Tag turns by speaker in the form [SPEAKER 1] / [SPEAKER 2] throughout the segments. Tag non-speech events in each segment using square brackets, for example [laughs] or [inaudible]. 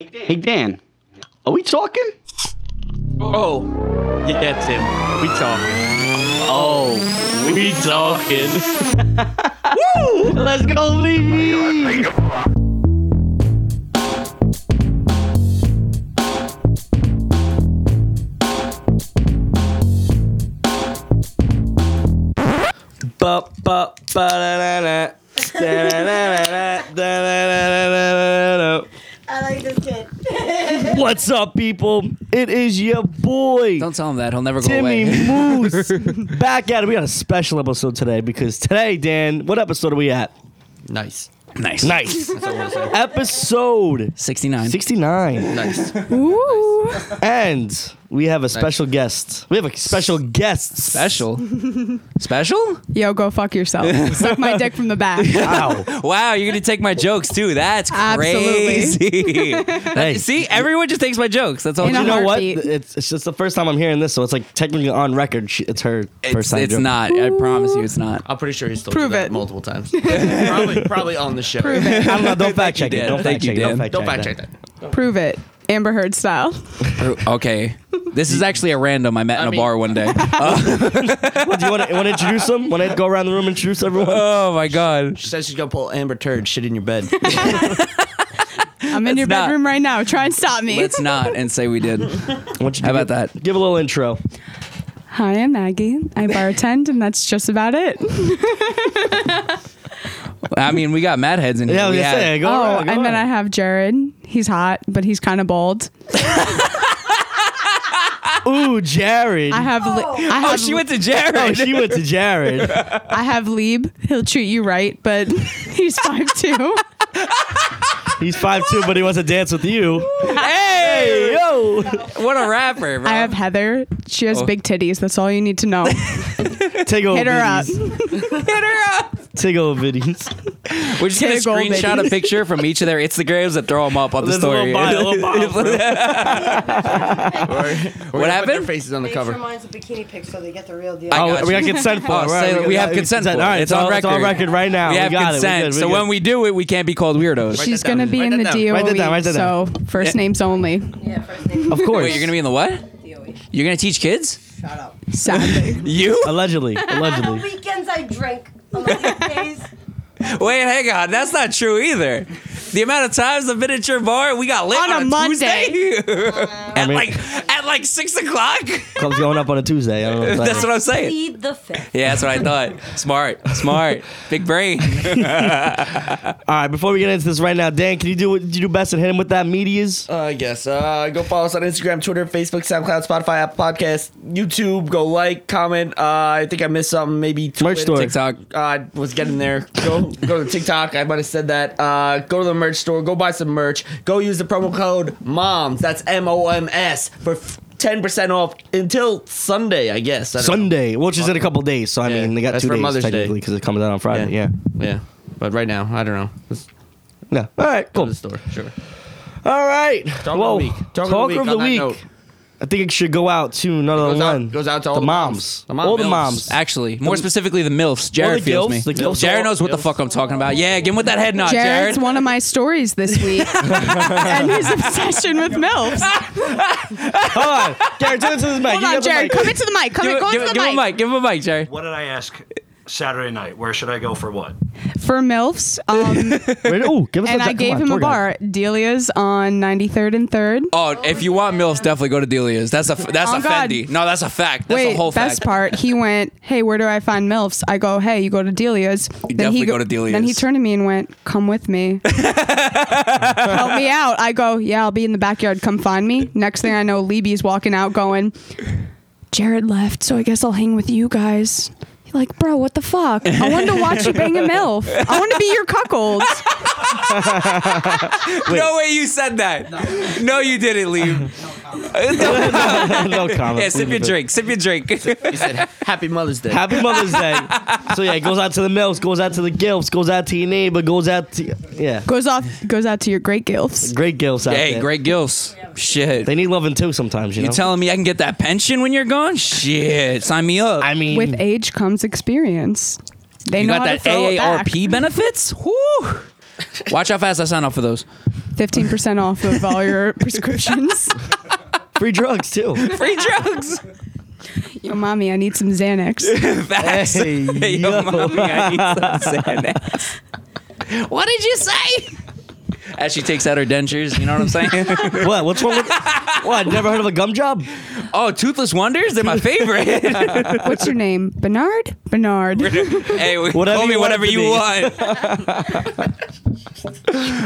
[SPEAKER 1] Hey Dan, are we talking?
[SPEAKER 2] Oh, yeah, that's him. We talking.
[SPEAKER 1] Oh,
[SPEAKER 2] We
[SPEAKER 1] [laughs]
[SPEAKER 2] talking.
[SPEAKER 1] let's go, Levy.
[SPEAKER 2] Ba ba ba da da da. Da, da, da, da, da, da, da, da, da, da, da.
[SPEAKER 3] I like this kid.
[SPEAKER 2] What's up, people? It is your boy
[SPEAKER 4] Don't tell him that. He'll never go
[SPEAKER 2] Timmy
[SPEAKER 4] away. [laughs]
[SPEAKER 2] Moose back at it. We got a special episode today because today, Dan, what episode are we at?
[SPEAKER 5] Nice.
[SPEAKER 4] Nice.
[SPEAKER 2] Nice episode
[SPEAKER 4] 69.
[SPEAKER 2] 69.
[SPEAKER 4] [laughs]
[SPEAKER 5] Nice.
[SPEAKER 2] And we have a special guest. We have a special guest.
[SPEAKER 4] Special. Special?
[SPEAKER 6] Yo, go fuck
[SPEAKER 2] [laughs]
[SPEAKER 6] yourself. Suck my dick from the back.
[SPEAKER 2] Wow.
[SPEAKER 4] Wow, you're going to take my jokes too. That's
[SPEAKER 6] Absolutely.
[SPEAKER 4] crazy.
[SPEAKER 2] [laughs] Hey.
[SPEAKER 4] See, everyone just takes my jokes. That's all.
[SPEAKER 6] In
[SPEAKER 2] you
[SPEAKER 6] a
[SPEAKER 2] know what?
[SPEAKER 6] heartbeat.
[SPEAKER 2] It's, it's just the first time I'm hearing this, so it's like technically on record. She, it's her first
[SPEAKER 4] It's,
[SPEAKER 2] time.
[SPEAKER 4] it's
[SPEAKER 2] doing-
[SPEAKER 4] not. I promise you, it's not.
[SPEAKER 5] I'm pretty sure he's told
[SPEAKER 6] Prove
[SPEAKER 5] you that
[SPEAKER 6] it.
[SPEAKER 5] multiple [laughs] times. probably, probably on the show.
[SPEAKER 6] Prove it.
[SPEAKER 2] I don't know. Don't fact check
[SPEAKER 4] you,
[SPEAKER 2] it.
[SPEAKER 4] Dan.
[SPEAKER 2] Don't fact
[SPEAKER 4] Thank you,
[SPEAKER 2] check it. Don't
[SPEAKER 4] Dan.
[SPEAKER 2] fact
[SPEAKER 5] Don't
[SPEAKER 2] check
[SPEAKER 5] fact
[SPEAKER 2] that.
[SPEAKER 5] check that.
[SPEAKER 6] Prove it. Amber Heard style.
[SPEAKER 4] Okay. This is actually a random I met in a
[SPEAKER 5] mean-
[SPEAKER 4] bar one day.
[SPEAKER 2] Well, do you want to introduce them? Want to go around the room and introduce everyone?
[SPEAKER 4] [laughs] oh my god.
[SPEAKER 5] She says she's gonna pull Amber Turd shit in your [laughs] bed.
[SPEAKER 6] I'm in your
[SPEAKER 4] not-
[SPEAKER 6] bedroom right now. Try and stop me.
[SPEAKER 4] Let's not and say we did.
[SPEAKER 2] I want you to
[SPEAKER 4] How
[SPEAKER 2] give,
[SPEAKER 4] about that?
[SPEAKER 2] Give a little intro.
[SPEAKER 6] Hi, I'm Maggie. I bartend, and that's just about it.
[SPEAKER 4] I mean, we got mad heads in here.
[SPEAKER 2] Yeah, I was
[SPEAKER 4] we
[SPEAKER 2] gonna
[SPEAKER 4] had-
[SPEAKER 2] say, go
[SPEAKER 6] oh,
[SPEAKER 2] around, go
[SPEAKER 6] and then I
[SPEAKER 2] around.
[SPEAKER 6] have Jared. He's hot, but he's kind of bald.
[SPEAKER 2] Ooh, Jared.
[SPEAKER 6] I have. Li- I have.
[SPEAKER 4] Oh, she went to Jared.
[SPEAKER 2] oh, she went to
[SPEAKER 6] [laughs]
[SPEAKER 2] Jared.
[SPEAKER 6] I have Lieb. He'll treat you right, but [laughs] he's five two.
[SPEAKER 2] He's five two, but he wants to dance with you.
[SPEAKER 4] [laughs]
[SPEAKER 2] [laughs]
[SPEAKER 4] hey,
[SPEAKER 2] Yo.
[SPEAKER 4] what a rapper, bro.
[SPEAKER 6] I
[SPEAKER 2] Oh.
[SPEAKER 6] have Heather. She has
[SPEAKER 4] Oh.
[SPEAKER 6] big titties. That's all you need to know.
[SPEAKER 2] Tiggle
[SPEAKER 6] Hit her up.
[SPEAKER 2] bitties.
[SPEAKER 4] hit her up.
[SPEAKER 2] Tiggle bitties.
[SPEAKER 4] We're just gonna
[SPEAKER 6] Get a gold
[SPEAKER 4] screenshot a
[SPEAKER 6] medal.
[SPEAKER 4] picture from each of their Instagrams and throw them up on the
[SPEAKER 2] There's a little
[SPEAKER 4] story.
[SPEAKER 2] bio,
[SPEAKER 4] [laughs]
[SPEAKER 2] [laughs] a little bio,
[SPEAKER 5] what Their
[SPEAKER 4] happened?
[SPEAKER 5] faces on the
[SPEAKER 3] Make
[SPEAKER 5] cover.
[SPEAKER 3] sure mine's a bikini pic so they get the real deal.
[SPEAKER 4] I
[SPEAKER 2] Oh,
[SPEAKER 4] got
[SPEAKER 2] we
[SPEAKER 4] you.
[SPEAKER 2] got consent for. it.
[SPEAKER 4] Oh,
[SPEAKER 2] All
[SPEAKER 4] say we have consent for
[SPEAKER 2] All
[SPEAKER 4] it.
[SPEAKER 2] right,
[SPEAKER 4] It's on
[SPEAKER 2] It's on
[SPEAKER 4] record.
[SPEAKER 2] record right now.
[SPEAKER 4] we have
[SPEAKER 2] got
[SPEAKER 4] consent,
[SPEAKER 2] It. We're good, we're
[SPEAKER 4] so
[SPEAKER 2] good.
[SPEAKER 4] when we do it, we can't be called weirdos.
[SPEAKER 5] Write
[SPEAKER 6] She's
[SPEAKER 5] that down.
[SPEAKER 6] gonna be
[SPEAKER 5] Write
[SPEAKER 6] in
[SPEAKER 5] that
[SPEAKER 6] the
[SPEAKER 5] down.
[SPEAKER 6] DOE,
[SPEAKER 2] Write that down, write that
[SPEAKER 6] so first names only.
[SPEAKER 3] yeah, first name.
[SPEAKER 2] of course,
[SPEAKER 4] [laughs] Wait, you're gonna be in the what?
[SPEAKER 3] DOE.
[SPEAKER 4] You're gonna teach kids?
[SPEAKER 3] [laughs] Shut up.
[SPEAKER 2] [laughs]
[SPEAKER 6] Sadly.
[SPEAKER 4] You? [laughs]
[SPEAKER 2] allegedly,
[SPEAKER 3] On
[SPEAKER 2] allegedly.
[SPEAKER 3] weekends I drink. On the days.
[SPEAKER 4] Wait, hang on. That's not true either. The amount of times I've been at your bar, we got lit
[SPEAKER 6] On
[SPEAKER 4] on,
[SPEAKER 6] a Monday.
[SPEAKER 4] Tuesday. [laughs]
[SPEAKER 6] [laughs]
[SPEAKER 4] at
[SPEAKER 2] mean-
[SPEAKER 4] like at like six o'clock. [laughs]
[SPEAKER 2] Club's going up on a Tuesday. I don't know. What's
[SPEAKER 4] That's what I'm saying.
[SPEAKER 3] Plead the fifth.
[SPEAKER 4] Yeah, that's what I thought. Smart, smart,
[SPEAKER 2] [laughs]
[SPEAKER 4] big brain.
[SPEAKER 2] All right, before we get into this right now, Dan, can you do what you do best and hit him with that medias?
[SPEAKER 5] Uh, I guess. Uh, go follow us on Instagram, Twitter, Facebook, SoundCloud, Spotify, Apple Podcast, YouTube. Go like, comment. Uh, I think I missed something. Maybe
[SPEAKER 2] Merch
[SPEAKER 5] Twitter.
[SPEAKER 2] store.
[SPEAKER 4] TikTok.
[SPEAKER 5] Uh, I was getting there. Go go to TikTok. I might have said that. Uh, go to the merch store. Go buy some merch. Go use the promo code MOMS. That's M O M S for ten percent off until Sunday. I guess I don't
[SPEAKER 2] Sunday, which is in a couple days. So I
[SPEAKER 5] Yeah,
[SPEAKER 2] mean, they got
[SPEAKER 5] that's
[SPEAKER 2] two
[SPEAKER 5] for
[SPEAKER 2] days
[SPEAKER 5] Mother's Day.
[SPEAKER 2] technically because it comes out on Friday. Yeah.
[SPEAKER 5] Yeah. know. Yeah, but right now I don't know. Let's
[SPEAKER 2] Yeah. All right.
[SPEAKER 5] go to
[SPEAKER 2] Cool.
[SPEAKER 5] the store. Sure.
[SPEAKER 2] All right.
[SPEAKER 5] Talk
[SPEAKER 2] well,
[SPEAKER 5] of the week.
[SPEAKER 2] Talk, of
[SPEAKER 5] on
[SPEAKER 2] the
[SPEAKER 5] that
[SPEAKER 2] week.
[SPEAKER 5] note.
[SPEAKER 2] I think it should go out to another
[SPEAKER 5] Goes out-
[SPEAKER 2] one.
[SPEAKER 5] goes out to all
[SPEAKER 2] the
[SPEAKER 5] the
[SPEAKER 2] moms.
[SPEAKER 5] moms. The moms.
[SPEAKER 2] All the
[SPEAKER 5] Milfs.
[SPEAKER 2] moms.
[SPEAKER 4] Actually, more specifically, the milfs. Jared
[SPEAKER 2] the
[SPEAKER 4] feels
[SPEAKER 2] gilfs,
[SPEAKER 4] me.
[SPEAKER 2] the gilfs.
[SPEAKER 4] Jared knows what the
[SPEAKER 5] Gilfs.
[SPEAKER 4] fuck I'm talking about. Yeah, give him with that head nod,
[SPEAKER 6] Jared's
[SPEAKER 4] Uh, Jared.
[SPEAKER 6] one of my stories this
[SPEAKER 4] [laughs]
[SPEAKER 6] week, and his obsession [laughs] with milfs.
[SPEAKER 2] Hold on, Jared, turn into this mic.
[SPEAKER 6] Hold
[SPEAKER 2] You
[SPEAKER 6] on,
[SPEAKER 2] got the
[SPEAKER 6] Jared,
[SPEAKER 2] mic.
[SPEAKER 6] come into the mic. Come
[SPEAKER 4] Give,
[SPEAKER 6] in,
[SPEAKER 4] it-
[SPEAKER 6] go
[SPEAKER 4] give,
[SPEAKER 6] into
[SPEAKER 4] it-
[SPEAKER 6] the
[SPEAKER 4] give him a
[SPEAKER 6] mic.
[SPEAKER 4] mic. Give him a mic, Jared.
[SPEAKER 7] What did I ask Saturday night? Where should I go for what?
[SPEAKER 4] [laughs]
[SPEAKER 6] for milfs, um,
[SPEAKER 2] Wait, ooh, give us
[SPEAKER 6] and
[SPEAKER 2] a
[SPEAKER 6] I gave him a bar. Delia's on 93rd and Third.
[SPEAKER 4] Oh, if you want milfs, definitely go to Delia's. That's a that's
[SPEAKER 6] Oh,
[SPEAKER 4] a
[SPEAKER 6] God.
[SPEAKER 4] Fendi. No, that's a fact. That's
[SPEAKER 6] Wait,
[SPEAKER 4] a whole
[SPEAKER 6] best
[SPEAKER 4] fact.
[SPEAKER 6] part, he went, "Hey, where do I find milfs?" I go, "Hey, you go to Delia's."
[SPEAKER 4] definitely
[SPEAKER 6] he
[SPEAKER 4] go to Delia's.
[SPEAKER 6] Then he turned to me and went, "Come
[SPEAKER 4] [laughs]
[SPEAKER 6] with me, help me out." I go, "Yeah, I'll be in the backyard. Come find me." Next thing I know, Libby's walking out, going, "Jared left, so I guess I'll hang with you guys." You're Like, bro, what the fuck? I wanted to watch you bang a milf. I want to be your cuckold.
[SPEAKER 4] No way you said that. No, you didn't [laughs] leave.
[SPEAKER 2] [laughs] no comment.
[SPEAKER 4] yeah, sip your drink. Sip your drink.
[SPEAKER 5] He said, "Happy Mother's Day."
[SPEAKER 2] Happy Mother's Day. so yeah, it goes out to the milfs, goes out to the gilfs, goes out to your neighbor, goes out to yeah,
[SPEAKER 6] Goes off, goes out to your great gilfs.
[SPEAKER 2] great gilfs out
[SPEAKER 4] hey,
[SPEAKER 2] there.
[SPEAKER 4] great gills. Shit.
[SPEAKER 2] They need loving too sometimes. You,
[SPEAKER 4] You
[SPEAKER 2] know?
[SPEAKER 4] telling me I can get that pension when you're gone? Shit, sign me up.
[SPEAKER 2] I mean,
[SPEAKER 6] With age comes experience. They
[SPEAKER 4] you
[SPEAKER 6] know
[SPEAKER 4] got
[SPEAKER 6] how
[SPEAKER 4] that
[SPEAKER 6] to throw it back.
[SPEAKER 4] AARP benefits? Whoo! Watch how fast I sign up for those.
[SPEAKER 6] 15% off of all
[SPEAKER 2] [laughs]
[SPEAKER 6] your prescriptions.
[SPEAKER 2] Free drugs too.
[SPEAKER 6] [laughs]
[SPEAKER 4] Free drugs.
[SPEAKER 6] Yo, mommy, I need some Xanax.
[SPEAKER 4] Facts.
[SPEAKER 2] Hey,
[SPEAKER 4] yo,
[SPEAKER 2] yo.
[SPEAKER 4] mommy, I need
[SPEAKER 2] [laughs]
[SPEAKER 4] some Xanax. what did you say? As she takes out her dentures, you know what I'm [laughs] saying?
[SPEAKER 2] what? What's wrong with? What? Never heard of a gum job?
[SPEAKER 4] oh, Toothless Wonders? They're my favorite. [laughs]
[SPEAKER 6] What's your name? Bernard? Bernard.
[SPEAKER 4] hey, we-
[SPEAKER 2] Whatever
[SPEAKER 4] call me
[SPEAKER 2] you want
[SPEAKER 4] whatever
[SPEAKER 2] to
[SPEAKER 4] you
[SPEAKER 2] be.
[SPEAKER 4] want.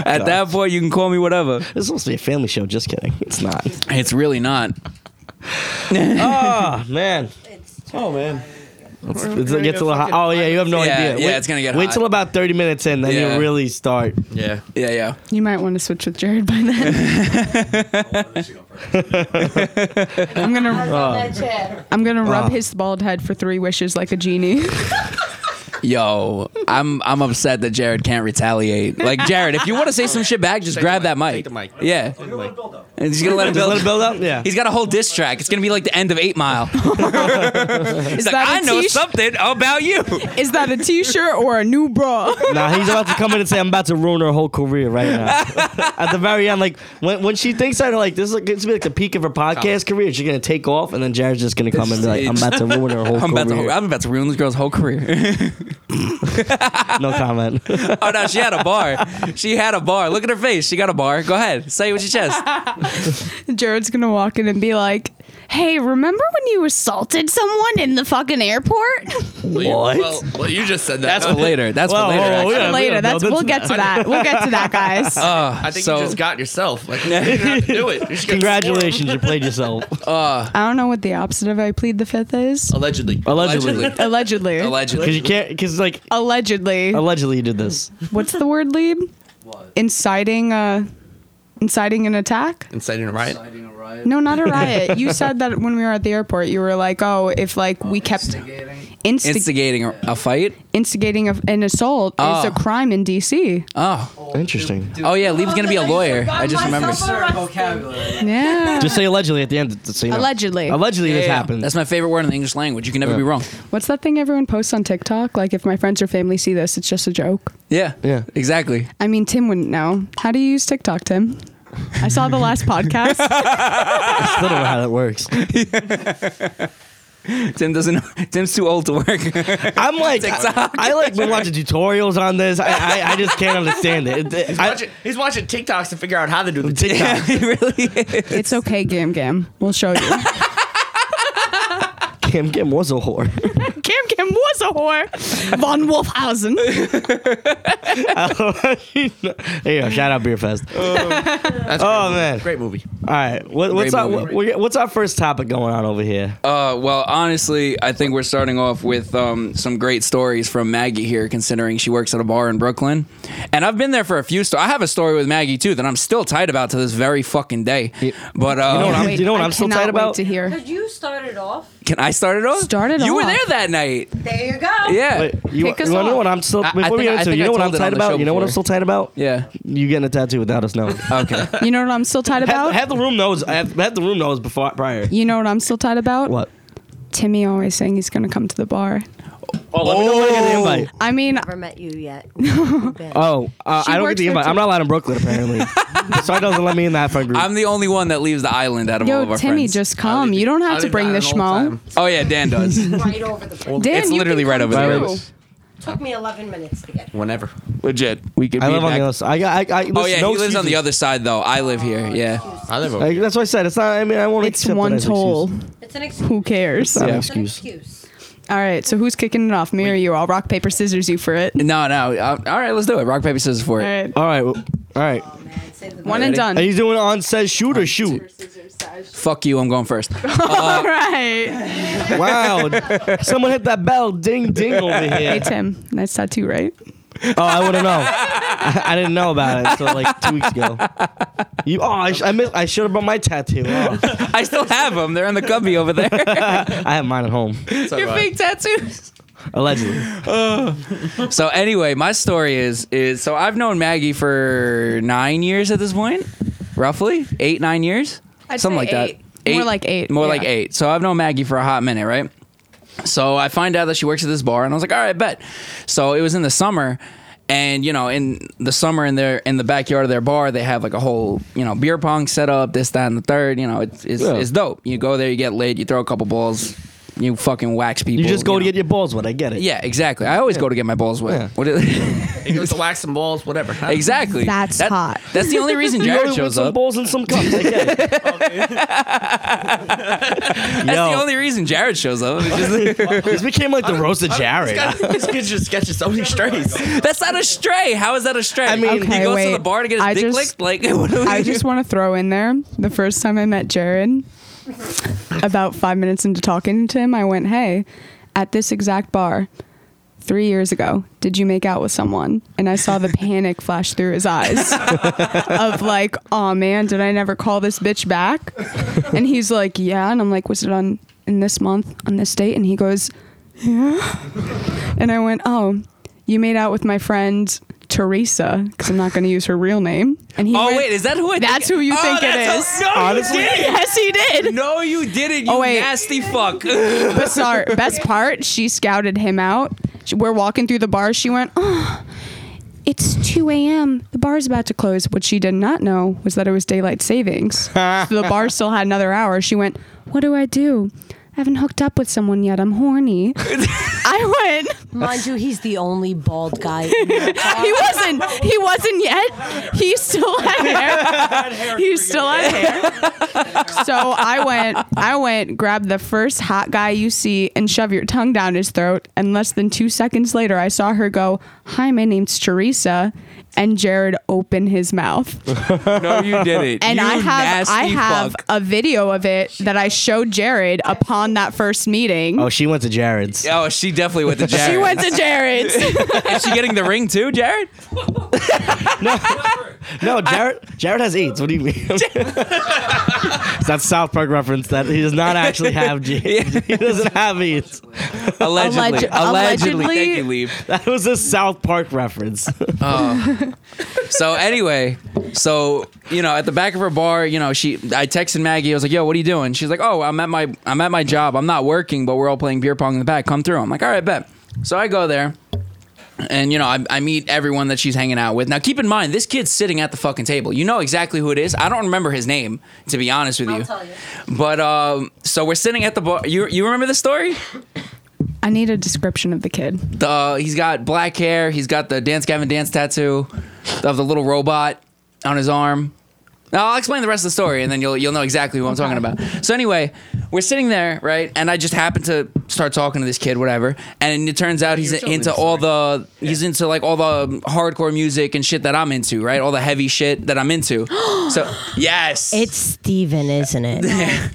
[SPEAKER 4] At that point, you can call me whatever.
[SPEAKER 2] This is supposed to be a family show. Just kidding. It's not.
[SPEAKER 4] It's really not.
[SPEAKER 2] oh man.
[SPEAKER 3] It's
[SPEAKER 5] Oh man.
[SPEAKER 2] It's, it's, it gets a little hot. Oh yeah, you have no
[SPEAKER 4] Yeah,
[SPEAKER 2] idea.
[SPEAKER 4] yeah,
[SPEAKER 2] Wait-
[SPEAKER 4] it's gonna get
[SPEAKER 2] Wait
[SPEAKER 4] hot.
[SPEAKER 2] till about thirty minutes in, then
[SPEAKER 4] Yeah.
[SPEAKER 2] you really start.
[SPEAKER 5] Yeah.
[SPEAKER 4] Yeah, yeah.
[SPEAKER 6] You might want to switch with Jared by then.
[SPEAKER 2] [laughs]
[SPEAKER 6] I'm gonna
[SPEAKER 3] on that chair.
[SPEAKER 6] I'm gonna rub
[SPEAKER 2] Ah.
[SPEAKER 6] his bald head for three wishes like a genie. [laughs]
[SPEAKER 4] Yo, I'm I'm upset that Jared can't retaliate. Like Jared, if you want to say some shit back, just grab that mic.
[SPEAKER 5] Take the mic.
[SPEAKER 4] Yeah, and he's gonna let him
[SPEAKER 2] Just
[SPEAKER 4] build.
[SPEAKER 2] let it build up. Yeah.
[SPEAKER 4] He's got a whole diss track. It's gonna be like the end of Eight
[SPEAKER 6] [laughs]
[SPEAKER 4] Mile. he's like,
[SPEAKER 6] that a
[SPEAKER 4] I know
[SPEAKER 6] t-shirt?"
[SPEAKER 4] something about you.
[SPEAKER 6] Is that a t-shirt or a new bra?
[SPEAKER 2] Nah, he's about to come in and say, "I'm about to ruin her whole career right
[SPEAKER 4] [laughs]
[SPEAKER 2] now." At the very end, like when when she thinks that, like this is like, it's gonna be like the peak of her podcast career. She's gonna take off, and then Jared's just gonna come and be like, "I'm about to ruin her whole
[SPEAKER 4] [laughs] I'm about,
[SPEAKER 2] career."
[SPEAKER 4] to, I'm about to ruin this girl's whole career. [laughs]
[SPEAKER 2] no comment.
[SPEAKER 4] oh no, she had a bar. She had a bar. Look at her face. She got a bar. Go ahead, say it with your
[SPEAKER 6] [laughs]
[SPEAKER 4] chest.
[SPEAKER 6] Jared's gonna walk in and be like, "Hey, remember when you assaulted someone in the fucking airport?"
[SPEAKER 5] Well,
[SPEAKER 2] What?
[SPEAKER 5] you, well, well, you just said that.
[SPEAKER 4] That's for
[SPEAKER 5] [laughs]
[SPEAKER 4] later. That's for
[SPEAKER 2] Well,
[SPEAKER 4] later.
[SPEAKER 2] well,
[SPEAKER 4] actually.
[SPEAKER 2] Oh, yeah, we
[SPEAKER 6] [laughs] Later,
[SPEAKER 2] don't
[SPEAKER 6] that's
[SPEAKER 2] know.
[SPEAKER 6] we'll get to that. We'll get to
[SPEAKER 2] [laughs]
[SPEAKER 6] that, guys.
[SPEAKER 2] Uh.
[SPEAKER 5] I think
[SPEAKER 4] So-
[SPEAKER 5] you just got yourself. Like, you didn't have to do it. You just got
[SPEAKER 2] Congratulations, you played
[SPEAKER 4] [laughs]
[SPEAKER 2] yourself
[SPEAKER 6] I don't know what the opposite of I plead the fifth is.
[SPEAKER 5] Allegedly.
[SPEAKER 2] Oh. allegedly
[SPEAKER 6] [laughs] Allegedly.
[SPEAKER 4] Allegedly.
[SPEAKER 2] because you can't because like
[SPEAKER 6] Allegedly.
[SPEAKER 2] allegedly you did this.
[SPEAKER 6] What's the word, Lieb? Inciting a inciting an attack?
[SPEAKER 5] Inciting a riot.
[SPEAKER 6] No, not a riot. You said that when we were at the airport, you were like, "Oh, if like we kept insti-
[SPEAKER 4] Instigating a- a fight.
[SPEAKER 6] instigating of an assault
[SPEAKER 4] Oh.
[SPEAKER 6] is a crime in D.C."
[SPEAKER 4] Oh,
[SPEAKER 2] Interesting.
[SPEAKER 4] oh yeah. Lee's gonna be a
[SPEAKER 3] I
[SPEAKER 4] lawyer.
[SPEAKER 3] forgot
[SPEAKER 4] I just remembered.
[SPEAKER 3] myself arrested.
[SPEAKER 6] Yeah,
[SPEAKER 2] Just say allegedly at the end. So you know.
[SPEAKER 6] allegedly.
[SPEAKER 2] Allegedly, this happened.
[SPEAKER 4] That's my favorite word in the English language. You can never be wrong.
[SPEAKER 6] What's that thing everyone posts on TikTok? Like, if my friends or family see this, it's just a joke.
[SPEAKER 4] Yeah.
[SPEAKER 2] Yeah.
[SPEAKER 4] Exactly.
[SPEAKER 6] I mean, Tim wouldn't know. How do you use TikTok, Tim? I saw the last [laughs] podcast.
[SPEAKER 2] I don't know how that works.
[SPEAKER 4] Tim doesn't. Know. Tim's too old to work. [laughs]
[SPEAKER 2] I'm like, I, I like been watching tutorials on this. I, I, I just can't understand
[SPEAKER 4] [laughs]
[SPEAKER 2] it. It-
[SPEAKER 5] He's
[SPEAKER 2] I-
[SPEAKER 5] watching, he's watching TikToks to figure out how to do the
[SPEAKER 2] TikTok.
[SPEAKER 4] he really is.
[SPEAKER 6] It's okay, Gam Gam. We'll show you.
[SPEAKER 2] [laughs] Kim Kim was a whore. [laughs]
[SPEAKER 6] [laughs] Gam Gam was a whore. Von Wolfhausen.
[SPEAKER 2] there you go. Shout out Beer Fest.
[SPEAKER 5] That's
[SPEAKER 2] Oh man.
[SPEAKER 5] Great movie.
[SPEAKER 2] All right. What, what's
[SPEAKER 4] Great
[SPEAKER 2] our
[SPEAKER 4] movie.
[SPEAKER 2] what, what's our first topic going on over here?
[SPEAKER 4] Uh, well, honestly, I think we're starting off with um, some great stories from Maggie here, considering she works at a bar in Brooklyn, and I've been there for a few. Sto- I have a story with Maggie too that I'm still tight about to this very fucking day. But uh,
[SPEAKER 2] You know what I'm-
[SPEAKER 6] Wait,
[SPEAKER 2] you know what
[SPEAKER 6] Oh. I
[SPEAKER 2] I'm so
[SPEAKER 6] cannot
[SPEAKER 2] tight
[SPEAKER 6] wait
[SPEAKER 2] about?
[SPEAKER 6] to hear.
[SPEAKER 3] Could you start it off?
[SPEAKER 4] can I start it off?
[SPEAKER 6] Start it
[SPEAKER 4] You were
[SPEAKER 6] off.
[SPEAKER 4] there that night.
[SPEAKER 3] There you go.
[SPEAKER 4] Yeah.
[SPEAKER 2] Wait, you
[SPEAKER 6] Kick us
[SPEAKER 2] you wanna know
[SPEAKER 6] off.
[SPEAKER 2] what I'm still
[SPEAKER 4] I- I
[SPEAKER 2] before we
[SPEAKER 4] think-
[SPEAKER 2] get
[SPEAKER 4] I
[SPEAKER 2] into it,
[SPEAKER 4] think
[SPEAKER 2] you
[SPEAKER 4] I
[SPEAKER 2] know what I'm
[SPEAKER 4] told it on
[SPEAKER 2] tight
[SPEAKER 4] the show
[SPEAKER 2] about? You know what I'm
[SPEAKER 4] before.
[SPEAKER 2] still tight about?
[SPEAKER 4] Yeah.
[SPEAKER 2] You getting a tattoo without us
[SPEAKER 4] [laughs]
[SPEAKER 2] knowing. [laughs]
[SPEAKER 4] Okay.
[SPEAKER 6] You know what I'm still tight
[SPEAKER 2] Half,
[SPEAKER 6] about?
[SPEAKER 2] half the room knows. Half, half the room knows before prior.
[SPEAKER 6] You know what I'm still tight about?
[SPEAKER 2] What?
[SPEAKER 6] Timmy always saying he's gonna come to the bar.
[SPEAKER 2] Oh, let me know when I get the
[SPEAKER 4] Oh.
[SPEAKER 2] invite.
[SPEAKER 6] I mean,
[SPEAKER 3] Never met you yet.
[SPEAKER 2] Oh, uh,
[SPEAKER 6] She
[SPEAKER 2] I don't
[SPEAKER 6] works
[SPEAKER 2] get the
[SPEAKER 6] for
[SPEAKER 2] invite. I'm
[SPEAKER 6] Tim-
[SPEAKER 2] not allowed in Brooklyn
[SPEAKER 6] [laughs]
[SPEAKER 2] apparently. so it doesn't let me in that friend group.
[SPEAKER 4] I'm the only one that leaves the island out of all of
[SPEAKER 6] yo,
[SPEAKER 4] our
[SPEAKER 6] Timmy,
[SPEAKER 4] friends.
[SPEAKER 6] just come. Um, You don't have to bring the schmo.
[SPEAKER 4] Oh yeah, Dan does.
[SPEAKER 6] [laughs]
[SPEAKER 3] right over the bridge.
[SPEAKER 6] Dan,
[SPEAKER 4] It's
[SPEAKER 6] you
[SPEAKER 4] literally
[SPEAKER 6] can
[SPEAKER 4] right
[SPEAKER 6] come
[SPEAKER 4] over there.
[SPEAKER 6] too.
[SPEAKER 3] Took me 11 minutes to get.
[SPEAKER 5] Whenever.
[SPEAKER 4] Legit. We could
[SPEAKER 2] I
[SPEAKER 4] be
[SPEAKER 2] live on
[SPEAKER 4] back-
[SPEAKER 2] the other side. I, I, I, listen,
[SPEAKER 4] Oh yeah,
[SPEAKER 2] no
[SPEAKER 4] he lives on the
[SPEAKER 2] excuses.
[SPEAKER 4] other side though. I live here. Yeah.
[SPEAKER 5] I live
[SPEAKER 2] Like, that's what I said. It's not. I mean, I won't.
[SPEAKER 6] It's
[SPEAKER 2] accept it
[SPEAKER 6] one
[SPEAKER 2] as an
[SPEAKER 6] toll.
[SPEAKER 2] excuse.
[SPEAKER 3] It's an excuse.
[SPEAKER 6] Who cares?
[SPEAKER 2] Not an
[SPEAKER 4] Yeah.
[SPEAKER 3] It's an
[SPEAKER 2] excuse.
[SPEAKER 3] excuse.
[SPEAKER 6] All right, so who's kicking it off? Me or you? I'll rock paper scissors you for it.
[SPEAKER 4] No, no. Uh, all right, let's do it. Rock paper scissors for
[SPEAKER 6] All
[SPEAKER 4] it.
[SPEAKER 6] right,
[SPEAKER 2] All right, well, all right.
[SPEAKER 3] Oh, man, save the
[SPEAKER 6] one and
[SPEAKER 3] best.
[SPEAKER 2] Are
[SPEAKER 6] done.
[SPEAKER 2] you doing on says shoot or shoot?
[SPEAKER 4] Fuck you. I'm going
[SPEAKER 6] [laughs]
[SPEAKER 4] first.
[SPEAKER 6] [laughs] All right. [laughs]
[SPEAKER 2] Wow, someone hit that bell. Ding ding over
[SPEAKER 6] Hey
[SPEAKER 2] here.
[SPEAKER 6] Tim, nice tattoo, right?
[SPEAKER 2] Oh, I wouldn't
[SPEAKER 6] [laughs]
[SPEAKER 2] know. I, I didn't know about it until like two weeks ago. You. Oh, I, sh- I missed. I should have brought my tattoo. Oh,
[SPEAKER 4] I still have them. They're in the cubby
[SPEAKER 2] [laughs]
[SPEAKER 4] over there.
[SPEAKER 2] I have mine at home.
[SPEAKER 4] Your fake tattoos.
[SPEAKER 2] Allegedly.
[SPEAKER 4] So anyway, my story is is so I've known Maggie for nine years at this point, roughly eight nine years,
[SPEAKER 6] I'd
[SPEAKER 4] something
[SPEAKER 6] say
[SPEAKER 4] like
[SPEAKER 6] eight.
[SPEAKER 4] that.
[SPEAKER 6] More like eight,
[SPEAKER 4] More like
[SPEAKER 6] yeah.
[SPEAKER 4] eight. So I've known Maggie for a hot minute, right? So I find out that she works at this bar, and I was like, all right, bet. So it was in the summer, And you know, in the summer, in their in the backyard of their bar, they have like a whole you know beer pong set up, this, that, and the third. You know, it's it's,
[SPEAKER 2] Yeah.
[SPEAKER 4] it's dope. You go there, you get laid, you throw a couple balls, you fucking wax people.
[SPEAKER 2] You just go to
[SPEAKER 4] know.
[SPEAKER 2] get your balls wet. I get it.
[SPEAKER 4] Yeah, exactly. I always go to get my balls wet.
[SPEAKER 2] Yeah.
[SPEAKER 4] What is, [laughs]
[SPEAKER 5] It goes to wax some balls, whatever. huh?
[SPEAKER 4] exactly.
[SPEAKER 6] That's
[SPEAKER 4] That-
[SPEAKER 6] hot.
[SPEAKER 4] That's the only
[SPEAKER 2] [laughs]
[SPEAKER 4] reason
[SPEAKER 2] You
[SPEAKER 4] Jared
[SPEAKER 2] only with
[SPEAKER 4] shows
[SPEAKER 2] some
[SPEAKER 4] up.
[SPEAKER 2] balls and some cups. I get it.
[SPEAKER 4] That's the only reason Jared shows up. It's just- [laughs]
[SPEAKER 2] This became like the roast of Jared.
[SPEAKER 5] [laughs] This kid just sketches so many strays.
[SPEAKER 4] That's not a stray. How is that a stray? I
[SPEAKER 6] mean-
[SPEAKER 4] he
[SPEAKER 6] Okay,
[SPEAKER 4] goes to
[SPEAKER 6] wait.
[SPEAKER 4] the bar to get his
[SPEAKER 6] I
[SPEAKER 4] dick licked.
[SPEAKER 6] just-
[SPEAKER 4] Like, [laughs] what do we
[SPEAKER 6] I just want to throw in there the first time I met Jared, about five minutes into talking to him, I went, Hey, at this exact bar, three years ago, did you make out with someone? And I saw the panic flash through
[SPEAKER 4] [laughs]
[SPEAKER 6] his eyes of like, Oh man, did I never call this bitch back? And he's like, Yeah. And I'm like, Was it on in this month on this date? And he goes, Yeah. And I went, Oh, you made out with my friend. Teresa, because I'm not going to use her real name, and he
[SPEAKER 4] Oh
[SPEAKER 6] went-
[SPEAKER 4] wait, is that who? I
[SPEAKER 6] That's
[SPEAKER 4] think-
[SPEAKER 6] who you
[SPEAKER 4] Oh,
[SPEAKER 6] think it
[SPEAKER 4] that's
[SPEAKER 6] is.
[SPEAKER 4] who- no,
[SPEAKER 2] Honestly-
[SPEAKER 4] you didn't.
[SPEAKER 6] Yes, he did. [laughs]
[SPEAKER 4] No, you didn't. You
[SPEAKER 6] Oh, wait.
[SPEAKER 4] nasty
[SPEAKER 6] [laughs]
[SPEAKER 4] fuck. Ugh.
[SPEAKER 6] Bizarre. Best part, she scouted him out. She- we're walking through the bar. She went, oh, it's 2 a.m. The bar's about to close. What she did not know was that it was daylight savings. so the bar still had another hour. She went, what do I do? I haven't hooked up with someone yet. I'm horny. [laughs] I went.
[SPEAKER 3] Mind you, he's the only bald guy. In the
[SPEAKER 4] Uh,
[SPEAKER 6] He wasn't. He wasn't yet. He still
[SPEAKER 4] [laughs]
[SPEAKER 6] had hair. [laughs] He still had hair. So I went. I went. Grab the first hot guy you see and shove your tongue down his throat. And less than two seconds later, I saw her go, "Hi, my name's Teresa," and Jared open
[SPEAKER 4] [laughs]
[SPEAKER 6] his mouth.
[SPEAKER 4] No, you didn't.
[SPEAKER 6] And
[SPEAKER 4] you
[SPEAKER 6] I have.
[SPEAKER 4] Nasty
[SPEAKER 6] I have
[SPEAKER 4] Fuck.
[SPEAKER 6] a video of it that I showed Jared upon that first meeting.
[SPEAKER 2] Oh, she went to Jared's.
[SPEAKER 4] Oh, she definitely went to Jared.
[SPEAKER 6] she went to
[SPEAKER 4] [laughs]
[SPEAKER 6] Jared's.
[SPEAKER 4] Is she getting the ring too, Jared?
[SPEAKER 2] No, Jared. Jared has AIDS. What do you mean? That's South Park reference. That he does not actually have. G- he doesn't have AIDS.
[SPEAKER 4] Allegedly.
[SPEAKER 6] [laughs] Alleg-
[SPEAKER 4] allegedly. Thank
[SPEAKER 6] allegedly-
[SPEAKER 4] you, Leave.
[SPEAKER 2] That was a South Park reference.
[SPEAKER 4] So anyway, so you know, at the back of her bar, you know, she I texted Maggie. I was like, "Yo, what are you doing?" She's like, "Oh, I'm at my I'm at my job. I'm not working, but we're all playing beer pong in the back. Come through." I'm like, "All right, bet." So I go there. And you know, I, I meet everyone that she's hanging out with. Now, keep in mind, this kid's sitting at the fucking table. You know exactly who it is. I don't remember his name, to be honest with
[SPEAKER 3] I'll
[SPEAKER 4] you.
[SPEAKER 3] tell you.
[SPEAKER 4] But um, so we're sitting at the bar. You you remember the story?
[SPEAKER 6] I need a description of the kid.
[SPEAKER 4] The uh, he's got black hair. He's got the Dance Gavin Dance tattoo of the little robot on his arm. Now, I'll explain the rest of the story, and then you'll you'll know exactly who I'm talking about. So anyway, we're sitting there, right? And I just happen to start talking to this kid, whatever. And it turns out he's into all the he's into like all the hardcore music and shit that I'm into, right? All the heavy shit that I'm
[SPEAKER 6] [gasps]
[SPEAKER 4] into. so yes,
[SPEAKER 3] It's Steven, isn't it?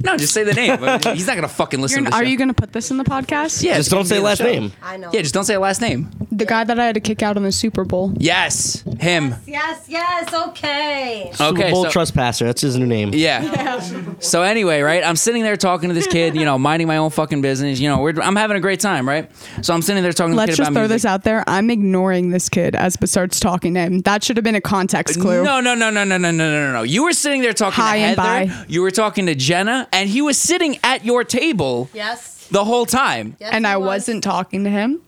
[SPEAKER 4] no, just say the
[SPEAKER 6] [laughs]
[SPEAKER 4] name. he's not gonna fucking listen.
[SPEAKER 6] You're,
[SPEAKER 4] to
[SPEAKER 6] n-
[SPEAKER 4] this
[SPEAKER 6] are
[SPEAKER 4] show.
[SPEAKER 6] you going to put this in the podcast?
[SPEAKER 4] Yeah,
[SPEAKER 2] Just don't say last name.
[SPEAKER 3] I know.
[SPEAKER 4] Yeah, just don't say last name.
[SPEAKER 6] The guy that I had to kick out on the Super Bowl.
[SPEAKER 4] Yes, him.
[SPEAKER 3] yes, yes, okay.
[SPEAKER 4] Okay,
[SPEAKER 2] Super Bowl
[SPEAKER 4] so-
[SPEAKER 2] trespasser. That's his new name.
[SPEAKER 4] Yeah. So anyway, right? I'm sitting there talking to this kid, you know, minding my own fucking business. You know, we're, I'm having a great time, right? So I'm sitting there talking to the
[SPEAKER 6] Let's
[SPEAKER 4] kid
[SPEAKER 6] just
[SPEAKER 4] about
[SPEAKER 6] throw
[SPEAKER 4] music.
[SPEAKER 6] this out there. I'm ignoring this kid as Bassart's talking to him. That should have been a context clue.
[SPEAKER 4] No, no, no, no, no, no, no, no, no. You were sitting there talking
[SPEAKER 6] Hi
[SPEAKER 4] to
[SPEAKER 6] and
[SPEAKER 4] Heather.
[SPEAKER 6] bye.
[SPEAKER 4] You were talking to Jenna, and he was sitting at your table
[SPEAKER 3] Yes.
[SPEAKER 4] the whole time.
[SPEAKER 3] yes
[SPEAKER 6] And
[SPEAKER 3] he
[SPEAKER 6] I
[SPEAKER 3] was.
[SPEAKER 6] wasn't talking to him.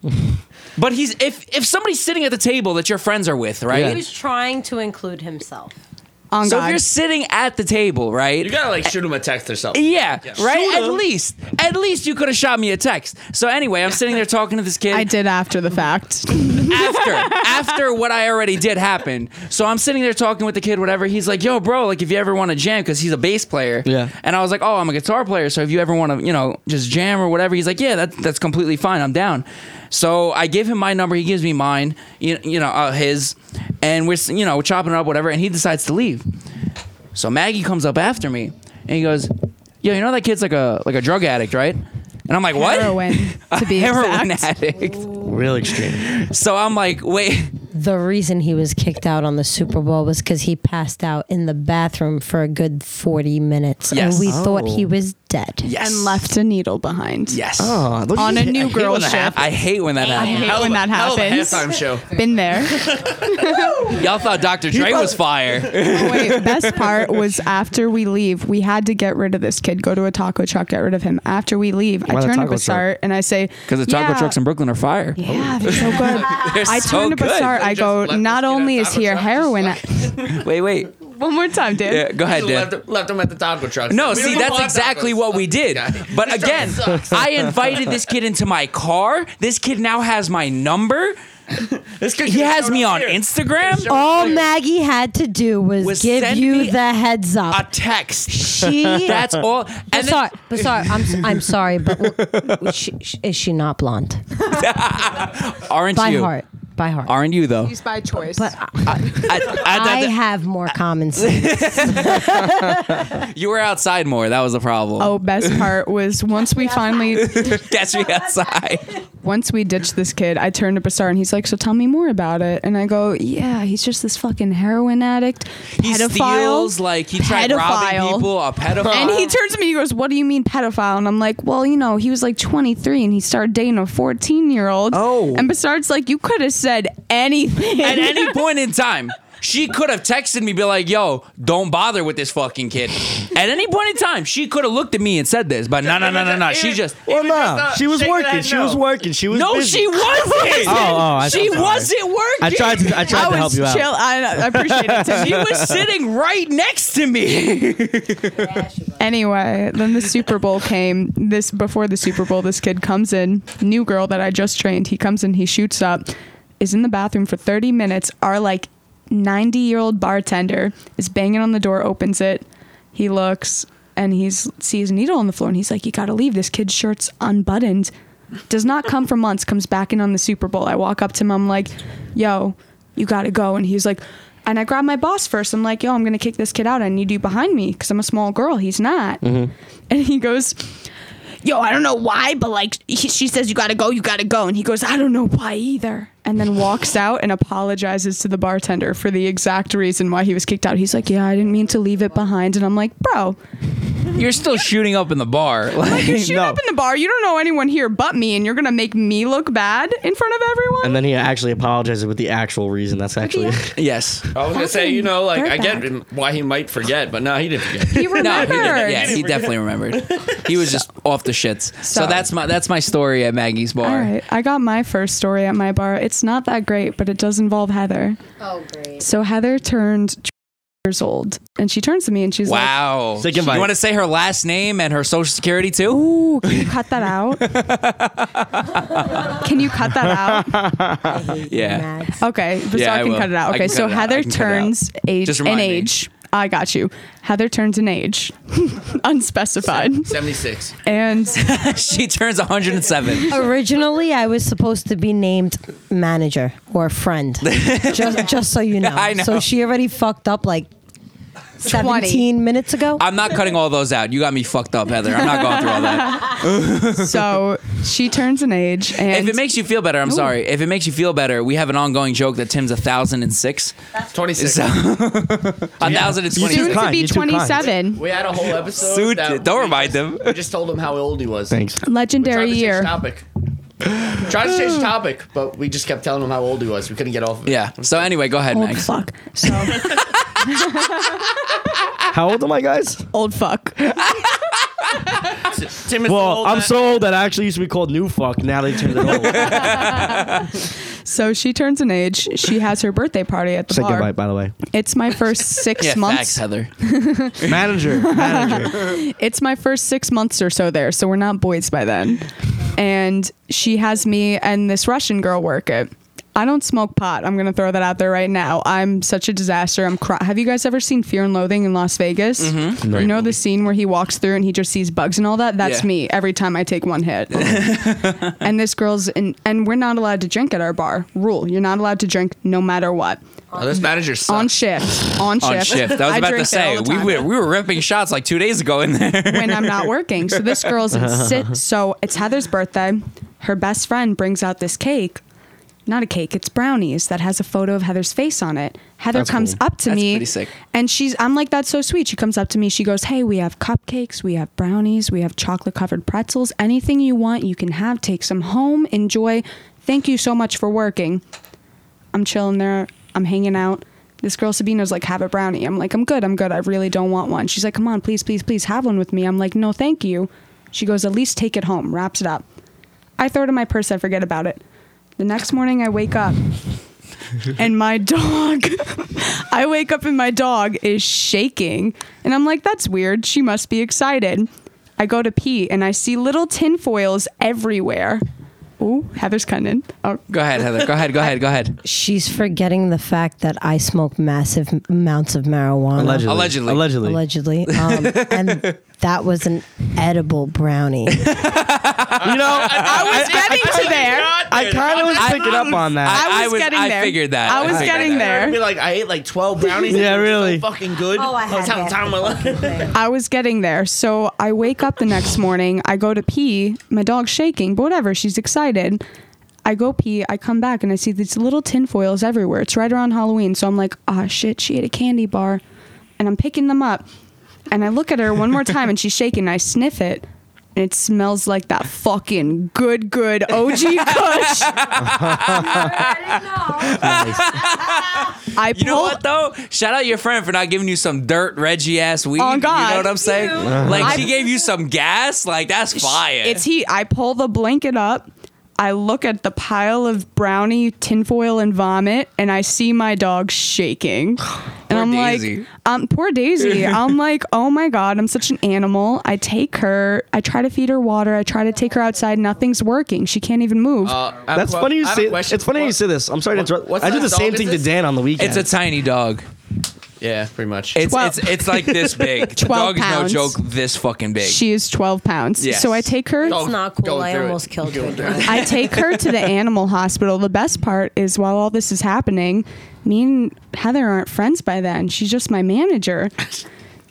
[SPEAKER 4] But he's if if somebody's sitting at the table that your friends are with,
[SPEAKER 3] He
[SPEAKER 4] right?
[SPEAKER 3] was trying to include himself.
[SPEAKER 6] On
[SPEAKER 4] So if
[SPEAKER 6] God.
[SPEAKER 4] you're sitting at the table, right?
[SPEAKER 5] You gotta like shoot him a text or something.
[SPEAKER 4] yeah, right.
[SPEAKER 5] Shoot
[SPEAKER 4] At
[SPEAKER 5] 'em.
[SPEAKER 4] least, at least you could have shot me a text. So anyway, I'm sitting there talking to this kid.
[SPEAKER 6] I did after the fact.
[SPEAKER 4] after after what I already did happen. So I'm sitting there talking with the kid, whatever. He's like, "Yo, bro, like if you ever want to jam, because he's a bass player."
[SPEAKER 2] Yeah.
[SPEAKER 4] And I was like, "Oh, I'm a guitar player, so if you ever want to, you know, just jam or whatever." He's like, "Yeah, that, that's completely fine. I'm down." So I give him my number. He gives me mine. You, you know, uh, his, and we're s- you know chopping it up, whatever. And he decides to leave. So Maggie comes up after me, and he goes, "Yo, you know that kid's like a like a drug addict, right?" And I'm like, "What?" [laughs]
[SPEAKER 6] Heroin, to be
[SPEAKER 4] Heroin
[SPEAKER 6] exact.
[SPEAKER 4] addict.
[SPEAKER 2] Real extreme.
[SPEAKER 4] So I'm like, wait.
[SPEAKER 8] The reason he was kicked out on the Super Bowl was because he passed out in the bathroom for a good 40 minutes.
[SPEAKER 4] Yes. Oh.
[SPEAKER 8] And we thought he was dead.
[SPEAKER 4] Yes.
[SPEAKER 6] and left a needle behind.
[SPEAKER 4] Yes.
[SPEAKER 2] Oh, look,
[SPEAKER 6] On
[SPEAKER 2] you-
[SPEAKER 6] a
[SPEAKER 2] [laughs] I
[SPEAKER 6] new
[SPEAKER 2] hate
[SPEAKER 6] girl
[SPEAKER 2] when that
[SPEAKER 6] shift.
[SPEAKER 2] happens.
[SPEAKER 4] I hate when that happens.
[SPEAKER 6] hate when that
[SPEAKER 5] Hell of a
[SPEAKER 6] happens.
[SPEAKER 5] halftime show.
[SPEAKER 6] Been there.
[SPEAKER 4] Y'all thought Dr. Dre was [laughs] fire.
[SPEAKER 6] Oh, Wait, best part was after we leave, we had to get rid of this kid, go to a taco truck, get rid of him. After we leave,
[SPEAKER 2] Why
[SPEAKER 6] I
[SPEAKER 2] the
[SPEAKER 6] turn to
[SPEAKER 2] taco
[SPEAKER 6] Basart and I say,
[SPEAKER 4] Because the taco
[SPEAKER 6] yeah,
[SPEAKER 4] trucks in Brooklyn are fire.
[SPEAKER 6] Yeah, they're so good.
[SPEAKER 4] Oh. [laughs] They're
[SPEAKER 6] I
[SPEAKER 4] so
[SPEAKER 6] turn to
[SPEAKER 4] good.
[SPEAKER 6] Basart, I
[SPEAKER 5] Just
[SPEAKER 6] go,
[SPEAKER 5] left this
[SPEAKER 6] not
[SPEAKER 5] kid at
[SPEAKER 6] only is
[SPEAKER 5] taco
[SPEAKER 6] he a
[SPEAKER 5] truck, just
[SPEAKER 6] heroin.
[SPEAKER 5] like-
[SPEAKER 4] Wait, wait.
[SPEAKER 6] [laughs] One more time, dude.
[SPEAKER 4] Yeah, go ahead,
[SPEAKER 5] Just
[SPEAKER 4] Dan.
[SPEAKER 5] left, him- left him at the taco truck.
[SPEAKER 4] No,
[SPEAKER 5] We
[SPEAKER 4] see,
[SPEAKER 5] don't
[SPEAKER 4] that's
[SPEAKER 5] want
[SPEAKER 4] exactly
[SPEAKER 5] tacos.
[SPEAKER 4] what we did.
[SPEAKER 5] guy.
[SPEAKER 4] But
[SPEAKER 5] This
[SPEAKER 4] again,
[SPEAKER 5] truck sucks.
[SPEAKER 4] I invited this kid into my car. This kid now has my number.
[SPEAKER 5] [laughs] This kid
[SPEAKER 4] He
[SPEAKER 5] could've
[SPEAKER 4] has
[SPEAKER 5] showed
[SPEAKER 4] me
[SPEAKER 5] up
[SPEAKER 4] on
[SPEAKER 5] here.
[SPEAKER 4] Instagram.
[SPEAKER 8] All Maggie had to do was,
[SPEAKER 4] Was
[SPEAKER 8] give
[SPEAKER 4] send me
[SPEAKER 8] you the heads
[SPEAKER 4] A
[SPEAKER 8] up.
[SPEAKER 4] text.
[SPEAKER 8] she.
[SPEAKER 4] [laughs] That's all.
[SPEAKER 8] I'm
[SPEAKER 4] And then,
[SPEAKER 8] sorry, but sorry, I'm s- I'm sorry, but
[SPEAKER 4] [laughs]
[SPEAKER 8] w- she, she- is she not blonde
[SPEAKER 4] aren't
[SPEAKER 8] by
[SPEAKER 4] you?
[SPEAKER 8] heart? By heart.
[SPEAKER 4] Aren't you though?
[SPEAKER 6] He's by
[SPEAKER 4] [laughs]
[SPEAKER 6] choice.
[SPEAKER 4] I- I-
[SPEAKER 8] I have more common sense.
[SPEAKER 4] you were outside more. That was the problem. [laughs]
[SPEAKER 6] oh, best part was once we finally,
[SPEAKER 4] catch me outside.
[SPEAKER 6] once we ditched this kid, I turned to Basart and he's like, so tell me more about it. And I go, yeah, he's just this fucking heroin addict,
[SPEAKER 4] He
[SPEAKER 6] pedophile.
[SPEAKER 4] steals. Like uh. he tried robbing
[SPEAKER 6] Pedophile.
[SPEAKER 4] people. A pedophile.
[SPEAKER 6] And he turns to me, he goes, What do you mean pedophile? And I'm like, Well, you know, he was like 23 and he started dating a 14 year old.
[SPEAKER 2] Oh.
[SPEAKER 6] And Bessard's like, You could have said anything.
[SPEAKER 4] At
[SPEAKER 6] [laughs]
[SPEAKER 4] any point in time, she could have texted me, be like, "Yo, don't bother with this fucking kid." At any point in time, she could have looked at me and said this, but no, no, no, no, no. She just.
[SPEAKER 2] Well,
[SPEAKER 5] just
[SPEAKER 2] no,
[SPEAKER 5] not
[SPEAKER 2] she was
[SPEAKER 5] shaking that
[SPEAKER 2] working. She was
[SPEAKER 5] no.
[SPEAKER 2] working. She was
[SPEAKER 4] No,
[SPEAKER 2] busy.
[SPEAKER 4] she wasn't.
[SPEAKER 2] Oh, oh, I-
[SPEAKER 4] she
[SPEAKER 2] I'm sorry.
[SPEAKER 4] wasn't working.
[SPEAKER 2] I tried to. I tried
[SPEAKER 6] I
[SPEAKER 2] to help
[SPEAKER 6] was
[SPEAKER 2] you
[SPEAKER 6] chill.
[SPEAKER 2] out.
[SPEAKER 6] I, I appreciate it,
[SPEAKER 4] She
[SPEAKER 6] Timmy.
[SPEAKER 4] was sitting right next to me.
[SPEAKER 6] anyway, then the Super Bowl came. This Before the Super Bowl, this kid comes in, new girl that I just trained. He comes in, he shoots up, is in the bathroom for 30 minutes. Our like 90 year old bartender is banging on the door, opens it. He looks and he's sees a needle on the floor and he's like, You gotta leave. This kid's shirt's unbuttoned. Does not come for months, comes back in on the Super Bowl. I walk up to him, I'm like, Yo, you gotta go. And he's like, and I grab my boss first. I'm like, yo, I'm gonna kick this kid out. I need you behind me because I'm a small girl. He's not. And he goes, yo, I don't know why, but like he, she says, you gotta go, you gotta go. And he goes, I don't know why either. And then walks out and apologizes to the bartender for the exact reason why he was kicked out. He's like, yeah, I didn't mean to leave it behind. And I'm like, bro,
[SPEAKER 4] [laughs] You're still shooting up in the bar. [laughs] Like,
[SPEAKER 6] you shoot
[SPEAKER 2] No.
[SPEAKER 6] up in the bar. You don't know anyone here but me, and you're gonna make me look bad in front of everyone.
[SPEAKER 2] And then he actually apologized with the actual reason. That's actually
[SPEAKER 4] yes.
[SPEAKER 5] I was gonna say, you know, like I get
[SPEAKER 6] Dirtbag.
[SPEAKER 5] why he might forget, but no, he didn't forget.
[SPEAKER 6] he
[SPEAKER 4] No,
[SPEAKER 6] remembered.
[SPEAKER 4] he didn't. Yeah, he definitely remembered. He was just off the shits. So,
[SPEAKER 6] So-
[SPEAKER 4] that's my that's my story at Maggie's bar.
[SPEAKER 6] All right. I got my first story at my bar. It's not that great, but it does involve Heather.
[SPEAKER 3] Oh, great.
[SPEAKER 6] So Heather turned 12 years old, and she turns to me and she's
[SPEAKER 4] Wow.
[SPEAKER 2] Sick
[SPEAKER 4] you
[SPEAKER 2] invite.
[SPEAKER 4] want to say her last name and her social security too?
[SPEAKER 6] like, "Ooh, can you cut
[SPEAKER 4] [laughs]
[SPEAKER 6] that out? can you cut that out?
[SPEAKER 4] Yeah.
[SPEAKER 6] Okay, Basar
[SPEAKER 4] Yeah, I
[SPEAKER 6] can
[SPEAKER 4] will.
[SPEAKER 6] cut it
[SPEAKER 4] I
[SPEAKER 6] out.
[SPEAKER 4] can
[SPEAKER 6] Okay, so
[SPEAKER 4] cut it out. I
[SPEAKER 6] Heather
[SPEAKER 4] can cut it out.
[SPEAKER 6] turns age
[SPEAKER 4] Just
[SPEAKER 6] an
[SPEAKER 4] remind me.
[SPEAKER 6] age. I got you. Heather turns an age, [laughs] unspecified,
[SPEAKER 5] Seventy six.
[SPEAKER 6] and
[SPEAKER 4] she turns 107.
[SPEAKER 8] Originally, I was supposed to be named manager or
[SPEAKER 4] [laughs]
[SPEAKER 8] friend, just just so you know.
[SPEAKER 4] I know.
[SPEAKER 8] So she already fucked up like seventeen minutes ago.
[SPEAKER 4] I'm not cutting all those out. You got me fucked up, Heather. I'm not going through all
[SPEAKER 6] [laughs]
[SPEAKER 4] that.
[SPEAKER 6] so she turns an age, and
[SPEAKER 4] If it makes you feel better, I'm sorry. If it makes you feel better, we have an ongoing joke that Tim's 1006.
[SPEAKER 5] Twenty six.
[SPEAKER 4] So, 1026.
[SPEAKER 6] soon to
[SPEAKER 2] kind,
[SPEAKER 6] be
[SPEAKER 2] you're too kind.
[SPEAKER 6] 27.
[SPEAKER 5] We had a whole episode.
[SPEAKER 4] Suit-
[SPEAKER 5] that
[SPEAKER 4] don't
[SPEAKER 5] we
[SPEAKER 4] remind
[SPEAKER 5] just-
[SPEAKER 4] him.
[SPEAKER 5] We just told him how old he
[SPEAKER 2] [laughs]
[SPEAKER 5] was.
[SPEAKER 2] thanks.
[SPEAKER 5] Tried
[SPEAKER 6] Legendary
[SPEAKER 5] to
[SPEAKER 6] year.
[SPEAKER 5] Change topic. Tried to change topic, but we just kept telling him how old he was. We couldn't get off of it.
[SPEAKER 4] Yeah. So anyway, go ahead,
[SPEAKER 6] Old
[SPEAKER 4] Max.
[SPEAKER 6] Oh, fuck. So
[SPEAKER 2] How old am I, guys?
[SPEAKER 6] old fuck.
[SPEAKER 5] Tim is
[SPEAKER 2] Well, I'm so old that I actually used to be called new fuck. Now they turned it old.
[SPEAKER 6] So she turns an age. She has her birthday party at the
[SPEAKER 2] Sick
[SPEAKER 6] bar.
[SPEAKER 2] invite, by the way.
[SPEAKER 6] It's
[SPEAKER 4] [laughs]
[SPEAKER 6] my first six
[SPEAKER 4] Yeah, facts,
[SPEAKER 6] months.
[SPEAKER 4] Heather.
[SPEAKER 2] Manager, manager.
[SPEAKER 6] It's my first six months or so there, so we're not boys by then. And she has me and this Russian girl work it. I don't smoke pot. I'm gonna throw that out there right now. I'm such a disaster. I'm. Cry- Have you guys ever seen Fear and Loathing in Las Vegas? Mm-hmm. You know the scene where he walks through and he just sees bugs and all that. That's
[SPEAKER 4] Yeah.
[SPEAKER 6] me every time I take one hit. and this girl's in, and we're not allowed to drink at our bar. Rule: you're not allowed to drink no matter what.
[SPEAKER 5] Oh, this manager sucks.
[SPEAKER 6] on shift. On shift.
[SPEAKER 4] On shift. I was about to
[SPEAKER 6] drink there
[SPEAKER 4] say,
[SPEAKER 6] all the
[SPEAKER 4] we
[SPEAKER 6] time
[SPEAKER 4] were, we were ripping shots like two days ago in there. [laughs]
[SPEAKER 6] when I'm not working. So this girl's in sit. So it's Heather's birthday. Her best friend brings out this cake, not a cake, it's brownies that has a photo of Heather's face on it. Heather
[SPEAKER 4] That's
[SPEAKER 6] comes
[SPEAKER 4] cool.
[SPEAKER 6] up to
[SPEAKER 4] That's
[SPEAKER 6] me
[SPEAKER 4] pretty sick.
[SPEAKER 6] and she's I'm like that's so sweet. She comes up to me, she goes, "Hey, we have cupcakes, we have brownies, we have chocolate covered pretzels. Anything you want, you can have. Take some home, enjoy. Thank you so much for working." I'm chilling there. I'm hanging out. This girl Sabina's like, have a brownie. I'm like, I'm good. I'm good. I really don't want one. She's like, come on, please, please, please have one with me. I'm like, no, thank you. She goes, at least take it home. Wraps it up. I throw it in my purse. I forget about it. The next morning, I wake up and my dog, [laughs] I wake up and my dog is shaking. And I'm like, that's weird. She must be excited. I go to pee and I see little tinfoils everywhere. Ooh, Heather's cunning. Oh,
[SPEAKER 4] Go ahead, Heather. Go ahead. Go ahead. Go ahead.
[SPEAKER 8] She's forgetting the fact that I smoke massive m- amounts of marijuana.
[SPEAKER 2] [laughs] Allegedly.
[SPEAKER 4] Allegedly.
[SPEAKER 2] Allegedly.
[SPEAKER 8] Allegedly. Um,
[SPEAKER 4] [laughs]
[SPEAKER 8] and that was an edible brownie.
[SPEAKER 2] You know, I,
[SPEAKER 5] [laughs]
[SPEAKER 6] I was getting to there.
[SPEAKER 2] kind of was picking up on that.
[SPEAKER 6] I was getting
[SPEAKER 4] I
[SPEAKER 6] there.
[SPEAKER 4] figured that.
[SPEAKER 6] I was
[SPEAKER 4] figured
[SPEAKER 6] getting
[SPEAKER 4] that.
[SPEAKER 5] I'd
[SPEAKER 6] there.
[SPEAKER 5] be like, I ate like 12 brownies. and
[SPEAKER 2] Yeah,
[SPEAKER 5] they were so
[SPEAKER 2] really.
[SPEAKER 5] fucking good.
[SPEAKER 3] Oh, I had
[SPEAKER 5] was having
[SPEAKER 3] half
[SPEAKER 5] time Uh, of my life.
[SPEAKER 6] I was getting there. So I wake up the next morning. I go to pee. My dog's shaking, but whatever. She's excited. I go pee. I come back and I see these little tinfoils everywhere. It's right around Halloween. So I'm like, ah, shit, she ate a candy bar. And I'm picking them up. And I look at her one more time and she's shaking. I sniff it. And it smells like that fucking good, good OG
[SPEAKER 4] [laughs]
[SPEAKER 6] Kush. I
[SPEAKER 3] Ah.
[SPEAKER 4] You know
[SPEAKER 6] pull-
[SPEAKER 4] what though? Shout out your friend for not giving you some dirt Reggie ass weed.
[SPEAKER 6] Oh,
[SPEAKER 4] You
[SPEAKER 6] God.
[SPEAKER 4] know what I'm saying?
[SPEAKER 6] I-
[SPEAKER 2] Uh-huh.
[SPEAKER 4] Like she gave you some gas. Like that's fire.
[SPEAKER 6] It's heat. I pull the blanket up. I look at the pile of brownie, tinfoil, and vomit, and I see my
[SPEAKER 4] [sighs]
[SPEAKER 6] dog shaking. And I'm
[SPEAKER 4] Daisy.
[SPEAKER 6] like, um,
[SPEAKER 4] [laughs]
[SPEAKER 6] poor Daisy. I'm like, oh my God, I'm such an animal. I take her, I try to feed her water, I try to take her outside. Nothing's working. She can't even move.
[SPEAKER 4] Uh,
[SPEAKER 2] That's funny you say. It's funny you say this. I'm sorry to interrupt.
[SPEAKER 5] what's
[SPEAKER 2] I did
[SPEAKER 5] that
[SPEAKER 2] the
[SPEAKER 5] dog
[SPEAKER 2] same thing to
[SPEAKER 5] business?
[SPEAKER 2] Dan on the weekend.
[SPEAKER 4] It's a tiny dog.
[SPEAKER 5] Yeah, pretty much.
[SPEAKER 4] It's
[SPEAKER 6] Twelve-
[SPEAKER 4] it's it's like this
[SPEAKER 6] [laughs]
[SPEAKER 4] big. The dog
[SPEAKER 6] 12
[SPEAKER 4] is no
[SPEAKER 6] pounds.
[SPEAKER 4] joke. This fucking big.
[SPEAKER 6] She is 12 pounds.
[SPEAKER 4] Yes.
[SPEAKER 6] So I take her.
[SPEAKER 5] Oh,
[SPEAKER 3] It's not cool.
[SPEAKER 5] going
[SPEAKER 3] I
[SPEAKER 5] through it.
[SPEAKER 3] almost killed
[SPEAKER 5] Going through
[SPEAKER 3] her.
[SPEAKER 5] it.
[SPEAKER 6] I take her to the animal hospital. The best part is while all this is happening, me and Heather aren't friends by then. She's just my manager.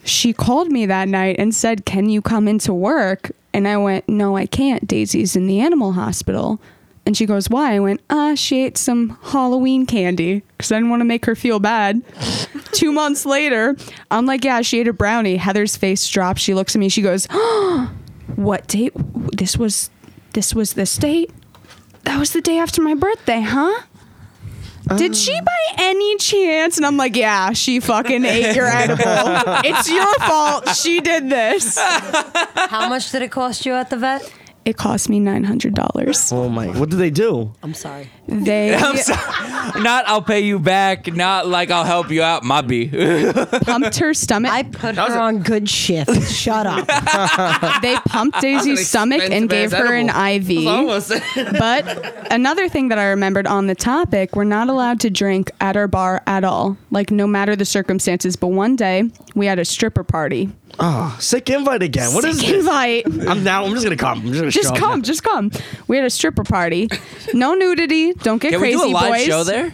[SPEAKER 6] She called me that night and said, Can you come into work? And I went, No, I can't. Daisy's in the animal hospital. And she goes, Why? I went, Uh, she ate some Halloween candy because I didn't want to make her feel bad. Two months later, I'm like, Yeah, she ate a brownie. Heather's face drops. She looks at me. She goes, what date this was this was this date that was the day after my birthday huh did she by any chance and i'm like yeah she fucking ate your edible it's your fault she did this
[SPEAKER 3] How much did it cost you at the vet?
[SPEAKER 6] it cost me $900
[SPEAKER 2] oh my! What do they do?
[SPEAKER 3] I'm sorry.
[SPEAKER 6] they
[SPEAKER 4] I'm sorry. Not I'll pay you back. Not like I'll help you out. My B. [laughs]
[SPEAKER 6] pumped her stomach
[SPEAKER 8] I put her on good shift.
[SPEAKER 4] [laughs]
[SPEAKER 8] Shut up.
[SPEAKER 6] they pumped daisy's stomach and gave her an iv
[SPEAKER 5] Almost.
[SPEAKER 6] [laughs] but another thing that I remembered on the topic, we're not allowed to drink at our bar at all, like no matter the circumstances. But one day we had a stripper party.
[SPEAKER 2] Sick invite again. What is
[SPEAKER 6] Sick
[SPEAKER 2] this?
[SPEAKER 6] invite.
[SPEAKER 2] I'm now. I'm just gonna come. I'm just gonna show
[SPEAKER 6] Just
[SPEAKER 2] up
[SPEAKER 6] come,
[SPEAKER 2] now.
[SPEAKER 6] just come. We had a stripper party. No nudity. Don't get
[SPEAKER 4] Can we
[SPEAKER 6] crazy,
[SPEAKER 4] do a live
[SPEAKER 6] boys.
[SPEAKER 4] show there?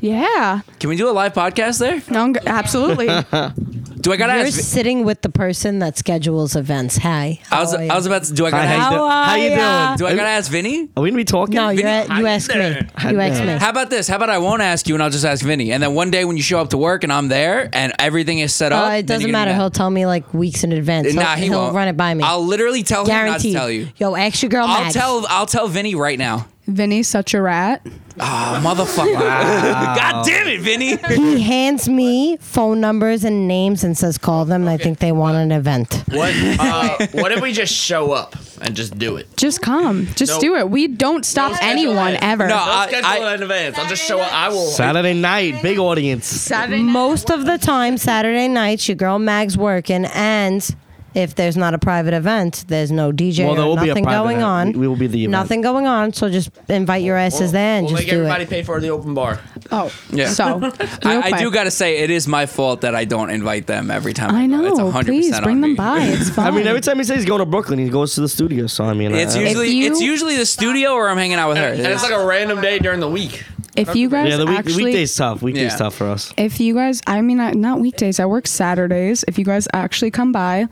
[SPEAKER 6] Yeah.
[SPEAKER 4] Can we do a live podcast there?
[SPEAKER 6] No, I'm g- [laughs] absolutely.
[SPEAKER 4] Do I gotta
[SPEAKER 8] You're
[SPEAKER 4] ask?
[SPEAKER 8] sitting with the person that schedules events. Hey.
[SPEAKER 4] I was I was about to. Do I
[SPEAKER 2] Hi,
[SPEAKER 4] gotta
[SPEAKER 2] how,
[SPEAKER 4] ask?
[SPEAKER 2] you do- how you doing?
[SPEAKER 6] ya?
[SPEAKER 4] Do I gotta ask Vinny?
[SPEAKER 2] Are we gonna be talking?
[SPEAKER 8] No, you're,
[SPEAKER 4] Vinny,
[SPEAKER 8] you ask me. You ask me. Uh,
[SPEAKER 4] How about this? How about I won't ask you and I'll just ask Vinny? And then one day when you show up to work and I'm there and everything is set up,
[SPEAKER 8] Uh, it
[SPEAKER 4] then
[SPEAKER 8] doesn't
[SPEAKER 4] you're gonna
[SPEAKER 8] matter.
[SPEAKER 4] do
[SPEAKER 8] He'll tell me like weeks in advance.
[SPEAKER 4] that.
[SPEAKER 8] He'll,
[SPEAKER 4] Nah, he
[SPEAKER 8] he'll
[SPEAKER 4] won't.
[SPEAKER 8] run it by me.
[SPEAKER 4] I'll literally tell
[SPEAKER 8] Guaranteed.
[SPEAKER 4] him not to tell you.
[SPEAKER 8] Yo, ask your girl
[SPEAKER 4] I'll
[SPEAKER 8] Max.
[SPEAKER 4] tell I'll tell Vinny right now.
[SPEAKER 6] Vinny's such a rat.
[SPEAKER 4] Oh, motherfucker! [laughs] God damn it,
[SPEAKER 6] [laughs]
[SPEAKER 4] Vinny!
[SPEAKER 8] He hands me phone numbers and names and says call them. I think they want an event.
[SPEAKER 5] what, uh, what if we just show up and just do it?
[SPEAKER 6] Just come. Just
[SPEAKER 5] No.
[SPEAKER 6] do it. We don't stop
[SPEAKER 5] schedule
[SPEAKER 6] anyone
[SPEAKER 5] it.
[SPEAKER 6] ever.
[SPEAKER 4] No. I-
[SPEAKER 5] I'll schedule
[SPEAKER 4] I-
[SPEAKER 5] it in advance. I'll just show up. I will.
[SPEAKER 2] Saturday night, big audience.
[SPEAKER 6] Saturday night.
[SPEAKER 8] Most of the time, Saturday nights, your girl Mag's working, and if there's not a private event, there's no DJ
[SPEAKER 2] Well, there
[SPEAKER 8] or
[SPEAKER 2] will be a
[SPEAKER 8] nothing
[SPEAKER 2] private
[SPEAKER 8] going
[SPEAKER 2] event.
[SPEAKER 8] on.
[SPEAKER 2] We- we will be the event.
[SPEAKER 8] nothing going on. So just invite your asses there and
[SPEAKER 5] We'll
[SPEAKER 8] just
[SPEAKER 5] make
[SPEAKER 8] do
[SPEAKER 5] everybody
[SPEAKER 8] it.
[SPEAKER 5] pay for the open bar.
[SPEAKER 6] Oh,
[SPEAKER 4] Yeah.
[SPEAKER 6] So real
[SPEAKER 4] [laughs] I, I do
[SPEAKER 6] quick.
[SPEAKER 4] gotta say it is my fault that I don't invite them every time.
[SPEAKER 6] I
[SPEAKER 4] go. It's
[SPEAKER 6] know.
[SPEAKER 4] 100%
[SPEAKER 6] Please
[SPEAKER 4] on
[SPEAKER 6] bring them
[SPEAKER 4] me.
[SPEAKER 6] by. It's fun.
[SPEAKER 2] I mean, every time he says he's going to Brooklyn, he goes to the studio. So I mean,
[SPEAKER 4] [laughs] It's
[SPEAKER 2] uh,
[SPEAKER 4] usually
[SPEAKER 6] you-
[SPEAKER 4] it's usually the studio or I'm hanging out with her.
[SPEAKER 5] And it's like a random day during the week.
[SPEAKER 6] If you guys
[SPEAKER 2] yeah. The, week, the
[SPEAKER 6] actually,
[SPEAKER 2] weekday's tough. Weekday's
[SPEAKER 4] Yeah.
[SPEAKER 2] tough for us.
[SPEAKER 6] if you guys, I mean, I, not weekdays. I work Saturdays. If you guys actually come by,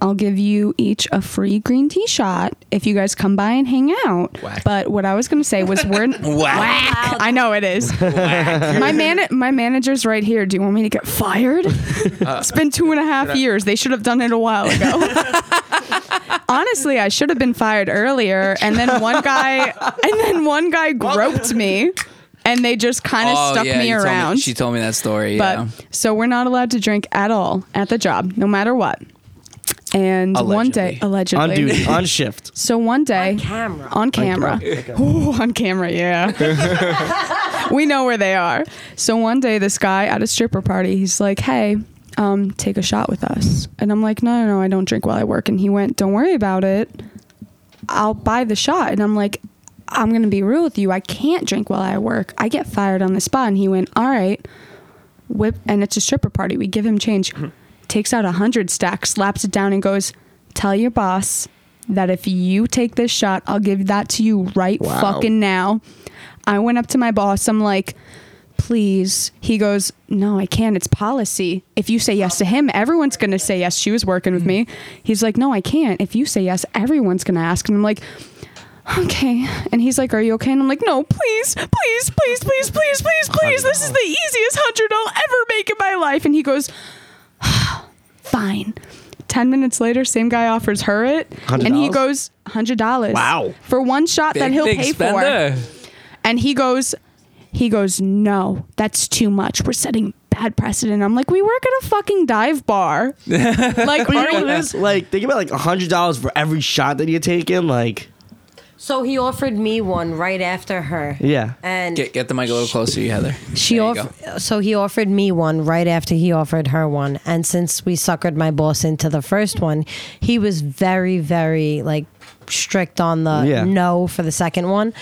[SPEAKER 6] I'll give you each a free green tea shot if you guys come by and hang out. But what I was going to say was
[SPEAKER 4] [laughs]
[SPEAKER 6] we're whack. I know it is. [laughs] My man, my manager's right here. Do you want me to
[SPEAKER 4] [laughs]
[SPEAKER 6] get fired?
[SPEAKER 4] Uh,
[SPEAKER 6] it's been two and a half years. They should have done it a
[SPEAKER 4] [laughs]
[SPEAKER 6] while ago. Honestly, I should have been fired earlier. And then one guy, and then one guy groped me, and they just kind of stuck
[SPEAKER 4] Oh, yeah,
[SPEAKER 6] me
[SPEAKER 4] you told
[SPEAKER 6] around.
[SPEAKER 4] she told me that story.
[SPEAKER 6] But
[SPEAKER 4] yeah.
[SPEAKER 6] so we're not allowed to drink at all at the job, no matter what. And one day,
[SPEAKER 2] on
[SPEAKER 6] allegedly, [laughs]
[SPEAKER 2] duty, on shift.
[SPEAKER 6] so one day, on
[SPEAKER 3] camera.
[SPEAKER 6] on camera, [laughs] Ooh, on camera, yeah. [laughs] we know where they are. So one day, this guy at a stripper party, he's like, "Hey, um, take a shot with us," and I'm like, "No, no, no, I don't drink while I work." And he went, "Don't worry about it. I'll buy the shot." And I'm like, "I'm gonna be real with you. I can't drink while I work. I get fired on the spot." And he went, "All right." Whip, and it's a stripper party. We give him change. Takes out a hundred stack, slaps it down, and goes, "Tell your boss." that if you take this shot, I'll give that to you right fucking now. I went up to my boss. I'm like, please. He goes, no, I can't. It's policy. If you say yes to him, everyone's going to say yes. She was working with me. He's like, no, I can't. If you say yes, everyone's going to ask. And I'm like, okay. And he's like, are you okay? And I'm like, no, please, please, please, please, please, please, please. This is the easiest hundred I'll ever make in my life. And he goes, [sighs] fine. 10 minutes later, same guy offers her it. And he
[SPEAKER 2] $100?
[SPEAKER 6] goes, $100.
[SPEAKER 2] Wow.
[SPEAKER 6] For one shot that
[SPEAKER 4] Big,
[SPEAKER 6] he'll
[SPEAKER 4] big
[SPEAKER 6] pay
[SPEAKER 4] spender.
[SPEAKER 6] for. And he goes, he goes, no, that's too much. We're setting bad precedent. I'm like, we work at a fucking dive bar.
[SPEAKER 4] [laughs]
[SPEAKER 6] like,
[SPEAKER 2] But you know
[SPEAKER 6] aren't
[SPEAKER 2] what it is? Like, think about like hundred dollars for every shot that you're taking. Like,
[SPEAKER 3] So he offered me one right after her.
[SPEAKER 2] Yeah.
[SPEAKER 3] And
[SPEAKER 4] Get, get the mic a little closer to you, Heather.
[SPEAKER 8] She
[SPEAKER 4] There you
[SPEAKER 8] off- so he offered me one right after he offered her one, and since we suckered my boss into the first one, he was very very like strict on the
[SPEAKER 2] Yeah.
[SPEAKER 8] no for the second one.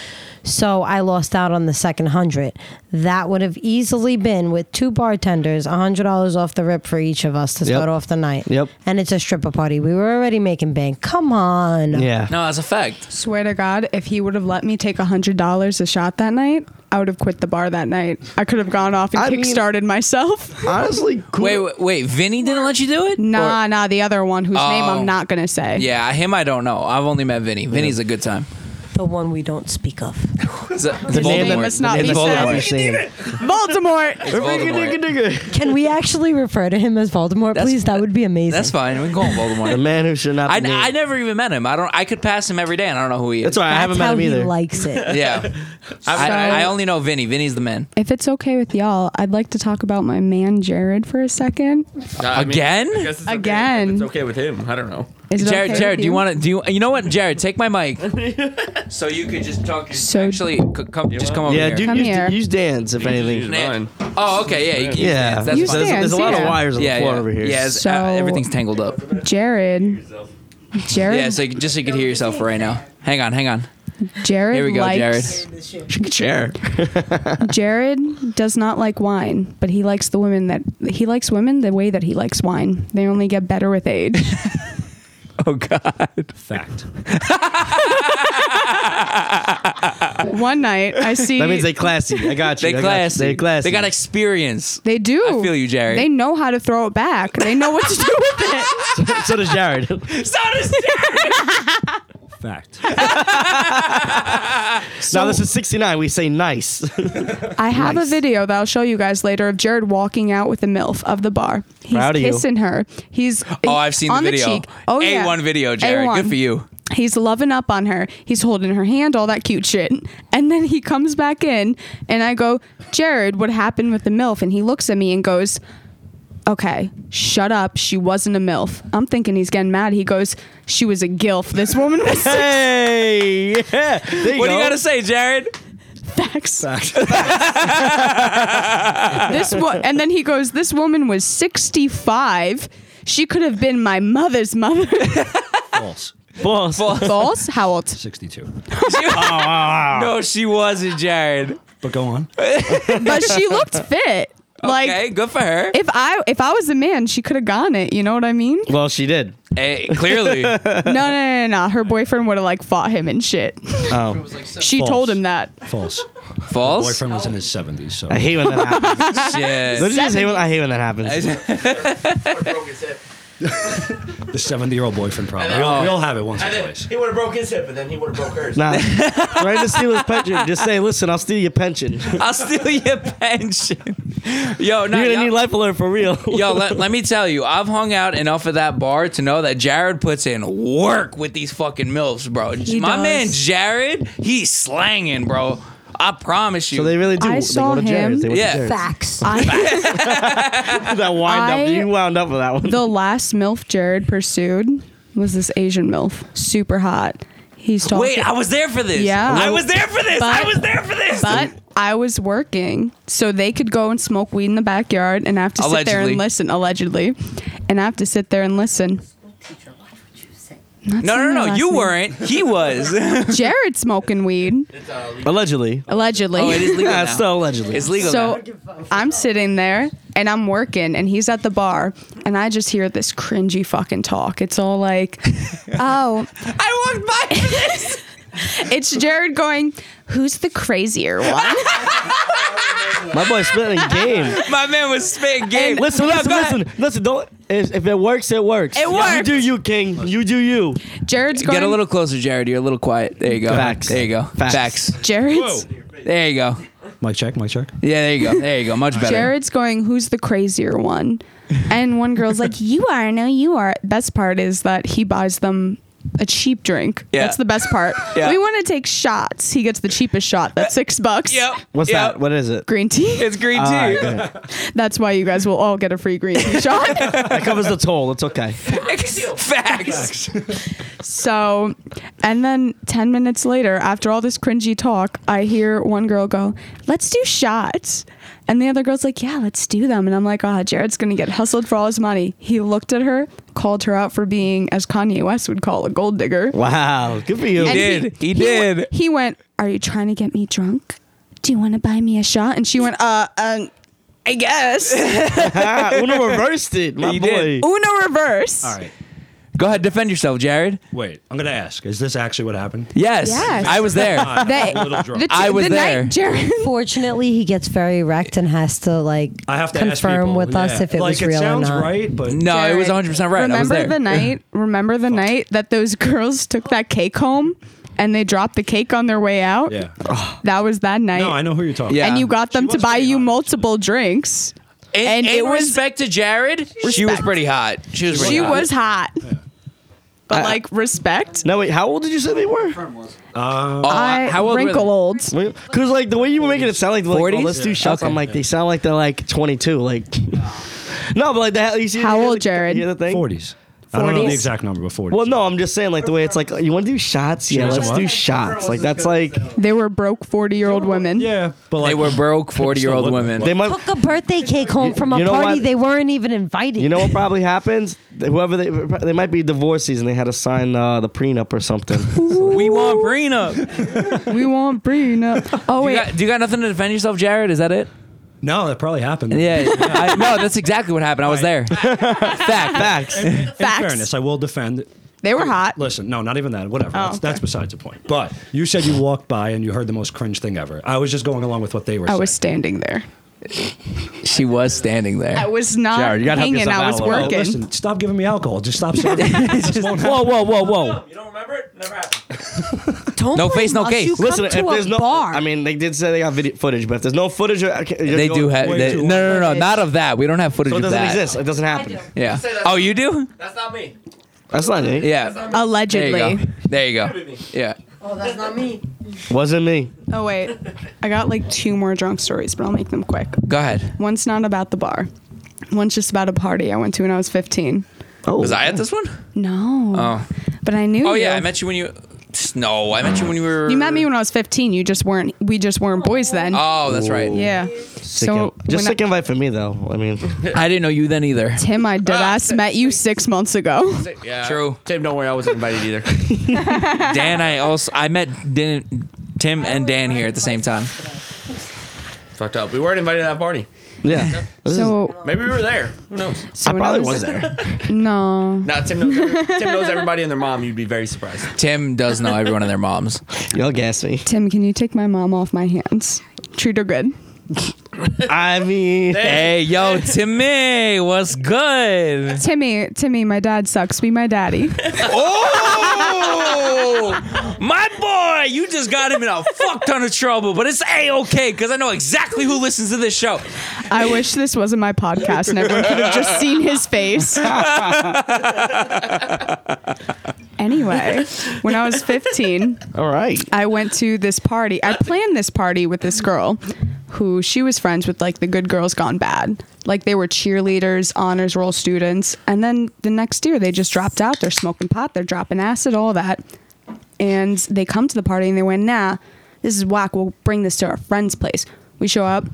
[SPEAKER 8] So I lost out on the second hundred. That would have easily been with two bartenders, hundred dollars off the rip for each of us to
[SPEAKER 2] Yep.
[SPEAKER 8] start off the night.
[SPEAKER 2] Yep.
[SPEAKER 8] And it's a stripper party. We were already making bank. Come on.
[SPEAKER 2] yeah.
[SPEAKER 4] No, that's a fact.
[SPEAKER 6] Swear to God, if he would have let me take $100 a shot that night, I would have quit the bar that night. I could have gone off and
[SPEAKER 2] I mean-
[SPEAKER 4] [laughs]
[SPEAKER 6] kickstarted myself.
[SPEAKER 2] Honestly, cool.
[SPEAKER 4] Wait, wait, wait. Vinny didn't let you do
[SPEAKER 6] [laughs]
[SPEAKER 4] it?
[SPEAKER 6] nah, nah, the other one whose name
[SPEAKER 4] Oh.
[SPEAKER 6] I'm not going to say.
[SPEAKER 4] Yeah, him I don't know. I've only met Vinny. Vinny's a good time.
[SPEAKER 8] The one we don't speak of.
[SPEAKER 4] His
[SPEAKER 6] name must not be said. Baltimore.
[SPEAKER 8] Can we actually refer to him as Voldemort,
[SPEAKER 4] That's-
[SPEAKER 8] please? That would be amazing.
[SPEAKER 4] That's fine. We can call
[SPEAKER 2] [laughs]
[SPEAKER 4] him
[SPEAKER 2] The
[SPEAKER 4] Voldemort.
[SPEAKER 2] man who should not. Be
[SPEAKER 4] I,
[SPEAKER 2] named.
[SPEAKER 4] I never even met him. I don't. I could pass him every day, and I don't know who he is.
[SPEAKER 2] That's why I haven't
[SPEAKER 8] That's
[SPEAKER 2] met
[SPEAKER 8] how
[SPEAKER 2] him
[SPEAKER 8] he
[SPEAKER 2] either.
[SPEAKER 8] likes it.
[SPEAKER 2] [laughs]
[SPEAKER 4] Yeah, I,
[SPEAKER 6] So-
[SPEAKER 4] I only know Vinny. Vinny's the man.
[SPEAKER 6] If it's okay with y'all, I'd like to talk about my man Jared for a second.
[SPEAKER 4] Again?
[SPEAKER 5] I guess it's okay.
[SPEAKER 6] Again.
[SPEAKER 5] It's okay with him. I don't know.
[SPEAKER 6] Is it
[SPEAKER 4] Jared,
[SPEAKER 6] okay
[SPEAKER 4] Jared,
[SPEAKER 6] with
[SPEAKER 4] do you want to? Do you? You know what, Jared? Take my
[SPEAKER 6] [laughs]
[SPEAKER 4] mic, so you could just talk.
[SPEAKER 6] So-
[SPEAKER 4] actually, c- come, just come over
[SPEAKER 2] Yeah,
[SPEAKER 4] here.
[SPEAKER 2] dude,
[SPEAKER 6] Come
[SPEAKER 2] use,
[SPEAKER 6] here.
[SPEAKER 2] use dance if anything.
[SPEAKER 5] Use mine.
[SPEAKER 4] Oh, okay, yeah, you can use
[SPEAKER 2] Yeah,
[SPEAKER 4] hands, That's
[SPEAKER 6] Use
[SPEAKER 4] fine.
[SPEAKER 2] There's, there's a lot of
[SPEAKER 6] Yeah.
[SPEAKER 2] wires on
[SPEAKER 4] yeah,
[SPEAKER 2] the floor
[SPEAKER 4] yeah.
[SPEAKER 2] over here. [laughs]
[SPEAKER 4] Yeah, it's-
[SPEAKER 6] So-
[SPEAKER 4] uh, everything's tangled up.
[SPEAKER 6] Jared? Jared.
[SPEAKER 4] Yeah, so you, just so you could hear yourself right now. Hang on, hang on.
[SPEAKER 6] Jared
[SPEAKER 4] Here we go,
[SPEAKER 6] likes.
[SPEAKER 2] [laughs] chair.
[SPEAKER 6] Jared. does not like wine, but he likes the women that he likes women the way that he likes wine. They only get better
[SPEAKER 4] [laughs]
[SPEAKER 6] with age.
[SPEAKER 4] Oh God.
[SPEAKER 7] Fact.
[SPEAKER 6] One night, I see.
[SPEAKER 2] That means
[SPEAKER 4] [laughs]
[SPEAKER 2] they classy. I got you.
[SPEAKER 4] They
[SPEAKER 2] I got you.
[SPEAKER 4] classy.
[SPEAKER 2] They classy.
[SPEAKER 4] They got experience.
[SPEAKER 6] They do.
[SPEAKER 4] I feel you, Jared.
[SPEAKER 6] They know how to throw it back. They know what to do with it.
[SPEAKER 2] [laughs] so does Jared.
[SPEAKER 4] So
[SPEAKER 6] [laughs]
[SPEAKER 4] does Jared.
[SPEAKER 7] Fact.
[SPEAKER 2] [laughs] now this is 69. We say nice. [laughs]
[SPEAKER 6] I have a video that I'll show you guys later of Jared walking out with a milf of the bar. He's
[SPEAKER 2] Proud of you.
[SPEAKER 6] kissing her. He's
[SPEAKER 4] [gasps] Oh, I've seen the
[SPEAKER 6] on
[SPEAKER 4] video.
[SPEAKER 6] cheek. Oh
[SPEAKER 4] A1
[SPEAKER 6] yeah,
[SPEAKER 4] video, Jared. Good
[SPEAKER 6] A1.
[SPEAKER 4] for you.
[SPEAKER 6] He's loving up on her. He's holding her hand, all that cute shit. And then he comes back in, and I go, Jared, what happened with the milf? And he looks at me and goes, Okay, shut up. She wasn't a milf. I'm thinking he's getting mad. He goes, She was a gilf. This woman was
[SPEAKER 2] hey, yeah. There you
[SPEAKER 4] What
[SPEAKER 2] go.
[SPEAKER 4] do you gotta say, Jared?
[SPEAKER 6] facts. [laughs] this wo- and then he goes, "This woman was 65. She could have been my mother's mother."
[SPEAKER 7] False.
[SPEAKER 2] Boss.
[SPEAKER 6] False? How old?
[SPEAKER 7] 62.
[SPEAKER 4] [laughs]
[SPEAKER 2] Ah.
[SPEAKER 4] No, she wasn't, Jared.
[SPEAKER 7] But go on.
[SPEAKER 6] But she looked fit. Like
[SPEAKER 4] okay, good for her.
[SPEAKER 6] if I if I was a man, she could have gone it. You know what I mean?
[SPEAKER 2] Well, she did.
[SPEAKER 4] Hey,
[SPEAKER 2] [laughs]
[SPEAKER 4] clearly.
[SPEAKER 6] No, no, no, no. no. Her boyfriend would have like fought him and shit.
[SPEAKER 2] Oh,
[SPEAKER 6] [laughs] She
[SPEAKER 7] False.
[SPEAKER 6] told him that.
[SPEAKER 7] False.
[SPEAKER 4] False.
[SPEAKER 7] Boyfriend was in his 70s, so.
[SPEAKER 4] [laughs]
[SPEAKER 2] I hate when that happens.
[SPEAKER 4] Shit.
[SPEAKER 2] Don't you just hate when, I hate when that happens.
[SPEAKER 7] The 70 year old boyfriend problem.
[SPEAKER 5] And
[SPEAKER 7] We all,
[SPEAKER 5] then-
[SPEAKER 7] we all have it once or
[SPEAKER 5] And then
[SPEAKER 7] twice.
[SPEAKER 5] he would have broke his hip, and then he would have broke
[SPEAKER 2] [laughs]
[SPEAKER 5] hers.
[SPEAKER 2] Nah, try to steal his pension. Just say, listen, I'll steal your pension. You're
[SPEAKER 4] [laughs] I'll steal your pension. [laughs] Yo,
[SPEAKER 2] [laughs]
[SPEAKER 4] no,
[SPEAKER 2] gonna
[SPEAKER 4] yo,
[SPEAKER 2] need life alert for
[SPEAKER 4] [laughs]
[SPEAKER 2] real.
[SPEAKER 4] yo let, let me tell you, I've hung out enough of that bar to know that Jared puts in work with these fucking milfs, bro.
[SPEAKER 6] He
[SPEAKER 4] My
[SPEAKER 6] does.
[SPEAKER 4] man Jared, he's slanging, bro. I promise you.
[SPEAKER 2] so they really do.
[SPEAKER 6] I
[SPEAKER 2] they
[SPEAKER 6] saw
[SPEAKER 2] go to
[SPEAKER 6] him.
[SPEAKER 2] Jared's. They went to
[SPEAKER 4] Yeah.
[SPEAKER 2] Jared's.
[SPEAKER 3] Facts.
[SPEAKER 6] I,
[SPEAKER 2] [laughs] that wind
[SPEAKER 6] I-
[SPEAKER 2] up. You wound up with that
[SPEAKER 4] [laughs]
[SPEAKER 2] one.
[SPEAKER 6] the last MILF Jared pursued was this Asian MILF. Super hot. He's talking.
[SPEAKER 4] Wait, I was there for this.
[SPEAKER 6] Yeah.
[SPEAKER 4] I was there for this. I
[SPEAKER 6] But-
[SPEAKER 4] was there for this.
[SPEAKER 6] But I was working, so they could go and smoke weed in the backyard, and I have to sit there
[SPEAKER 4] Allegedly.
[SPEAKER 6] and listen. Allegedly, and I have to sit there and listen.
[SPEAKER 4] no, no, no, no. You weren't. He
[SPEAKER 6] [laughs]
[SPEAKER 4] was. oh,
[SPEAKER 6] Jared smoking weed
[SPEAKER 2] Allegedly.
[SPEAKER 6] allegedly.
[SPEAKER 4] Oh, it
[SPEAKER 2] [laughs]
[SPEAKER 4] is legal.
[SPEAKER 2] Yeah,
[SPEAKER 4] now.
[SPEAKER 2] it's still allegedly.
[SPEAKER 4] It's legal.
[SPEAKER 6] so
[SPEAKER 4] now.
[SPEAKER 6] I'm sitting there and I'm working, and he's at the bar, and I just hear this cringy fucking talk. It's
[SPEAKER 4] [laughs]
[SPEAKER 6] all like, oh,
[SPEAKER 4] I walked
[SPEAKER 6] [laughs]
[SPEAKER 4] by for this.
[SPEAKER 6] it's Jared going, who's the
[SPEAKER 4] [laughs]
[SPEAKER 6] crazier one?
[SPEAKER 2] My boy spitting game.
[SPEAKER 4] My man was spitting game.
[SPEAKER 2] Listen,
[SPEAKER 4] No,
[SPEAKER 2] listen,
[SPEAKER 4] go ahead.
[SPEAKER 2] listen, listen. Don't. If, if it works, it works.
[SPEAKER 6] It
[SPEAKER 2] You
[SPEAKER 6] works.
[SPEAKER 2] do you, King. You do you.
[SPEAKER 6] Jared's going,
[SPEAKER 4] Get a little closer, Jared. You're a little quiet. There you go.
[SPEAKER 2] Facts.
[SPEAKER 4] There you go.
[SPEAKER 2] Facts.
[SPEAKER 4] Facts.
[SPEAKER 6] Jared's,
[SPEAKER 4] There you go.
[SPEAKER 7] Mic check, mic check.
[SPEAKER 4] Yeah, there you go. There you go. Much better.
[SPEAKER 6] Jared's going, who's the
[SPEAKER 4] [laughs]
[SPEAKER 6] crazier one? And one girl's like, you are, no, you are. Best part is that he buys them a cheap drink.
[SPEAKER 4] Yeah.
[SPEAKER 6] That's the best part.
[SPEAKER 4] [laughs] Yeah. Uh,
[SPEAKER 6] We want to take shots. He gets the cheapest shot. That's six bucks.
[SPEAKER 4] Yep.
[SPEAKER 2] What's
[SPEAKER 4] yep.
[SPEAKER 2] that? What is it?
[SPEAKER 6] Green tea.
[SPEAKER 4] It's green tea.
[SPEAKER 2] All right, go ahead.
[SPEAKER 6] That's why you guys will all get a free green
[SPEAKER 4] [laughs]
[SPEAKER 6] tea shot.
[SPEAKER 2] that covers the toll. It's okay.
[SPEAKER 4] Facts.
[SPEAKER 6] so, and then 10 minutes later, after all this cringy talk, I hear one girl go, Let's do shots. And the other girl's like, Yeah, let's do them. And I'm like, Oh, Jared's going to get hustled for all his money. He looked at her, called her out for being, as Kanye West would call, a gold digger.
[SPEAKER 2] Wow. Good for you.
[SPEAKER 6] And
[SPEAKER 4] did. He
[SPEAKER 6] went-
[SPEAKER 4] did.
[SPEAKER 6] He went, Are you trying to get me drunk? Do you want to buy me a shot? And she went, Uh, um, I
[SPEAKER 7] [laughs]
[SPEAKER 6] guess.
[SPEAKER 2] Ah, Uno reversed it, my
[SPEAKER 4] You
[SPEAKER 2] boy.
[SPEAKER 4] did.
[SPEAKER 6] Uno reverse.
[SPEAKER 7] All right.
[SPEAKER 4] Go ahead, defend yourself, Jared.
[SPEAKER 7] Wait, I'm going to ask. Is this actually what happened?
[SPEAKER 4] Yes.
[SPEAKER 6] Yes.
[SPEAKER 4] I was there.
[SPEAKER 7] I'm
[SPEAKER 6] They-
[SPEAKER 7] a little drunk.
[SPEAKER 6] The,
[SPEAKER 4] I
[SPEAKER 6] I
[SPEAKER 4] was
[SPEAKER 6] the
[SPEAKER 4] there.
[SPEAKER 6] Night Jared
[SPEAKER 8] Fortunately, he gets very wrecked and has to like
[SPEAKER 7] I have to ask
[SPEAKER 8] confirm
[SPEAKER 7] people,
[SPEAKER 8] with us
[SPEAKER 7] yeah.
[SPEAKER 8] if it
[SPEAKER 7] like,
[SPEAKER 8] was real or
[SPEAKER 7] sounds
[SPEAKER 8] not.
[SPEAKER 7] right, but
[SPEAKER 4] No, it was 100 percent right. I was
[SPEAKER 6] Remember
[SPEAKER 4] there.
[SPEAKER 6] the
[SPEAKER 4] [laughs]
[SPEAKER 6] night? Remember the night that those girls took that cake home and they dropped the cake on their way out?
[SPEAKER 7] yeah.
[SPEAKER 6] That was that night.
[SPEAKER 7] No, I know who you're talking.
[SPEAKER 4] Yeah.
[SPEAKER 6] And you got them
[SPEAKER 7] She
[SPEAKER 6] to
[SPEAKER 7] was
[SPEAKER 6] buy
[SPEAKER 7] pretty
[SPEAKER 6] you
[SPEAKER 7] hot, actually.
[SPEAKER 6] multiple drinks.
[SPEAKER 4] In,
[SPEAKER 6] and
[SPEAKER 4] in
[SPEAKER 6] it was-
[SPEAKER 4] respect to Jared, she was
[SPEAKER 6] Respect.
[SPEAKER 4] pretty hot. She was. Pretty
[SPEAKER 6] She
[SPEAKER 4] hot.
[SPEAKER 6] was hot. But
[SPEAKER 2] I-
[SPEAKER 6] like respect.
[SPEAKER 2] Now wait, how old did you say they were?
[SPEAKER 7] Uh,
[SPEAKER 4] Oh,
[SPEAKER 6] I
[SPEAKER 4] how old? were
[SPEAKER 6] wrinkle
[SPEAKER 4] they?
[SPEAKER 6] old.
[SPEAKER 2] Because like the way you were making it sound like, like oh,
[SPEAKER 4] 40s?
[SPEAKER 2] let's do shots.
[SPEAKER 4] Okay.
[SPEAKER 2] I'm like they sound like they're like 22. Like [laughs] no, but like the you see,
[SPEAKER 6] How
[SPEAKER 2] you hear
[SPEAKER 6] old,
[SPEAKER 2] the-
[SPEAKER 6] Jared?
[SPEAKER 2] you hear the thing?
[SPEAKER 7] Forties. I don't know the
[SPEAKER 6] 40s.
[SPEAKER 7] exact number, but forties.
[SPEAKER 2] Well, no, I'm just saying like the way it's like you want to do shots. Yeah,
[SPEAKER 7] Shots
[SPEAKER 2] let's
[SPEAKER 7] what?
[SPEAKER 2] do shots. Like that's like
[SPEAKER 6] They were broke 40 year old women.
[SPEAKER 7] Yeah, but like
[SPEAKER 4] They were broke, forty-year-old women.
[SPEAKER 2] they might.
[SPEAKER 8] Took a birthday cake home from a
[SPEAKER 2] you know
[SPEAKER 8] party
[SPEAKER 2] what?
[SPEAKER 8] they weren't even invited.
[SPEAKER 2] You know what probably happens? Whoever they they might be divorcees and they had to sign uh, the prenup or something.
[SPEAKER 4] we want Brina.
[SPEAKER 6] We won't bring
[SPEAKER 7] [laughs]
[SPEAKER 6] up. Oh,
[SPEAKER 4] You
[SPEAKER 6] wait.
[SPEAKER 4] got, do you got nothing to defend yourself, Jared? Is that it?
[SPEAKER 7] No, that probably happened.
[SPEAKER 4] Yeah. I, no, that's exactly what happened. I was
[SPEAKER 2] [laughs]
[SPEAKER 4] there. Fact.
[SPEAKER 2] Facts.
[SPEAKER 7] In
[SPEAKER 6] Facts.
[SPEAKER 7] fairness, I will defend.
[SPEAKER 6] they were hot.
[SPEAKER 7] Listen, no, not even that. Whatever. that's,
[SPEAKER 6] okay.
[SPEAKER 7] that's besides the point. But you said you walked by and you heard the most cringe thing ever. I was just going along with what they were
[SPEAKER 6] I
[SPEAKER 7] saying.
[SPEAKER 6] was standing there.
[SPEAKER 4] She was standing there.
[SPEAKER 6] I was not
[SPEAKER 2] Jared, you gotta help
[SPEAKER 6] hanging.
[SPEAKER 2] yourself
[SPEAKER 6] I
[SPEAKER 2] out
[SPEAKER 6] was
[SPEAKER 2] a little.
[SPEAKER 7] Oh,
[SPEAKER 6] working.
[SPEAKER 7] listen, stop giving me alcohol. Just [laughs] stop serving. me. This won't happen.
[SPEAKER 2] Whoa, whoa, whoa, whoa.
[SPEAKER 5] You don't remember it? Never happened.
[SPEAKER 6] [laughs]
[SPEAKER 3] Don't
[SPEAKER 4] No
[SPEAKER 3] blame
[SPEAKER 4] face, no
[SPEAKER 3] us.
[SPEAKER 4] case.
[SPEAKER 3] You come
[SPEAKER 2] Listen, if
[SPEAKER 3] to a
[SPEAKER 2] there's no,
[SPEAKER 3] bar.
[SPEAKER 2] I mean, they did say they got video footage, but if there's no footage, I can't- you're
[SPEAKER 4] They
[SPEAKER 2] going
[SPEAKER 4] do have.
[SPEAKER 7] way
[SPEAKER 4] they-
[SPEAKER 7] too
[SPEAKER 4] No, no, no, no, not of that. We don't have footage
[SPEAKER 2] So it
[SPEAKER 4] of
[SPEAKER 2] doesn't
[SPEAKER 4] that.
[SPEAKER 2] exist. It doesn't happen.
[SPEAKER 4] Yeah.
[SPEAKER 5] Say that-
[SPEAKER 4] Oh, you do?
[SPEAKER 5] That's not me.
[SPEAKER 2] That's not it.
[SPEAKER 4] Yeah. There you go.
[SPEAKER 6] Allegedly.
[SPEAKER 4] There you go. Yeah.
[SPEAKER 3] oh, that's not me.
[SPEAKER 2] Wasn't me.
[SPEAKER 6] Oh wait, I got like two more drunk stories, but I'll make them quick.
[SPEAKER 4] Go ahead.
[SPEAKER 6] One's not about the bar. One's just about a party I went to when I was 15.
[SPEAKER 2] Oh,
[SPEAKER 4] Was I at this one?
[SPEAKER 6] No.
[SPEAKER 4] Oh.
[SPEAKER 6] But I knew.
[SPEAKER 4] Oh yeah,
[SPEAKER 6] you.
[SPEAKER 4] I met you when you. No, I met you when you were.
[SPEAKER 6] You met me when I was 15. You just weren't. We just weren't boys then.
[SPEAKER 4] Oh, that's right.
[SPEAKER 6] yeah.
[SPEAKER 2] Sick
[SPEAKER 6] so
[SPEAKER 2] in- just
[SPEAKER 6] when I-
[SPEAKER 2] sick invite for me though. I
[SPEAKER 6] [laughs]
[SPEAKER 2] mean,
[SPEAKER 4] I didn't know you then either.
[SPEAKER 6] Tim, I dead
[SPEAKER 4] Ah.
[SPEAKER 6] ass met you six months ago.
[SPEAKER 5] Yeah.
[SPEAKER 4] True.
[SPEAKER 5] Tim, don't worry, I wasn't invited either.
[SPEAKER 4] Dan, I also I met Dan, Tim and Dan here at the same time.
[SPEAKER 5] Fucked up. We weren't invited to that party.
[SPEAKER 2] yeah. This is-
[SPEAKER 6] [laughs] So,
[SPEAKER 5] Maybe we were there. Who knows?
[SPEAKER 6] so
[SPEAKER 2] I
[SPEAKER 6] when
[SPEAKER 2] probably was
[SPEAKER 6] [laughs]
[SPEAKER 2] there.
[SPEAKER 6] No.
[SPEAKER 5] Nah, Tim knows. every- Tim knows everybody and their mom. You'd be very surprised.
[SPEAKER 4] Tim does know everyone and their moms.
[SPEAKER 2] Y'all gas me.
[SPEAKER 6] Tim, can you take my mom off my hands? Treat her good.
[SPEAKER 2] I mean,
[SPEAKER 4] [laughs] Hey, yo, Timmy, what's good?
[SPEAKER 6] Timmy, Timmy, my dad sucks. Be my daddy.
[SPEAKER 4] Oh, my boy, you just got him in a fuck ton of trouble, but it's a okay because I know exactly who listens to this show.
[SPEAKER 6] I wish this wasn't my podcast and everyone could have just seen his face. anyway, when I was 15,
[SPEAKER 2] all right.
[SPEAKER 6] I went to this party. I planned this party with this girl who she was friends with like the good girls gone bad. Like they were cheerleaders, honors roll students, and then the next year they just dropped out. They're smoking pot, they're dropping acid, all that. And they come to the party and they went, "Nah, this is whack. We'll bring this to our friend's place." We show up.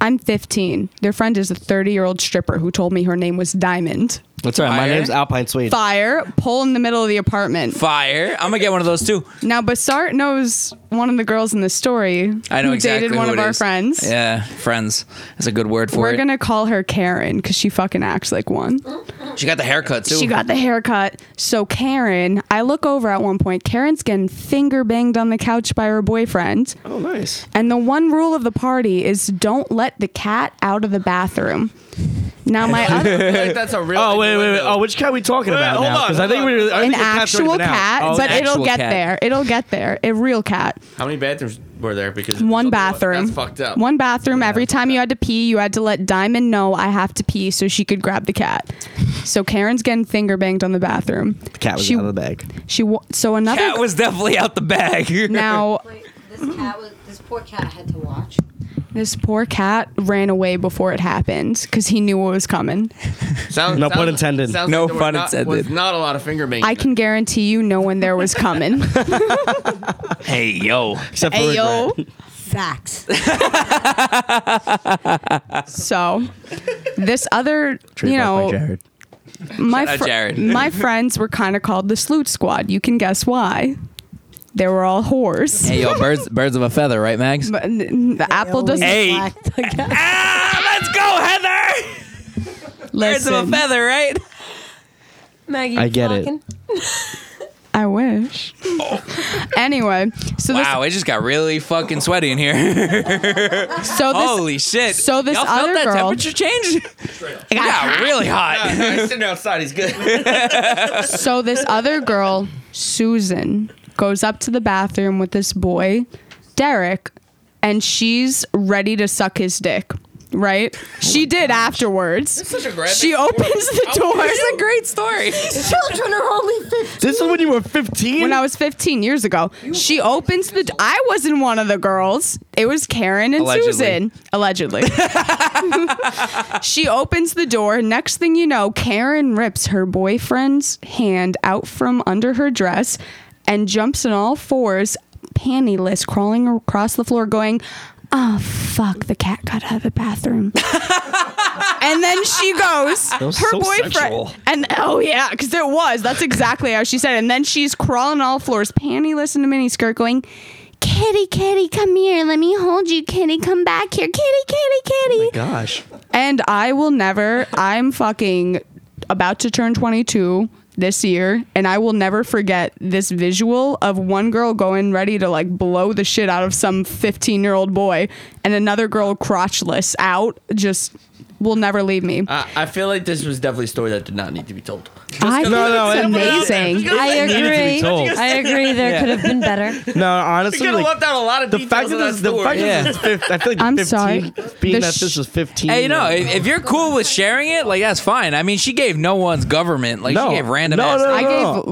[SPEAKER 6] I'm 15. Their friend is a 30-year-old stripper who told me her name was Diamond.
[SPEAKER 2] That's all right. My
[SPEAKER 4] Fire.
[SPEAKER 2] name's Alpine Swede.
[SPEAKER 6] Fire, pole in the middle of the apartment.
[SPEAKER 4] Fire. I'm gonna get one of those too.
[SPEAKER 6] Now, Bassart knows one of the girls in the story.
[SPEAKER 4] I know
[SPEAKER 6] who
[SPEAKER 4] exactly
[SPEAKER 6] dated one
[SPEAKER 4] who
[SPEAKER 6] of
[SPEAKER 4] it
[SPEAKER 6] our
[SPEAKER 4] is.
[SPEAKER 6] friends.
[SPEAKER 4] Yeah, friends is a good word for
[SPEAKER 6] We're
[SPEAKER 4] it.
[SPEAKER 6] gonna call her Karen because she fucking acts like one.
[SPEAKER 4] she got the haircut too.
[SPEAKER 6] She got the haircut. So Karen, I look over at one point. Karen's getting finger banged on the couch by her boyfriend.
[SPEAKER 2] Oh, nice.
[SPEAKER 6] And the one rule of the party is don't let the cat out of the bathroom. Now my other
[SPEAKER 5] Like, that's a real.
[SPEAKER 2] Oh wait, wait, wait. Oh, which cat are we talking about
[SPEAKER 5] hold
[SPEAKER 2] now?
[SPEAKER 5] on,
[SPEAKER 2] Because I
[SPEAKER 5] hold
[SPEAKER 2] think
[SPEAKER 5] on.
[SPEAKER 2] we're I
[SPEAKER 6] an
[SPEAKER 2] think the cat's already
[SPEAKER 6] actual
[SPEAKER 2] been out.
[SPEAKER 6] cat,
[SPEAKER 2] Oh,
[SPEAKER 6] but
[SPEAKER 4] an
[SPEAKER 6] it'll
[SPEAKER 4] actual
[SPEAKER 6] get
[SPEAKER 4] cat.
[SPEAKER 6] there. It'll get there. A real cat.
[SPEAKER 5] How many bathrooms were there? Because if
[SPEAKER 6] One
[SPEAKER 5] there's only
[SPEAKER 6] bathroom.
[SPEAKER 5] That's fucked up.
[SPEAKER 6] One bathroom. Every time you had to pee, you had to let Diamond know I have to pee so she could grab the cat. So Karen's getting finger banged on the bathroom. The
[SPEAKER 2] cat was
[SPEAKER 6] she,
[SPEAKER 2] out of the bag.
[SPEAKER 6] She wa- so another
[SPEAKER 4] Cat was definitely out the bag.
[SPEAKER 6] now
[SPEAKER 3] Wait, this cat was this poor cat had to watch.
[SPEAKER 6] this poor cat ran away before it happened because he knew what was coming.
[SPEAKER 5] Sounds,
[SPEAKER 2] No pun intended.
[SPEAKER 5] sounds
[SPEAKER 4] No
[SPEAKER 5] there were
[SPEAKER 4] pun
[SPEAKER 5] not-
[SPEAKER 4] intended.
[SPEAKER 5] Was not a lot of finger banging.
[SPEAKER 6] I can guarantee you, no one there was coming.
[SPEAKER 4] [laughs]
[SPEAKER 2] [laughs]
[SPEAKER 4] hey, yo.
[SPEAKER 2] Except for
[SPEAKER 6] Hey
[SPEAKER 2] regret.
[SPEAKER 6] yo.
[SPEAKER 3] Facts.
[SPEAKER 6] So this other, you
[SPEAKER 2] Trademarked by
[SPEAKER 6] know,
[SPEAKER 2] Jared.
[SPEAKER 6] my
[SPEAKER 4] out
[SPEAKER 6] fr-
[SPEAKER 4] Jared.
[SPEAKER 6] my friends were kind of called the Sloot Squad. You can guess why. They were all whores.
[SPEAKER 4] Hey, yo, birds, birds of a feather, right, Mags?
[SPEAKER 6] But n- n- the apple doesn't
[SPEAKER 4] Hey.
[SPEAKER 8] Black the guy.
[SPEAKER 2] [laughs]
[SPEAKER 4] ah, let's go, Heather. Birds of a
[SPEAKER 6] listen.
[SPEAKER 4] feather, right?
[SPEAKER 3] Maggie,
[SPEAKER 2] I get it.
[SPEAKER 3] fucking-
[SPEAKER 6] I wish. anyway, so
[SPEAKER 4] Wow, it just got really fucking sweaty in here. [laughs]
[SPEAKER 6] this so this
[SPEAKER 4] Holy shit!
[SPEAKER 6] so this
[SPEAKER 4] Y'all
[SPEAKER 6] other
[SPEAKER 4] felt that
[SPEAKER 6] girl-
[SPEAKER 4] temperature
[SPEAKER 6] [laughs]
[SPEAKER 4] change? It got really hot.
[SPEAKER 5] Yeah, he's [laughs] sitting outside. He's good.
[SPEAKER 6] so this other girl, Susan, goes up to the bathroom with this boy, Derek, and she's ready to suck his dick. Right? she did afterwards.
[SPEAKER 5] such a graphic
[SPEAKER 6] she opens the door.
[SPEAKER 4] It's a great story.
[SPEAKER 3] Children are only 15.
[SPEAKER 2] This is when you were 15.
[SPEAKER 6] when I was 15 years ago. She opens the. d- I wasn't one of the girls. It was Karen and
[SPEAKER 4] Allegedly.
[SPEAKER 6] Susan. Allegedly. [laughs] she opens the door. Next thing you know, Karen rips her boyfriend's hand out from under her dress and jumps on all fours, pantyless, crawling across the floor, going, Oh, fuck, the cat got out of the bathroom. [laughs] and then she goes,
[SPEAKER 2] was
[SPEAKER 6] her
[SPEAKER 2] so
[SPEAKER 6] boyfriend.
[SPEAKER 2] sexual.
[SPEAKER 6] And oh, yeah, because it was. That's exactly how she said it. And then she's crawling all floors, pantyless in a miniskirt, going, Kitty, kitty, come here. Let me hold you, kitty. Come back here. Kitty, kitty, kitty.
[SPEAKER 2] Gosh.
[SPEAKER 6] And I will never, I'm fucking about to turn 22 this year, and I will never forget this visual of one girl going ready to like blow the shit out of some 15 year old boy, and another girl crotchless out, just will never leave me.
[SPEAKER 2] Uh,
[SPEAKER 5] I, I feel like this was definitely a story that did not need to be told.
[SPEAKER 6] I think
[SPEAKER 2] no,
[SPEAKER 6] it's
[SPEAKER 2] it-
[SPEAKER 6] amazing.
[SPEAKER 8] I agree.
[SPEAKER 2] told.
[SPEAKER 8] I agree. There could have
[SPEAKER 2] [laughs]
[SPEAKER 8] been better.
[SPEAKER 2] No, honestly,
[SPEAKER 5] You could have
[SPEAKER 2] like,
[SPEAKER 5] left out a lot of
[SPEAKER 2] the fact that this,
[SPEAKER 5] details of
[SPEAKER 2] the fact
[SPEAKER 4] Yeah.
[SPEAKER 2] that this is 15, I feel like
[SPEAKER 6] I'm
[SPEAKER 2] 15,
[SPEAKER 6] sorry.
[SPEAKER 2] Being
[SPEAKER 6] The
[SPEAKER 2] that
[SPEAKER 6] sh-
[SPEAKER 2] this was 15.
[SPEAKER 4] Hey, you know,
[SPEAKER 2] like-
[SPEAKER 4] if, if you're cool with sharing it, like that's fine. I mean, she gave no one's government. Like
[SPEAKER 2] No.
[SPEAKER 4] she gave random.
[SPEAKER 2] No,
[SPEAKER 4] ass
[SPEAKER 2] no, no.
[SPEAKER 6] I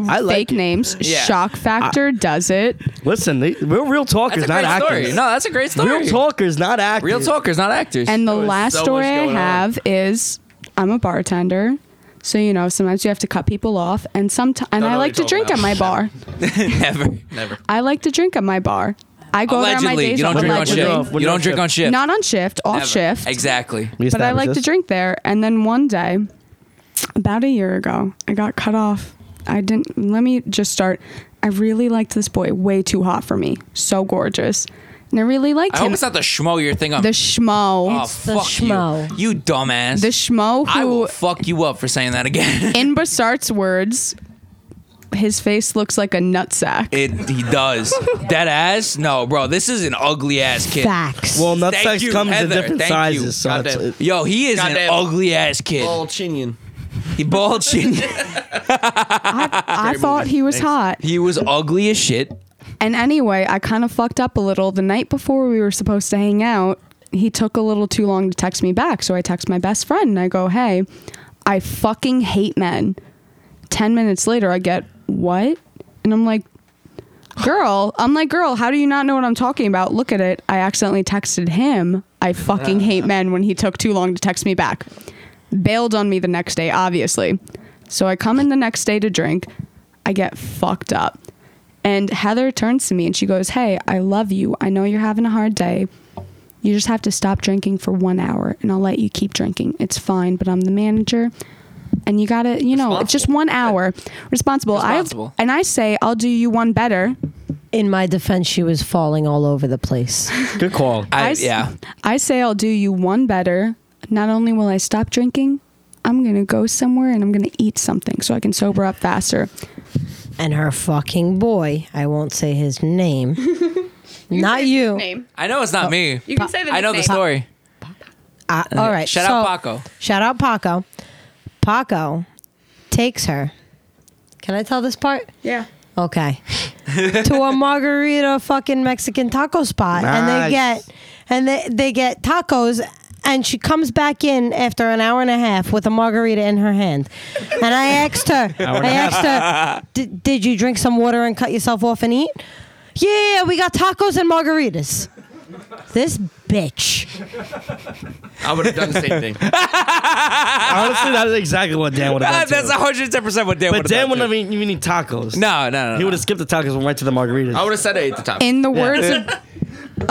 [SPEAKER 6] gave
[SPEAKER 2] I like
[SPEAKER 6] fake
[SPEAKER 2] it.
[SPEAKER 6] names.
[SPEAKER 4] Yeah.
[SPEAKER 6] Shock Factor does it.
[SPEAKER 2] listen, they, we're real
[SPEAKER 4] That's
[SPEAKER 2] talkers,
[SPEAKER 4] a
[SPEAKER 2] not
[SPEAKER 4] great
[SPEAKER 2] actors.
[SPEAKER 4] story. No, that's a great story.
[SPEAKER 2] Real talkers, not actors.
[SPEAKER 4] Real talkers, not actors.
[SPEAKER 6] And
[SPEAKER 4] [laughs]
[SPEAKER 6] the last
[SPEAKER 5] so
[SPEAKER 6] story
[SPEAKER 5] much
[SPEAKER 6] I
[SPEAKER 5] going on.
[SPEAKER 6] have is I'm a bartender. So you know, sometimes you have to cut people off and sometimes and
[SPEAKER 5] Don't
[SPEAKER 6] I
[SPEAKER 5] know
[SPEAKER 6] like
[SPEAKER 5] what
[SPEAKER 6] to
[SPEAKER 5] you're talking
[SPEAKER 6] drink at my bar.
[SPEAKER 5] [laughs]
[SPEAKER 4] never.
[SPEAKER 5] Never.
[SPEAKER 6] I like to drink at my bar. I go there on my
[SPEAKER 4] Allegedly,
[SPEAKER 6] days
[SPEAKER 4] you don't
[SPEAKER 6] off.
[SPEAKER 4] drink on
[SPEAKER 2] Allegedly. When
[SPEAKER 4] shift. You
[SPEAKER 2] you're
[SPEAKER 4] don't
[SPEAKER 2] on
[SPEAKER 4] drink on shift.
[SPEAKER 6] Not on shift, off
[SPEAKER 4] Never.
[SPEAKER 6] shift.
[SPEAKER 4] Exactly.
[SPEAKER 2] We
[SPEAKER 6] But I
[SPEAKER 2] established
[SPEAKER 6] like to
[SPEAKER 2] this.
[SPEAKER 6] drink there. And then one day, about a year ago, I got cut off. I didn't, let me just start. I really liked this boy, way too hot for me. So gorgeous. And I really liked
[SPEAKER 4] I
[SPEAKER 6] him.
[SPEAKER 4] hope it's not the schmo you're thinking of.
[SPEAKER 6] the schmo.
[SPEAKER 4] oh,
[SPEAKER 8] It's the
[SPEAKER 4] fuck
[SPEAKER 8] schmo.
[SPEAKER 4] you. You dumbass.
[SPEAKER 6] the schmo
[SPEAKER 4] I
[SPEAKER 6] who
[SPEAKER 4] will fuck you up for saying that again.
[SPEAKER 6] in Bassart's words, his face looks like a nutsack.
[SPEAKER 4] It he does. that ass? No, bro. This is an ugly ass kid.
[SPEAKER 8] Facts.
[SPEAKER 2] Well, nut
[SPEAKER 4] Thank
[SPEAKER 2] sex
[SPEAKER 4] you,
[SPEAKER 2] comes in
[SPEAKER 4] Heather.
[SPEAKER 2] different
[SPEAKER 4] Thank
[SPEAKER 2] sizes,
[SPEAKER 4] you.
[SPEAKER 2] so it's,
[SPEAKER 5] Goddamn.
[SPEAKER 4] Yo, he is
[SPEAKER 5] Goddamn.
[SPEAKER 4] an ugly ass kid.
[SPEAKER 5] All chinian.
[SPEAKER 4] He bald chin.
[SPEAKER 8] [laughs]
[SPEAKER 6] I, I thought he was hot.
[SPEAKER 4] he was ugly as shit.
[SPEAKER 6] And anyway, I kind of fucked up a little. The night before we were supposed to hang out, he took a little too long to text me back. So I text my best friend and I go, hey, I fucking hate men. 10 minutes later, I get, what? And I'm like, girl, I'm like, girl, how do you not know what I'm talking about? Look at it. I accidentally texted him, I fucking hate men when he took too long to text me back. Bailed on me the next day, obviously. So I come in the next day to drink. I get fucked up. And Heather turns to me and she goes, Hey, I love you. I know you're having a hard day. You just have to stop drinking for one hour and I'll let you keep drinking. It's fine, but I'm the manager. And you gotta, you know, it's just one hour. Responsible.
[SPEAKER 4] Responsible.
[SPEAKER 6] I and I say, I'll do you one better.
[SPEAKER 8] In my defense, she was falling all over the place.
[SPEAKER 2] Good
[SPEAKER 4] [laughs]
[SPEAKER 2] call.
[SPEAKER 4] I,
[SPEAKER 6] s-
[SPEAKER 4] yeah.
[SPEAKER 6] I say I'll do you one better. Not only will I stop drinking, I'm going to go somewhere and I'm going to eat something so I can sober up faster.
[SPEAKER 8] And her fucking boy, I won't say
[SPEAKER 2] [laughs]
[SPEAKER 8] his name. Not you.
[SPEAKER 4] I know it's not
[SPEAKER 8] Oh.
[SPEAKER 4] me.
[SPEAKER 6] You can say the
[SPEAKER 4] I know the
[SPEAKER 6] nickname.
[SPEAKER 4] story.
[SPEAKER 8] Uh, all right.
[SPEAKER 4] Shout out Paco.
[SPEAKER 8] Shout out Paco. Paco takes her. Can I tell this part?
[SPEAKER 6] Yeah.
[SPEAKER 8] Okay. to
[SPEAKER 4] [laughs]
[SPEAKER 8] a margarita fucking Mexican taco spot. And they
[SPEAKER 2] Nice.
[SPEAKER 8] get and they, they get tacos and she comes back in after an hour and a half with a margarita in her hand. And I asked her, I asked her,
[SPEAKER 4] [laughs]
[SPEAKER 8] "Did- did you drink some water and cut yourself off and eat? Yeah, we got tacos and margaritas. This bitch.
[SPEAKER 5] I would have done the same thing.
[SPEAKER 2] Honestly, that is exactly what Dan would
[SPEAKER 4] Ah,
[SPEAKER 2] have done.
[SPEAKER 4] that's
[SPEAKER 2] too.
[SPEAKER 4] hundred ten percent what Dan would
[SPEAKER 2] But
[SPEAKER 4] have
[SPEAKER 2] Dan
[SPEAKER 4] done.
[SPEAKER 2] wouldn't
[SPEAKER 4] too.
[SPEAKER 2] have even even eat tacos.
[SPEAKER 4] No, no, no.
[SPEAKER 2] He
[SPEAKER 4] no.
[SPEAKER 2] would have skipped the tacos and went right to the margaritas.
[SPEAKER 5] I would have said I ate the top.
[SPEAKER 6] In the words of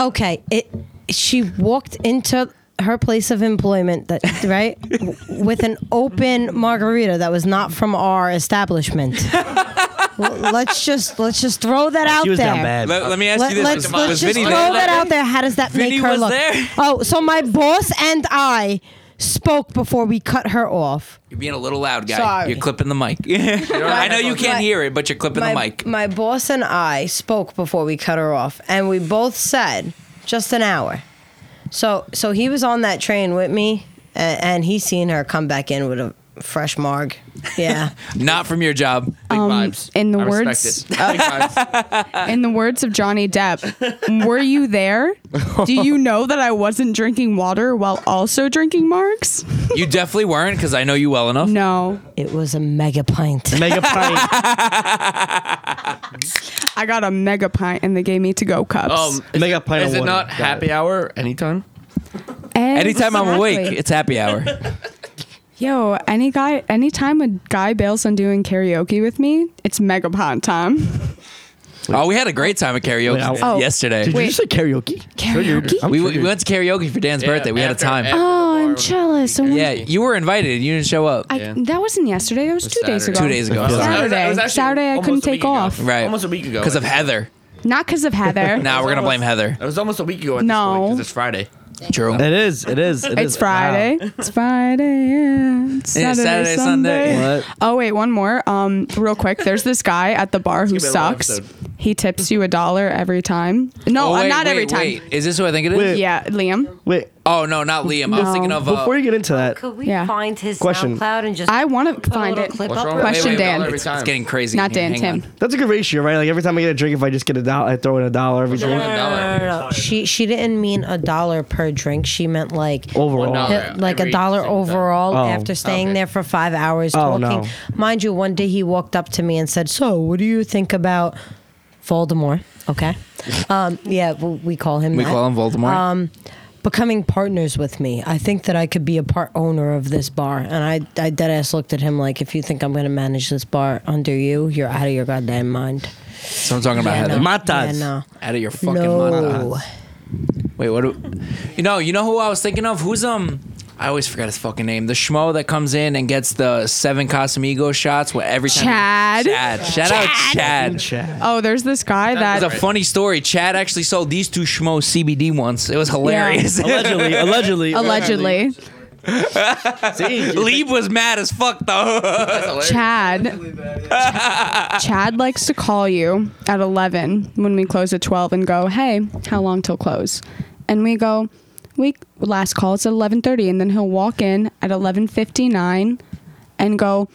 [SPEAKER 4] [laughs]
[SPEAKER 8] Okay, it she walked into her place of employment that right w- with an open margarita that was not from our establishment. Well, let's just let's just throw that out
[SPEAKER 2] she was
[SPEAKER 8] there.
[SPEAKER 2] down bad.
[SPEAKER 4] Let, let me ask
[SPEAKER 8] Let,
[SPEAKER 4] you this:
[SPEAKER 8] us
[SPEAKER 4] Was-
[SPEAKER 8] let's
[SPEAKER 4] was
[SPEAKER 8] just
[SPEAKER 4] Vinny
[SPEAKER 8] throw
[SPEAKER 4] there?
[SPEAKER 8] that out there. How does that
[SPEAKER 4] Vinny
[SPEAKER 8] make her
[SPEAKER 4] was
[SPEAKER 8] look?
[SPEAKER 4] there?
[SPEAKER 8] Oh, so my boss and I spoke before we cut her off.
[SPEAKER 4] You're being a little loud, guy.
[SPEAKER 8] Sorry.
[SPEAKER 4] You're clipping
[SPEAKER 8] [laughs]
[SPEAKER 4] the mic. [laughs] I know you can't
[SPEAKER 8] My-
[SPEAKER 4] hear it, but you're clipping the mic.
[SPEAKER 8] my boss and I spoke before we cut her off, and we both said just an hour. So so he was on that train with me, and, and he seen her come back in with a fresh marg. Yeah,
[SPEAKER 4] Not from your job.
[SPEAKER 5] Big
[SPEAKER 6] Um,
[SPEAKER 5] vibes.
[SPEAKER 6] in the
[SPEAKER 5] I
[SPEAKER 6] words-
[SPEAKER 5] Respect it. Big vibes.
[SPEAKER 6] in the words of Johnny Depp, were you there? Do you know that I wasn't drinking water while also drinking marks?
[SPEAKER 4] You definitely weren't, because I know you well enough.
[SPEAKER 6] No.
[SPEAKER 8] [laughs] it was a mega pint.
[SPEAKER 2] Mega
[SPEAKER 4] [laughs]
[SPEAKER 2] pint.
[SPEAKER 6] I got a mega pint and they gave me to go cups.
[SPEAKER 5] Um, is
[SPEAKER 2] Mega
[SPEAKER 5] it-
[SPEAKER 2] pint of
[SPEAKER 5] Is it
[SPEAKER 2] water.
[SPEAKER 5] not
[SPEAKER 2] Got
[SPEAKER 5] happy hour anytime?
[SPEAKER 4] Anytime I'm awake,
[SPEAKER 6] Exactly.
[SPEAKER 4] it's happy
[SPEAKER 2] [laughs]
[SPEAKER 4] hour.
[SPEAKER 6] Yo, any guy, anytime a guy bails on doing karaoke with me, it's mega pint time.
[SPEAKER 4] oh, we had a great time at karaoke
[SPEAKER 2] Wait, I-
[SPEAKER 6] Oh.
[SPEAKER 4] yesterday.
[SPEAKER 2] Did you
[SPEAKER 6] Wait.
[SPEAKER 2] just say karaoke?
[SPEAKER 6] Karaoke?
[SPEAKER 2] I'm
[SPEAKER 4] We,
[SPEAKER 2] triggered.
[SPEAKER 4] we went to karaoke for Dan's birthday. We had a
[SPEAKER 5] after-
[SPEAKER 4] time.
[SPEAKER 5] after
[SPEAKER 6] [laughs]
[SPEAKER 5] the
[SPEAKER 6] Oh,
[SPEAKER 5] bar
[SPEAKER 6] I'm
[SPEAKER 5] when-
[SPEAKER 6] jealous. I
[SPEAKER 4] yeah, you were invited. You didn't show up.
[SPEAKER 6] I,
[SPEAKER 5] Yeah.
[SPEAKER 6] That wasn't yesterday. That was two days ago.
[SPEAKER 4] Two
[SPEAKER 5] Saturday.
[SPEAKER 4] days ago.
[SPEAKER 5] It was-
[SPEAKER 4] Sorry.
[SPEAKER 5] it was- it was
[SPEAKER 6] Saturday.
[SPEAKER 5] actually
[SPEAKER 6] Saturday, I
[SPEAKER 5] almost
[SPEAKER 6] couldn't
[SPEAKER 5] a
[SPEAKER 6] take
[SPEAKER 5] week ago.
[SPEAKER 6] off.
[SPEAKER 4] Right.
[SPEAKER 5] Almost a week ago.
[SPEAKER 4] Because of Heather.
[SPEAKER 6] Not because of Heather.
[SPEAKER 4] Now we're gonna blame Heather.
[SPEAKER 5] It was almost a week ago at
[SPEAKER 6] No.
[SPEAKER 5] this point because it's Friday.
[SPEAKER 4] True.
[SPEAKER 2] It is. It is. It
[SPEAKER 6] It's
[SPEAKER 2] is.
[SPEAKER 6] Friday. It's Friday. yeah. It's
[SPEAKER 4] Yeah,
[SPEAKER 6] Saturday,
[SPEAKER 4] Saturday,
[SPEAKER 6] Sunday.
[SPEAKER 4] Sunday.
[SPEAKER 2] What?
[SPEAKER 6] Oh wait, one more. Um, real quick. There's this guy at the bar who
[SPEAKER 5] It's gonna be a long
[SPEAKER 6] sucks.
[SPEAKER 5] episode.
[SPEAKER 6] He tips you a dollar every time.
[SPEAKER 4] Oh,
[SPEAKER 6] No, uh,
[SPEAKER 4] wait,
[SPEAKER 6] not
[SPEAKER 4] wait,
[SPEAKER 6] every time.
[SPEAKER 4] Wait. Is this who I think it is?
[SPEAKER 2] Wait.
[SPEAKER 6] Yeah, Liam.
[SPEAKER 2] Wait.
[SPEAKER 4] Oh no, not Liam. I was
[SPEAKER 6] No.
[SPEAKER 4] thinking of uh,
[SPEAKER 2] Before you get into that,
[SPEAKER 3] Could we
[SPEAKER 6] Yeah.
[SPEAKER 3] find his
[SPEAKER 2] Question.
[SPEAKER 3] SoundCloud and [laughs] just
[SPEAKER 6] I want to
[SPEAKER 3] put a
[SPEAKER 6] find
[SPEAKER 3] little
[SPEAKER 6] it.
[SPEAKER 3] clip
[SPEAKER 5] What's
[SPEAKER 3] up
[SPEAKER 5] wrong with
[SPEAKER 3] of it?
[SPEAKER 5] wait,
[SPEAKER 6] Question,
[SPEAKER 5] wait,
[SPEAKER 6] Dan.
[SPEAKER 5] dollar Every
[SPEAKER 4] it's,
[SPEAKER 5] time.
[SPEAKER 4] it's getting crazy.
[SPEAKER 6] Not
[SPEAKER 4] Here,
[SPEAKER 6] Dan.
[SPEAKER 4] hang on.
[SPEAKER 6] Tim.
[SPEAKER 2] that's a good ratio, right? Like every time I get a drink, if I just get a dollar, I throw in a dollar every
[SPEAKER 5] More
[SPEAKER 2] drink.
[SPEAKER 5] than a dollar.
[SPEAKER 8] She she didn't mean a dollar per drink. She meant like
[SPEAKER 2] Overall,
[SPEAKER 5] Well, no.
[SPEAKER 8] hi- like a
[SPEAKER 5] Every
[SPEAKER 8] dollar
[SPEAKER 5] single time.
[SPEAKER 8] overall
[SPEAKER 2] Oh.
[SPEAKER 8] after staying
[SPEAKER 5] Okay.
[SPEAKER 8] there for five hours
[SPEAKER 2] Oh,
[SPEAKER 8] talking.
[SPEAKER 2] no.
[SPEAKER 8] Mind you, one day he walked up to me and said, "So, what do you think about Voldemort?" Okay, um, yeah, w- we call him.
[SPEAKER 4] We
[SPEAKER 8] that.
[SPEAKER 4] call him Voldemort.
[SPEAKER 6] Um,
[SPEAKER 8] becoming partners with me. I think that I could be a part owner of this bar. And I, I dead ass looked at him like, if you think I'm going to manage this bar under you, you're out of your goddamn mind.
[SPEAKER 4] so I'm talking about Heather.
[SPEAKER 2] no. Matas.
[SPEAKER 8] Yeah,
[SPEAKER 4] Out of your fucking
[SPEAKER 8] no. No.
[SPEAKER 4] mind. Wait, what? Do, you know, you know who I was thinking of? Who's um? I always forget his fucking name. The schmo that comes in and gets the seven Casamigos shots. What every time?
[SPEAKER 6] Chad.
[SPEAKER 4] Chad. Shout out Chad.
[SPEAKER 2] Chad.
[SPEAKER 6] Oh, there's this guy
[SPEAKER 4] It's
[SPEAKER 6] that.
[SPEAKER 4] a funny story. Chad actually sold these two schmo CBD once. It was hilarious. [laughs]
[SPEAKER 2] Allegedly, allegedly,
[SPEAKER 6] allegedly.
[SPEAKER 5] See,
[SPEAKER 4] Lieb was mad as fuck though.
[SPEAKER 6] Chad. [laughs] Chad likes to call you at 11 when we close at 12 and go, "Hey, how long till close?" And we go, "We last call it's at 11:30." And then he'll walk in at 11:59 and go,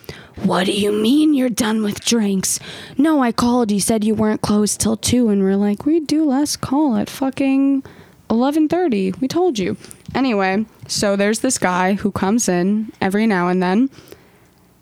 [SPEAKER 6] "What do you mean you're done with drinks?" "No, I called. You said you weren't closed till 2." And we're like, "We do last call at fucking 11:30. We told you." Anyway, so there's this guy who comes in every now and then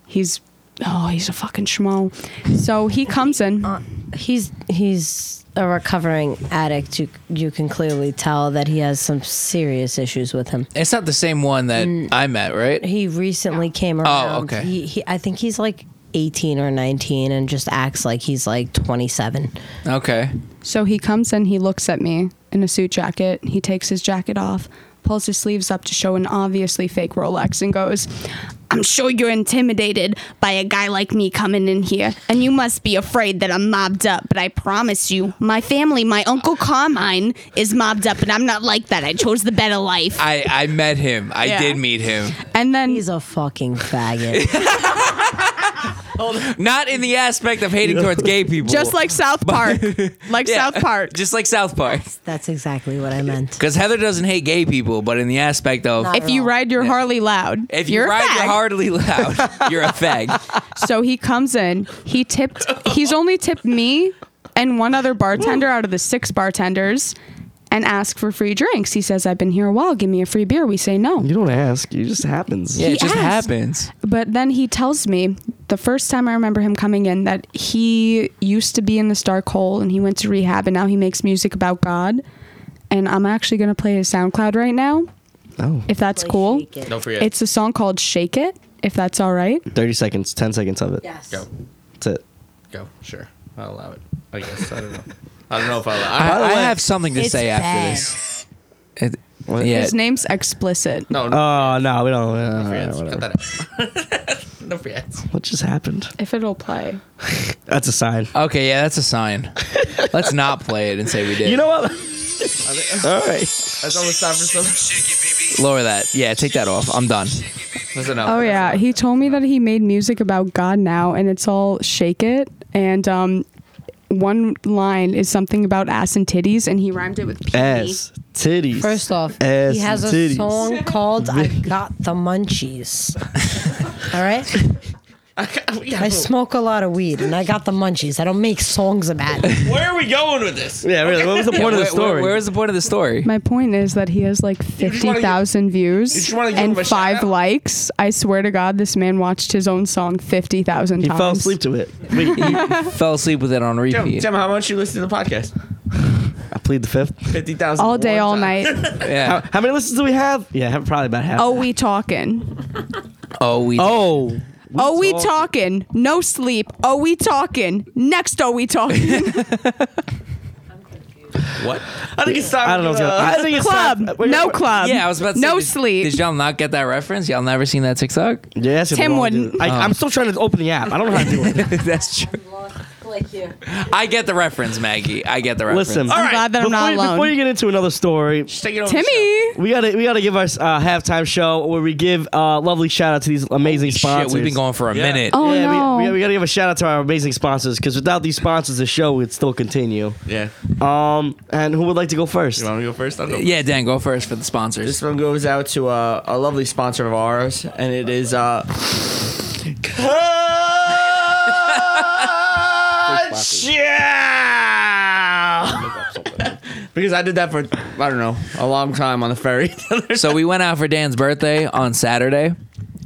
[SPEAKER 6] he's oh he's a fucking schmo so he comes in
[SPEAKER 8] He's he's a recovering addict. You you can clearly tell that he has some serious issues with him.
[SPEAKER 4] It's not the same one that
[SPEAKER 6] Mm.
[SPEAKER 4] I met, right?
[SPEAKER 8] He recently came
[SPEAKER 2] Oh,
[SPEAKER 8] around.
[SPEAKER 4] okay.
[SPEAKER 8] He, he I think he's like 18 or 19 and just acts like he's like 27.
[SPEAKER 4] Okay.
[SPEAKER 6] so he comes in he looks at me in a suit jacket he takes his jacket off pulls his sleeves up to show an obviously fake rolex and goes i'm sure you're intimidated by a guy like me coming in here and you must be afraid that i'm mobbed up but i promise you my family my uncle carmine is mobbed up and i'm not like that i chose the better life
[SPEAKER 4] I, I met him. I
[SPEAKER 6] Yeah.
[SPEAKER 4] did meet him.
[SPEAKER 6] and then
[SPEAKER 8] He's
[SPEAKER 2] [laughs]
[SPEAKER 8] a fucking faggot.
[SPEAKER 4] Not in the aspect of [laughs] hating towards gay people.
[SPEAKER 6] just like south
[SPEAKER 4] [laughs]
[SPEAKER 6] park like
[SPEAKER 4] Yeah. [laughs]
[SPEAKER 6] south park
[SPEAKER 4] Just like South Park.
[SPEAKER 8] That's exactly what I meant.
[SPEAKER 4] Because Heather doesn't hate gay people, but in the aspect of
[SPEAKER 8] Not
[SPEAKER 6] if you ride your Harley loud,
[SPEAKER 4] if you
[SPEAKER 6] you're a
[SPEAKER 4] ride your
[SPEAKER 6] fag.
[SPEAKER 4] hardly loud,
[SPEAKER 6] [laughs]
[SPEAKER 4] you're a fag.
[SPEAKER 6] so he comes in. He tipped. He's only tipped me and one other bartender out of the six bartenders, and asked for free drinks. He says, "I've been here a while. Give me a free beer." We say no.
[SPEAKER 2] You don't ask. It just happens.
[SPEAKER 4] Yeah,
[SPEAKER 6] He
[SPEAKER 4] it just
[SPEAKER 6] asked.
[SPEAKER 4] happens.
[SPEAKER 6] But then he tells me the first time I remember him coming in that he used to be in the Stark Hole and he went to rehab and now he makes music about God. And I'm actually going to play his SoundCloud right now.
[SPEAKER 2] Oh.
[SPEAKER 6] If that's cool.
[SPEAKER 8] Shake it.
[SPEAKER 5] Don't forget.
[SPEAKER 6] It's a song called Shake It, if that's all right.
[SPEAKER 2] 30 seconds, 10 seconds of it.
[SPEAKER 8] Yes.
[SPEAKER 5] go,
[SPEAKER 2] That's it.
[SPEAKER 5] go. Sure, I'll allow it. I guess I don't know. I don't know if I'll.
[SPEAKER 4] I,
[SPEAKER 6] Uh,
[SPEAKER 5] I,
[SPEAKER 4] I have something to
[SPEAKER 8] It's
[SPEAKER 4] say after
[SPEAKER 8] bad.
[SPEAKER 4] this. It- yeah.
[SPEAKER 6] His name's explicit.
[SPEAKER 5] no, no.
[SPEAKER 2] Oh, no, we don't. Uh,
[SPEAKER 5] friends. Cut
[SPEAKER 2] whatever.
[SPEAKER 5] that out. no friends.
[SPEAKER 2] what just happened?
[SPEAKER 6] If it'll play.
[SPEAKER 2] That's a sign.
[SPEAKER 4] Okay, yeah, that's a sign. Let's not play it and say we did.
[SPEAKER 2] You know what? All right.
[SPEAKER 5] That's almost time for some.
[SPEAKER 4] lower that. Yeah, take that off. I'm done.
[SPEAKER 5] That's enough. [laughs]
[SPEAKER 6] Oh yeah, he told me that he made music about God now, and it's all shake it. And um, one line is something about ass and titties, and he rhymed it with pee.
[SPEAKER 2] Ass, titties.
[SPEAKER 8] First off,
[SPEAKER 2] ass
[SPEAKER 8] he has a
[SPEAKER 2] and titties. [laughs]
[SPEAKER 8] song called I Got the Munchies. All right? I smoke a lot of weed and I got the munchies. I don't make
[SPEAKER 2] [laughs]
[SPEAKER 8] songs about it.
[SPEAKER 5] Where are we going with this?
[SPEAKER 2] Yeah, really. What was the point of the
[SPEAKER 4] Where- where-
[SPEAKER 2] story?
[SPEAKER 4] where is the point of the story?
[SPEAKER 6] My point is that he has like
[SPEAKER 5] just wanna give-
[SPEAKER 6] 50,000 views
[SPEAKER 5] just wanna give him a
[SPEAKER 6] and five
[SPEAKER 5] shout-out?
[SPEAKER 6] likes. I swear to God, this man watched his own song 50,000
[SPEAKER 2] he
[SPEAKER 6] times.
[SPEAKER 2] fell asleep to it. Wait,
[SPEAKER 6] [laughs]
[SPEAKER 2] I
[SPEAKER 4] Fell asleep with it on
[SPEAKER 5] Tim,
[SPEAKER 4] repeat.
[SPEAKER 5] Tim, how much you listen to the podcast?
[SPEAKER 2] plead the fifth.
[SPEAKER 5] Fifty thousand.
[SPEAKER 6] all day,
[SPEAKER 2] [laughs]
[SPEAKER 6] all night.
[SPEAKER 4] Yeah.
[SPEAKER 2] How many listens do we have? Yeah, have probably about half.
[SPEAKER 6] Oh, we talking.
[SPEAKER 4] Oh, we.
[SPEAKER 2] Oh.
[SPEAKER 6] Oh, we talking. No sleep. Oh, we talking. Next, oh, we talking.
[SPEAKER 5] What? I think it's time.
[SPEAKER 2] I don't know. What's going
[SPEAKER 5] for, uh,
[SPEAKER 2] on. [laughs] I think it's
[SPEAKER 6] club.
[SPEAKER 2] time- we're-
[SPEAKER 6] No club.
[SPEAKER 4] Yeah, I was about to say,
[SPEAKER 6] No
[SPEAKER 4] did-
[SPEAKER 6] sleep.
[SPEAKER 4] Did y'all not get that reference? Y'all never seen that TikTok?
[SPEAKER 2] Yeah, that's
[SPEAKER 6] Tim
[SPEAKER 2] wrong,
[SPEAKER 6] wouldn't.
[SPEAKER 2] dude. I, I'm still trying to open the app. I don't know how to do it.
[SPEAKER 4] [laughs] That's true. I get the reference, Maggie. I get the reference.
[SPEAKER 2] Listen,
[SPEAKER 6] I'm glad that
[SPEAKER 2] before,
[SPEAKER 6] I'm not
[SPEAKER 2] you-
[SPEAKER 6] alone.
[SPEAKER 2] before you get into another story,
[SPEAKER 5] just take it over.
[SPEAKER 6] Timmy.
[SPEAKER 2] we gotta we gotta give our uh, halftime show where we give uh, lovely shout out to these amazing
[SPEAKER 4] shit,
[SPEAKER 2] sponsors.
[SPEAKER 4] we've been going for a minute.
[SPEAKER 6] Oh
[SPEAKER 2] Yeah,
[SPEAKER 6] no.
[SPEAKER 2] we, we, we gotta give a shout out to our amazing sponsors because without these sponsors, the show would still continue.
[SPEAKER 5] Yeah.
[SPEAKER 2] Um, and who would like to go first?
[SPEAKER 5] You want to go first? I'll go.
[SPEAKER 4] Yeah, Dan, go first for the
[SPEAKER 5] This
[SPEAKER 4] sponsors.
[SPEAKER 5] one goes out to uh, a lovely sponsor of ours, and it is uh. Conchal! [laughs] because I did that for I don't know a long time on the ferry. [laughs]
[SPEAKER 4] so we went out for Dan's birthday on Saturday,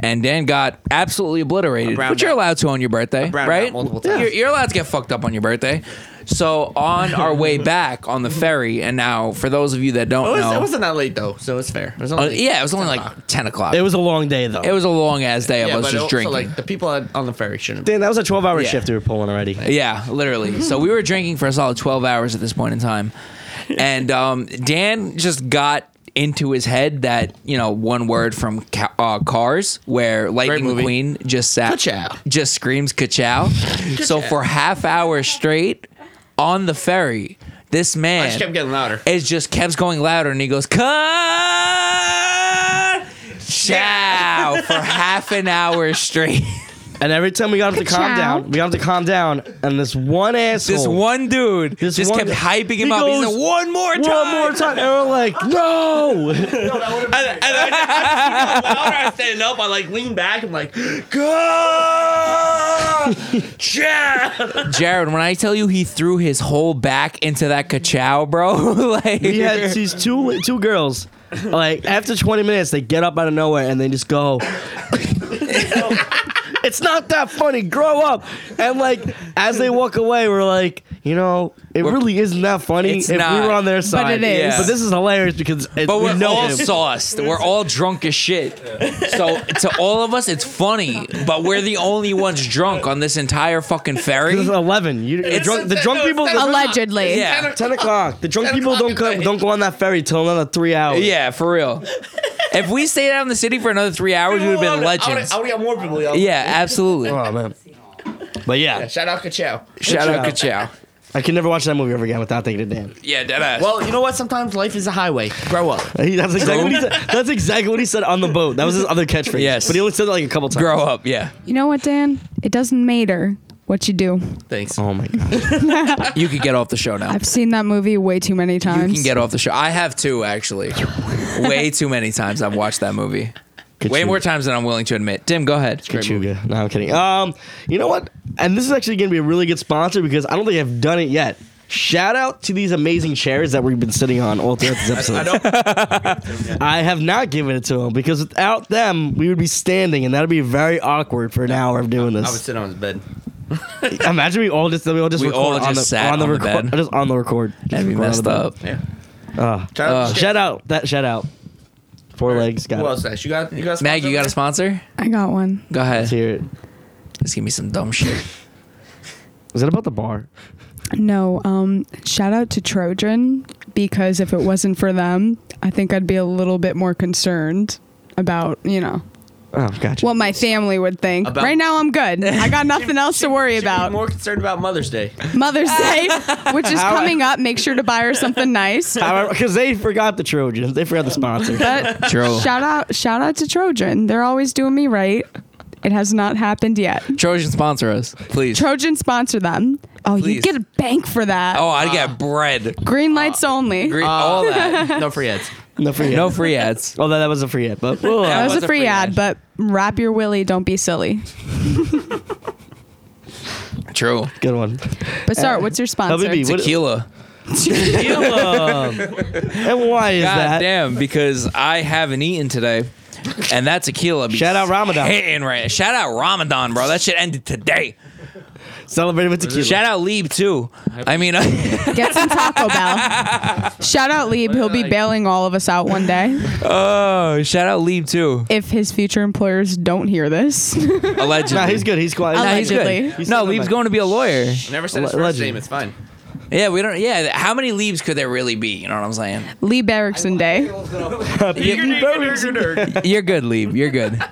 [SPEAKER 4] and Dan got absolutely obliterated.
[SPEAKER 5] browned
[SPEAKER 4] But you're
[SPEAKER 5] out.
[SPEAKER 4] allowed to on your birthday,
[SPEAKER 5] browned
[SPEAKER 4] right?
[SPEAKER 5] out multiple times.
[SPEAKER 4] You're, you're allowed to get fucked up on your birthday. So on our
[SPEAKER 5] [laughs]
[SPEAKER 4] way back on the ferry, and now for those of you that don't
[SPEAKER 5] it, was,
[SPEAKER 4] know,
[SPEAKER 5] it wasn't that late though, so it's fair. It was
[SPEAKER 4] uh,
[SPEAKER 5] only,
[SPEAKER 4] yeah, it was only like ten o'clock.
[SPEAKER 2] It was a long day though.
[SPEAKER 4] It was a long ass day of
[SPEAKER 5] yeah,
[SPEAKER 4] us
[SPEAKER 5] but
[SPEAKER 4] just
[SPEAKER 5] also,
[SPEAKER 4] drinking.
[SPEAKER 5] Like the people on on the ferry shouldn't.
[SPEAKER 2] Dan, that was a 12 hour
[SPEAKER 4] Yeah.
[SPEAKER 2] shift we were pulling already.
[SPEAKER 4] Yeah, literally. so we were drinking for a solid 12 hours at this point in time. And um, Dan just got into his head that, you know, one word from ca- uh, Cars where Lightning
[SPEAKER 5] movie.
[SPEAKER 4] McQueen just sat,
[SPEAKER 5] Ka-chow.
[SPEAKER 4] just screams ka-chow. so for half hour straight on the ferry, this man
[SPEAKER 5] I just kept getting louder.
[SPEAKER 4] it just kept going louder, and he goes, "Cut!" chow for half an hour straight.
[SPEAKER 2] And every time we got him to calm
[SPEAKER 6] Ka-chow.
[SPEAKER 2] down, we got him to calm down, and this one asshole.
[SPEAKER 4] This one dude
[SPEAKER 2] This
[SPEAKER 4] just
[SPEAKER 2] one-
[SPEAKER 4] kept hyping him
[SPEAKER 2] He
[SPEAKER 4] up. He's
[SPEAKER 2] goes,
[SPEAKER 4] like, one more time.
[SPEAKER 2] One more time. And we're like, no.
[SPEAKER 5] I stand up. I like lean back.
[SPEAKER 4] [laughs]
[SPEAKER 5] I'm like, go, yeah.
[SPEAKER 4] Jared, when I tell you he threw his whole back into that kachow, bro, [laughs] like
[SPEAKER 2] He
[SPEAKER 4] [laughs]
[SPEAKER 2] had these two two girls. Like after 20 minutes, they get up out of nowhere and they just go. [laughs] it's not that funny. Grow up. And like as they walk away, we're like, you know, it really isn't that funny.
[SPEAKER 4] It's
[SPEAKER 2] if
[SPEAKER 4] not.
[SPEAKER 2] we were on their side,
[SPEAKER 6] it is.
[SPEAKER 2] But this is hilarious because it's,
[SPEAKER 4] But
[SPEAKER 2] we
[SPEAKER 4] we're
[SPEAKER 2] know
[SPEAKER 4] all
[SPEAKER 2] him.
[SPEAKER 4] sauced. We're all drunk as shit. So to all of us, it's funny, but we're the only ones drunk on this entire fucking
[SPEAKER 2] This
[SPEAKER 4] ferry.
[SPEAKER 2] is 11. You, the drunk, the drunk people. The,
[SPEAKER 6] Allegedly.
[SPEAKER 4] Yeah,
[SPEAKER 2] 10 o'clock. The drunk people don't
[SPEAKER 5] o'clock at
[SPEAKER 2] go, don't go on that ferry till another three hours.
[SPEAKER 4] yeah, for real. If we stayed out in the city for another three hours, we would have been legends.
[SPEAKER 5] I would have got more people. Yo.
[SPEAKER 4] Yeah, absolutely.
[SPEAKER 2] Oh, man. But yeah,
[SPEAKER 5] Shout out Kachow.
[SPEAKER 4] Shout out
[SPEAKER 2] Good
[SPEAKER 4] Kachow.
[SPEAKER 2] I can never watch that movie ever again without thinking of Dan.
[SPEAKER 4] Yeah, deadass.
[SPEAKER 5] Well, you know what? Sometimes life is a highway. Grow up.
[SPEAKER 2] He- That's exactly what he said. That's exactly what he said on the boat. That was his other catchphrase.
[SPEAKER 4] Yes.
[SPEAKER 2] but he only said it like a couple times.
[SPEAKER 4] grow up. Yeah,
[SPEAKER 6] You know what, Dan? It doesn't matter what you do.
[SPEAKER 5] Thanks.
[SPEAKER 2] Oh my god.
[SPEAKER 4] you could get off the show now.
[SPEAKER 6] I've seen that movie way too many times.
[SPEAKER 4] You can get off the show. I have too, actually. Way too many times I've watched that movie. Way
[SPEAKER 2] you.
[SPEAKER 4] more times than I'm willing to admit. Tim, go ahead.
[SPEAKER 2] Kachuga. No, I'm kidding. Um, you know what? And this is actually going to be a really good sponsor because I don't think I've done it yet. Shout out to these amazing chairs that we've been sitting on all throughout this episode. I, [laughs] have not given it to them because without them, we would be standing, and that'd be very awkward for an hour of doing
[SPEAKER 5] I would
[SPEAKER 2] this.
[SPEAKER 5] sit on his bed.
[SPEAKER 2] Imagine we all just we all just
[SPEAKER 4] We
[SPEAKER 2] record
[SPEAKER 4] all
[SPEAKER 2] on
[SPEAKER 4] just
[SPEAKER 2] the
[SPEAKER 4] sat
[SPEAKER 2] on the,
[SPEAKER 4] on the
[SPEAKER 2] record
[SPEAKER 4] bed.
[SPEAKER 2] just on the record. Just
[SPEAKER 4] That'd be
[SPEAKER 2] record on the
[SPEAKER 4] messed
[SPEAKER 2] bed.
[SPEAKER 4] up.
[SPEAKER 5] Yeah.
[SPEAKER 2] Ah.
[SPEAKER 5] Uh, Shout out to
[SPEAKER 2] Shout out that shout out. Four legs. Got
[SPEAKER 5] Who
[SPEAKER 2] it.
[SPEAKER 5] else next? You got you got
[SPEAKER 4] Maggie, you got a
[SPEAKER 5] sponsor?
[SPEAKER 4] sponsor?
[SPEAKER 6] I got one.
[SPEAKER 4] Go ahead.
[SPEAKER 2] Let's hear it.
[SPEAKER 4] Let's give me some dumb shit.
[SPEAKER 2] Was it about the bar?
[SPEAKER 6] No, um, shout out to Trojan because if it wasn't for them, I think I'd be a little bit more concerned about, you know,
[SPEAKER 2] Oh, gotcha.
[SPEAKER 6] what my family would think.
[SPEAKER 5] About-
[SPEAKER 6] right now, I'm good. I got nothing else to worry
[SPEAKER 5] Should be
[SPEAKER 6] about.
[SPEAKER 5] More concerned about Mother's [laughs] Day.
[SPEAKER 6] Mother's Day, which is coming up. Make sure to buy her something nice.
[SPEAKER 2] because they forgot the Trojans. They forgot the sponsor.
[SPEAKER 4] [laughs]
[SPEAKER 6] But
[SPEAKER 4] True.
[SPEAKER 6] shout out, shout out to Trojan. They're always doing me right. It has not happened yet.
[SPEAKER 4] Trojan sponsor us, please.
[SPEAKER 6] Trojan sponsor them. Oh,
[SPEAKER 4] Please.
[SPEAKER 6] you get a bank for that.
[SPEAKER 4] oh, I get bread.
[SPEAKER 6] Green lights only.
[SPEAKER 4] Green,
[SPEAKER 5] Ah.
[SPEAKER 4] all that.
[SPEAKER 5] no free ads.
[SPEAKER 2] no free.
[SPEAKER 4] No
[SPEAKER 2] No.
[SPEAKER 4] free ads.
[SPEAKER 2] Although that was a free hit, but we'll
[SPEAKER 6] that
[SPEAKER 2] allow
[SPEAKER 6] was,
[SPEAKER 2] it.
[SPEAKER 6] a free, ad, but wrap your willy, don't be silly.
[SPEAKER 4] True.
[SPEAKER 2] good one.
[SPEAKER 6] But sorry, what's your sponsor?
[SPEAKER 2] LBB, what-
[SPEAKER 4] Tequila.
[SPEAKER 2] and why is
[SPEAKER 4] God
[SPEAKER 2] that?
[SPEAKER 4] damn, because I haven't eaten today. And that tequila be
[SPEAKER 2] Shout out Ramadan.
[SPEAKER 4] hitting right. Shout out Ramadan, bro. That shit ended today.
[SPEAKER 2] Celebrating with tequila.
[SPEAKER 4] Shout out Lieb too. I mean,
[SPEAKER 6] Get some Taco
[SPEAKER 4] [laughs]
[SPEAKER 6] Bell. Shout out Lieb, he'll be bailing all of us out one day
[SPEAKER 4] oh, shout out Lieb too.
[SPEAKER 6] [laughs] if his future employers don't hear this. [laughs]
[SPEAKER 4] Allegedly.
[SPEAKER 2] Nah, he's good. He's quiet.
[SPEAKER 4] Nah,
[SPEAKER 2] Nah,
[SPEAKER 4] he's
[SPEAKER 2] he's-
[SPEAKER 6] Allegedly.
[SPEAKER 4] good. No, Lieb's going to be a lawyer.
[SPEAKER 5] Never said
[SPEAKER 2] Le-
[SPEAKER 5] his first
[SPEAKER 2] legend.
[SPEAKER 5] name. It's [laughs] fine.
[SPEAKER 4] Yeah, we don't. Yeah, how many Liebs could there really be? You know what I'm saying?
[SPEAKER 6] Lee Erickson Day.
[SPEAKER 4] You're good, Lieb. You're good.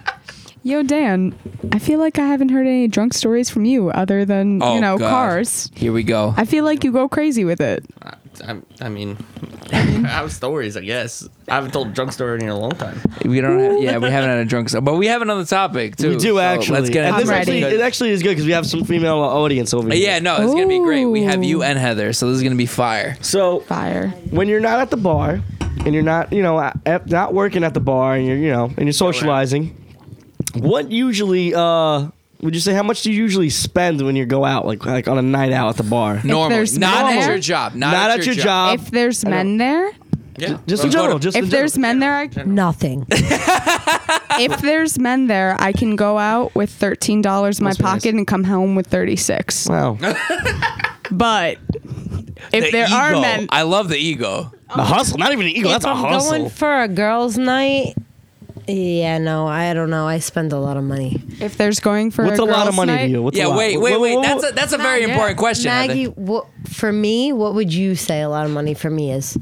[SPEAKER 6] Yo, Dan, I feel like I haven't heard any drunk stories from you other than,
[SPEAKER 4] Oh,
[SPEAKER 6] you know,
[SPEAKER 4] God.
[SPEAKER 6] cars.
[SPEAKER 4] Here we go.
[SPEAKER 6] I feel like you go crazy with it.
[SPEAKER 5] I, I, I mean, I have stories, I guess. I haven't told a drunk story in a long time.
[SPEAKER 4] We don't. Have, yeah, we haven't had a drunk, but we have another topic too.
[SPEAKER 2] we do
[SPEAKER 4] so
[SPEAKER 2] actually.
[SPEAKER 4] Let's get
[SPEAKER 2] and
[SPEAKER 4] into
[SPEAKER 2] this
[SPEAKER 6] I'm
[SPEAKER 4] it.
[SPEAKER 2] actually,
[SPEAKER 6] ready.
[SPEAKER 2] it actually is good because we have some female audience over here.
[SPEAKER 4] Yeah, no, it's gonna be great. We have you
[SPEAKER 6] Ooh.
[SPEAKER 4] and Heather, so this is gonna be fire.
[SPEAKER 2] So
[SPEAKER 6] Fire.
[SPEAKER 2] when you're not at the bar and you're not you know at, not working at the bar and you're you know and you're socializing what usually uh would you say how much do you usually spend when you go out like like on a night out at the bar
[SPEAKER 4] Normal,
[SPEAKER 6] there's
[SPEAKER 4] not
[SPEAKER 6] men
[SPEAKER 4] at
[SPEAKER 6] there-
[SPEAKER 4] your job, not,
[SPEAKER 2] not, at your job,
[SPEAKER 6] if there's men there,
[SPEAKER 5] Yeah.
[SPEAKER 2] Um, just in
[SPEAKER 4] Go to-
[SPEAKER 2] general just
[SPEAKER 6] if
[SPEAKER 2] in general.
[SPEAKER 6] there's men there, I
[SPEAKER 8] Nothing.
[SPEAKER 6] [laughs] if there's men there, I can go out with thirteen dollars in my pocket and come home with thirty six.
[SPEAKER 2] wow
[SPEAKER 6] But if
[SPEAKER 4] The
[SPEAKER 6] there
[SPEAKER 4] ego.
[SPEAKER 6] are men,
[SPEAKER 4] I love the ego.
[SPEAKER 2] the hustle not even an ego that's
[SPEAKER 8] if
[SPEAKER 2] a
[SPEAKER 8] I'm
[SPEAKER 2] hustle
[SPEAKER 8] going for a girls' night, yeah, no, I don't know. I spend a lot of money.
[SPEAKER 6] if there's going for
[SPEAKER 2] what's a,
[SPEAKER 6] a,
[SPEAKER 2] lot
[SPEAKER 6] girls'
[SPEAKER 2] of money
[SPEAKER 6] night,
[SPEAKER 2] to you what's
[SPEAKER 4] yeah,
[SPEAKER 2] a lot?
[SPEAKER 4] wait,
[SPEAKER 2] Wha-
[SPEAKER 4] wait,
[SPEAKER 2] wha-
[SPEAKER 4] wait.
[SPEAKER 2] wha-
[SPEAKER 4] That's a that's a very
[SPEAKER 6] yet.
[SPEAKER 4] important question. Heather.
[SPEAKER 8] Maggie, what, for me, what would you say a lot of money for me is?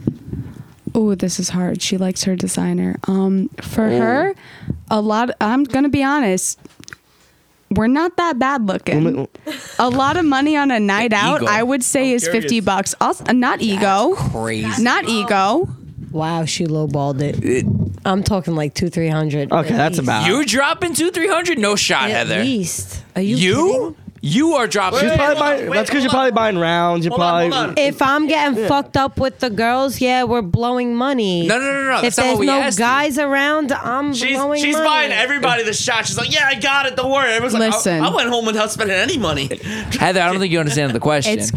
[SPEAKER 6] Oh, this is hard. She likes her designer. Um, for her, a lot. I'm gonna be honest. We're not that bad looking. A lot of money on a night out,
[SPEAKER 4] ego.
[SPEAKER 6] I would say, is fifty bucks. Also, not ego,
[SPEAKER 4] Crazy.
[SPEAKER 6] not ego.
[SPEAKER 8] Wow, she lowballed it.
[SPEAKER 4] Uh,
[SPEAKER 8] I'm talking like two, three hundred.
[SPEAKER 2] Okay, that's about.
[SPEAKER 4] You dropping two, three hundred? No shot,
[SPEAKER 8] at
[SPEAKER 4] Heather.
[SPEAKER 8] least. Are you?
[SPEAKER 4] You? You are dropping.
[SPEAKER 2] She's probably buying,
[SPEAKER 5] wait,
[SPEAKER 2] that's because
[SPEAKER 5] hold
[SPEAKER 2] you're probably buying rounds. You're
[SPEAKER 5] Hold on,
[SPEAKER 2] probably.
[SPEAKER 5] hold on.
[SPEAKER 8] kidding? If I'm getting fucked up with the girls, yeah, we're blowing money.
[SPEAKER 4] No, no, no, no, no,
[SPEAKER 8] If
[SPEAKER 4] that's not what
[SPEAKER 8] there's
[SPEAKER 4] we
[SPEAKER 8] no
[SPEAKER 4] asked you.
[SPEAKER 8] guys around, I'm
[SPEAKER 5] She's,
[SPEAKER 8] blowing
[SPEAKER 5] she's
[SPEAKER 8] money.
[SPEAKER 5] buying everybody the shot. She's like, yeah, I got it. Don't worry. Everyone's
[SPEAKER 6] Listen.
[SPEAKER 5] like, I, I went home without spending any [laughs] money.
[SPEAKER 4] Heather, I don't think you understand the question.
[SPEAKER 6] It's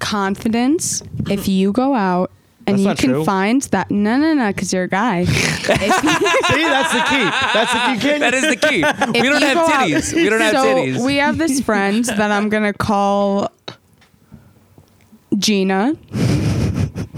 [SPEAKER 6] confidence. If you go out and
[SPEAKER 2] That's
[SPEAKER 6] you
[SPEAKER 2] not
[SPEAKER 6] can
[SPEAKER 2] true.
[SPEAKER 6] find that, no, no, no, because you're
[SPEAKER 4] [laughs]
[SPEAKER 6] a guy.
[SPEAKER 2] See, that's the key. That's the key. You can't-
[SPEAKER 4] [laughs] that is the key.
[SPEAKER 6] If
[SPEAKER 4] we don't
[SPEAKER 6] you
[SPEAKER 4] have
[SPEAKER 6] go out-
[SPEAKER 4] titties. We don't have
[SPEAKER 6] so
[SPEAKER 4] titties.
[SPEAKER 6] We have
[SPEAKER 4] [laughs]
[SPEAKER 6] this friend that I'm gonna call Gina.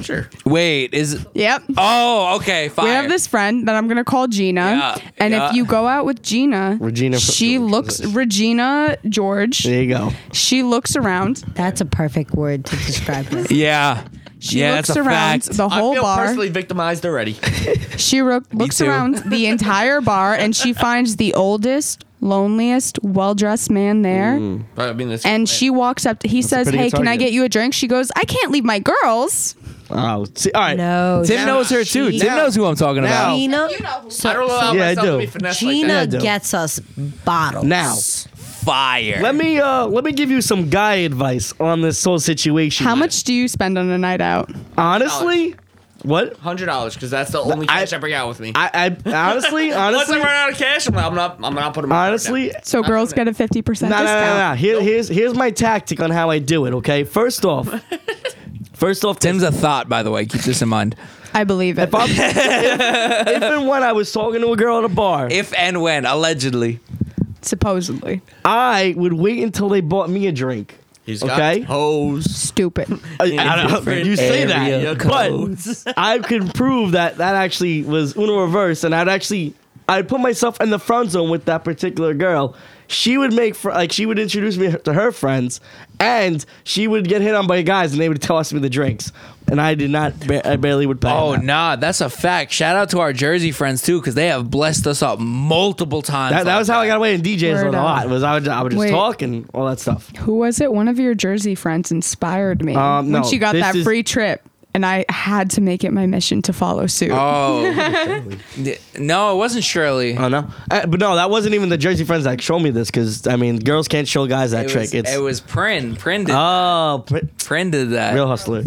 [SPEAKER 5] Sure.
[SPEAKER 4] Wait, is
[SPEAKER 6] Yep.
[SPEAKER 4] oh okay. Fine.
[SPEAKER 6] We have this friend that I'm gonna call Gina,
[SPEAKER 4] Yeah,
[SPEAKER 6] and
[SPEAKER 4] yeah.
[SPEAKER 6] if you go out with Gina,
[SPEAKER 2] Regina F-
[SPEAKER 6] she
[SPEAKER 2] George,
[SPEAKER 6] looks
[SPEAKER 2] is it?
[SPEAKER 6] Regina George.
[SPEAKER 2] There you go.
[SPEAKER 6] She looks around.
[SPEAKER 8] That's a perfect word to describe
[SPEAKER 4] [laughs]
[SPEAKER 8] this.
[SPEAKER 4] Yeah.
[SPEAKER 6] She
[SPEAKER 4] yeah,
[SPEAKER 6] looks
[SPEAKER 4] that's a
[SPEAKER 6] around
[SPEAKER 4] fact.
[SPEAKER 6] the whole
[SPEAKER 5] I feel
[SPEAKER 6] bar.
[SPEAKER 5] personally
[SPEAKER 4] [laughs]
[SPEAKER 5] victimized already.
[SPEAKER 6] She ro- looks
[SPEAKER 4] too.
[SPEAKER 6] around
[SPEAKER 2] [laughs]
[SPEAKER 6] the entire bar and she finds the oldest, loneliest, well dressed man there.
[SPEAKER 2] Mm.
[SPEAKER 5] I mean, it's-
[SPEAKER 6] And she walks up. He says,
[SPEAKER 2] pretty
[SPEAKER 6] "Hey,
[SPEAKER 2] good
[SPEAKER 6] can I
[SPEAKER 2] target.
[SPEAKER 6] get you a drink?" She goes, "I can't leave my girls."
[SPEAKER 2] Oh, see, all right.
[SPEAKER 8] No,
[SPEAKER 4] Tim knows her too.
[SPEAKER 8] she-
[SPEAKER 4] Tim knows who I'm talking about.
[SPEAKER 8] Gina,
[SPEAKER 5] I don't allow
[SPEAKER 2] Yeah, I
[SPEAKER 5] myself to
[SPEAKER 2] do.
[SPEAKER 5] be finessed like
[SPEAKER 8] Gina
[SPEAKER 5] that.
[SPEAKER 2] I do.
[SPEAKER 8] gets us bottles.
[SPEAKER 2] Now,
[SPEAKER 4] Fire.
[SPEAKER 2] let me uh let me give you some guy advice on this whole situation.
[SPEAKER 6] How much do you spend on a night out?
[SPEAKER 2] Honestly, what?
[SPEAKER 5] Hundred dollars because that's the only
[SPEAKER 2] I-
[SPEAKER 5] cash I, bring out with me.
[SPEAKER 2] I, I
[SPEAKER 6] [laughs]
[SPEAKER 2] honestly,
[SPEAKER 5] Once I
[SPEAKER 2] honestly,
[SPEAKER 5] run out of cash, I'm not. I'm not, I'm not putting. my card
[SPEAKER 2] honestly,
[SPEAKER 5] down.
[SPEAKER 6] So girls get a fifty percent
[SPEAKER 2] No, no,
[SPEAKER 6] discount.
[SPEAKER 2] no, no. Here, here's here's my tactic on how I do it. Okay, first
[SPEAKER 6] [laughs]
[SPEAKER 2] off, first off,
[SPEAKER 4] Tim's a thought, by the way. Keep this in mind.
[SPEAKER 6] I believe it.
[SPEAKER 2] if, I'm, if, if and when I was talking to a girl at a bar,
[SPEAKER 4] If and when, allegedly.
[SPEAKER 6] Supposedly
[SPEAKER 2] I would wait until they bought me a drink.
[SPEAKER 5] He's got
[SPEAKER 2] Okay, [laughs]
[SPEAKER 5] hoes.
[SPEAKER 6] stupid.
[SPEAKER 2] I- I don't-
[SPEAKER 5] different
[SPEAKER 2] you say
[SPEAKER 5] area
[SPEAKER 2] that,
[SPEAKER 5] codes.
[SPEAKER 2] but I could prove that that actually was uno reverse, and I'd actually I'd put myself in the front zone with that particular girl. She would make fr- like she would introduce me to her friends, and she would get hit on by guys, and they would toss me the drinks, and I did not. Ba- I barely would pay.
[SPEAKER 4] Oh
[SPEAKER 2] them.
[SPEAKER 4] nah, that's a fact. Shout out to our Jersey friends too, because they have blessed us up multiple times.
[SPEAKER 2] That, that
[SPEAKER 4] like
[SPEAKER 2] was how I got away in DJs
[SPEAKER 6] Word
[SPEAKER 2] a lot.
[SPEAKER 6] up.
[SPEAKER 2] Was I would, I would just
[SPEAKER 6] Wait.
[SPEAKER 2] talk and all that stuff.
[SPEAKER 6] Who was it? One of your Jersey friends inspired me
[SPEAKER 2] Um,
[SPEAKER 6] when
[SPEAKER 2] no,
[SPEAKER 6] she got
[SPEAKER 2] this
[SPEAKER 6] that
[SPEAKER 2] is-
[SPEAKER 6] free trip, and I had to make it my mission to follow suit.
[SPEAKER 4] Oh D- no, it wasn't Shirley.
[SPEAKER 2] Oh no, Uh, but no, that wasn't even the Jersey friends that showed me this because I mean, girls can't show guys that
[SPEAKER 4] it,
[SPEAKER 2] trick.
[SPEAKER 4] was,
[SPEAKER 2] it's
[SPEAKER 4] it was Prin. Prin did,
[SPEAKER 2] oh, pr-
[SPEAKER 4] Prin did that.
[SPEAKER 2] real hustler.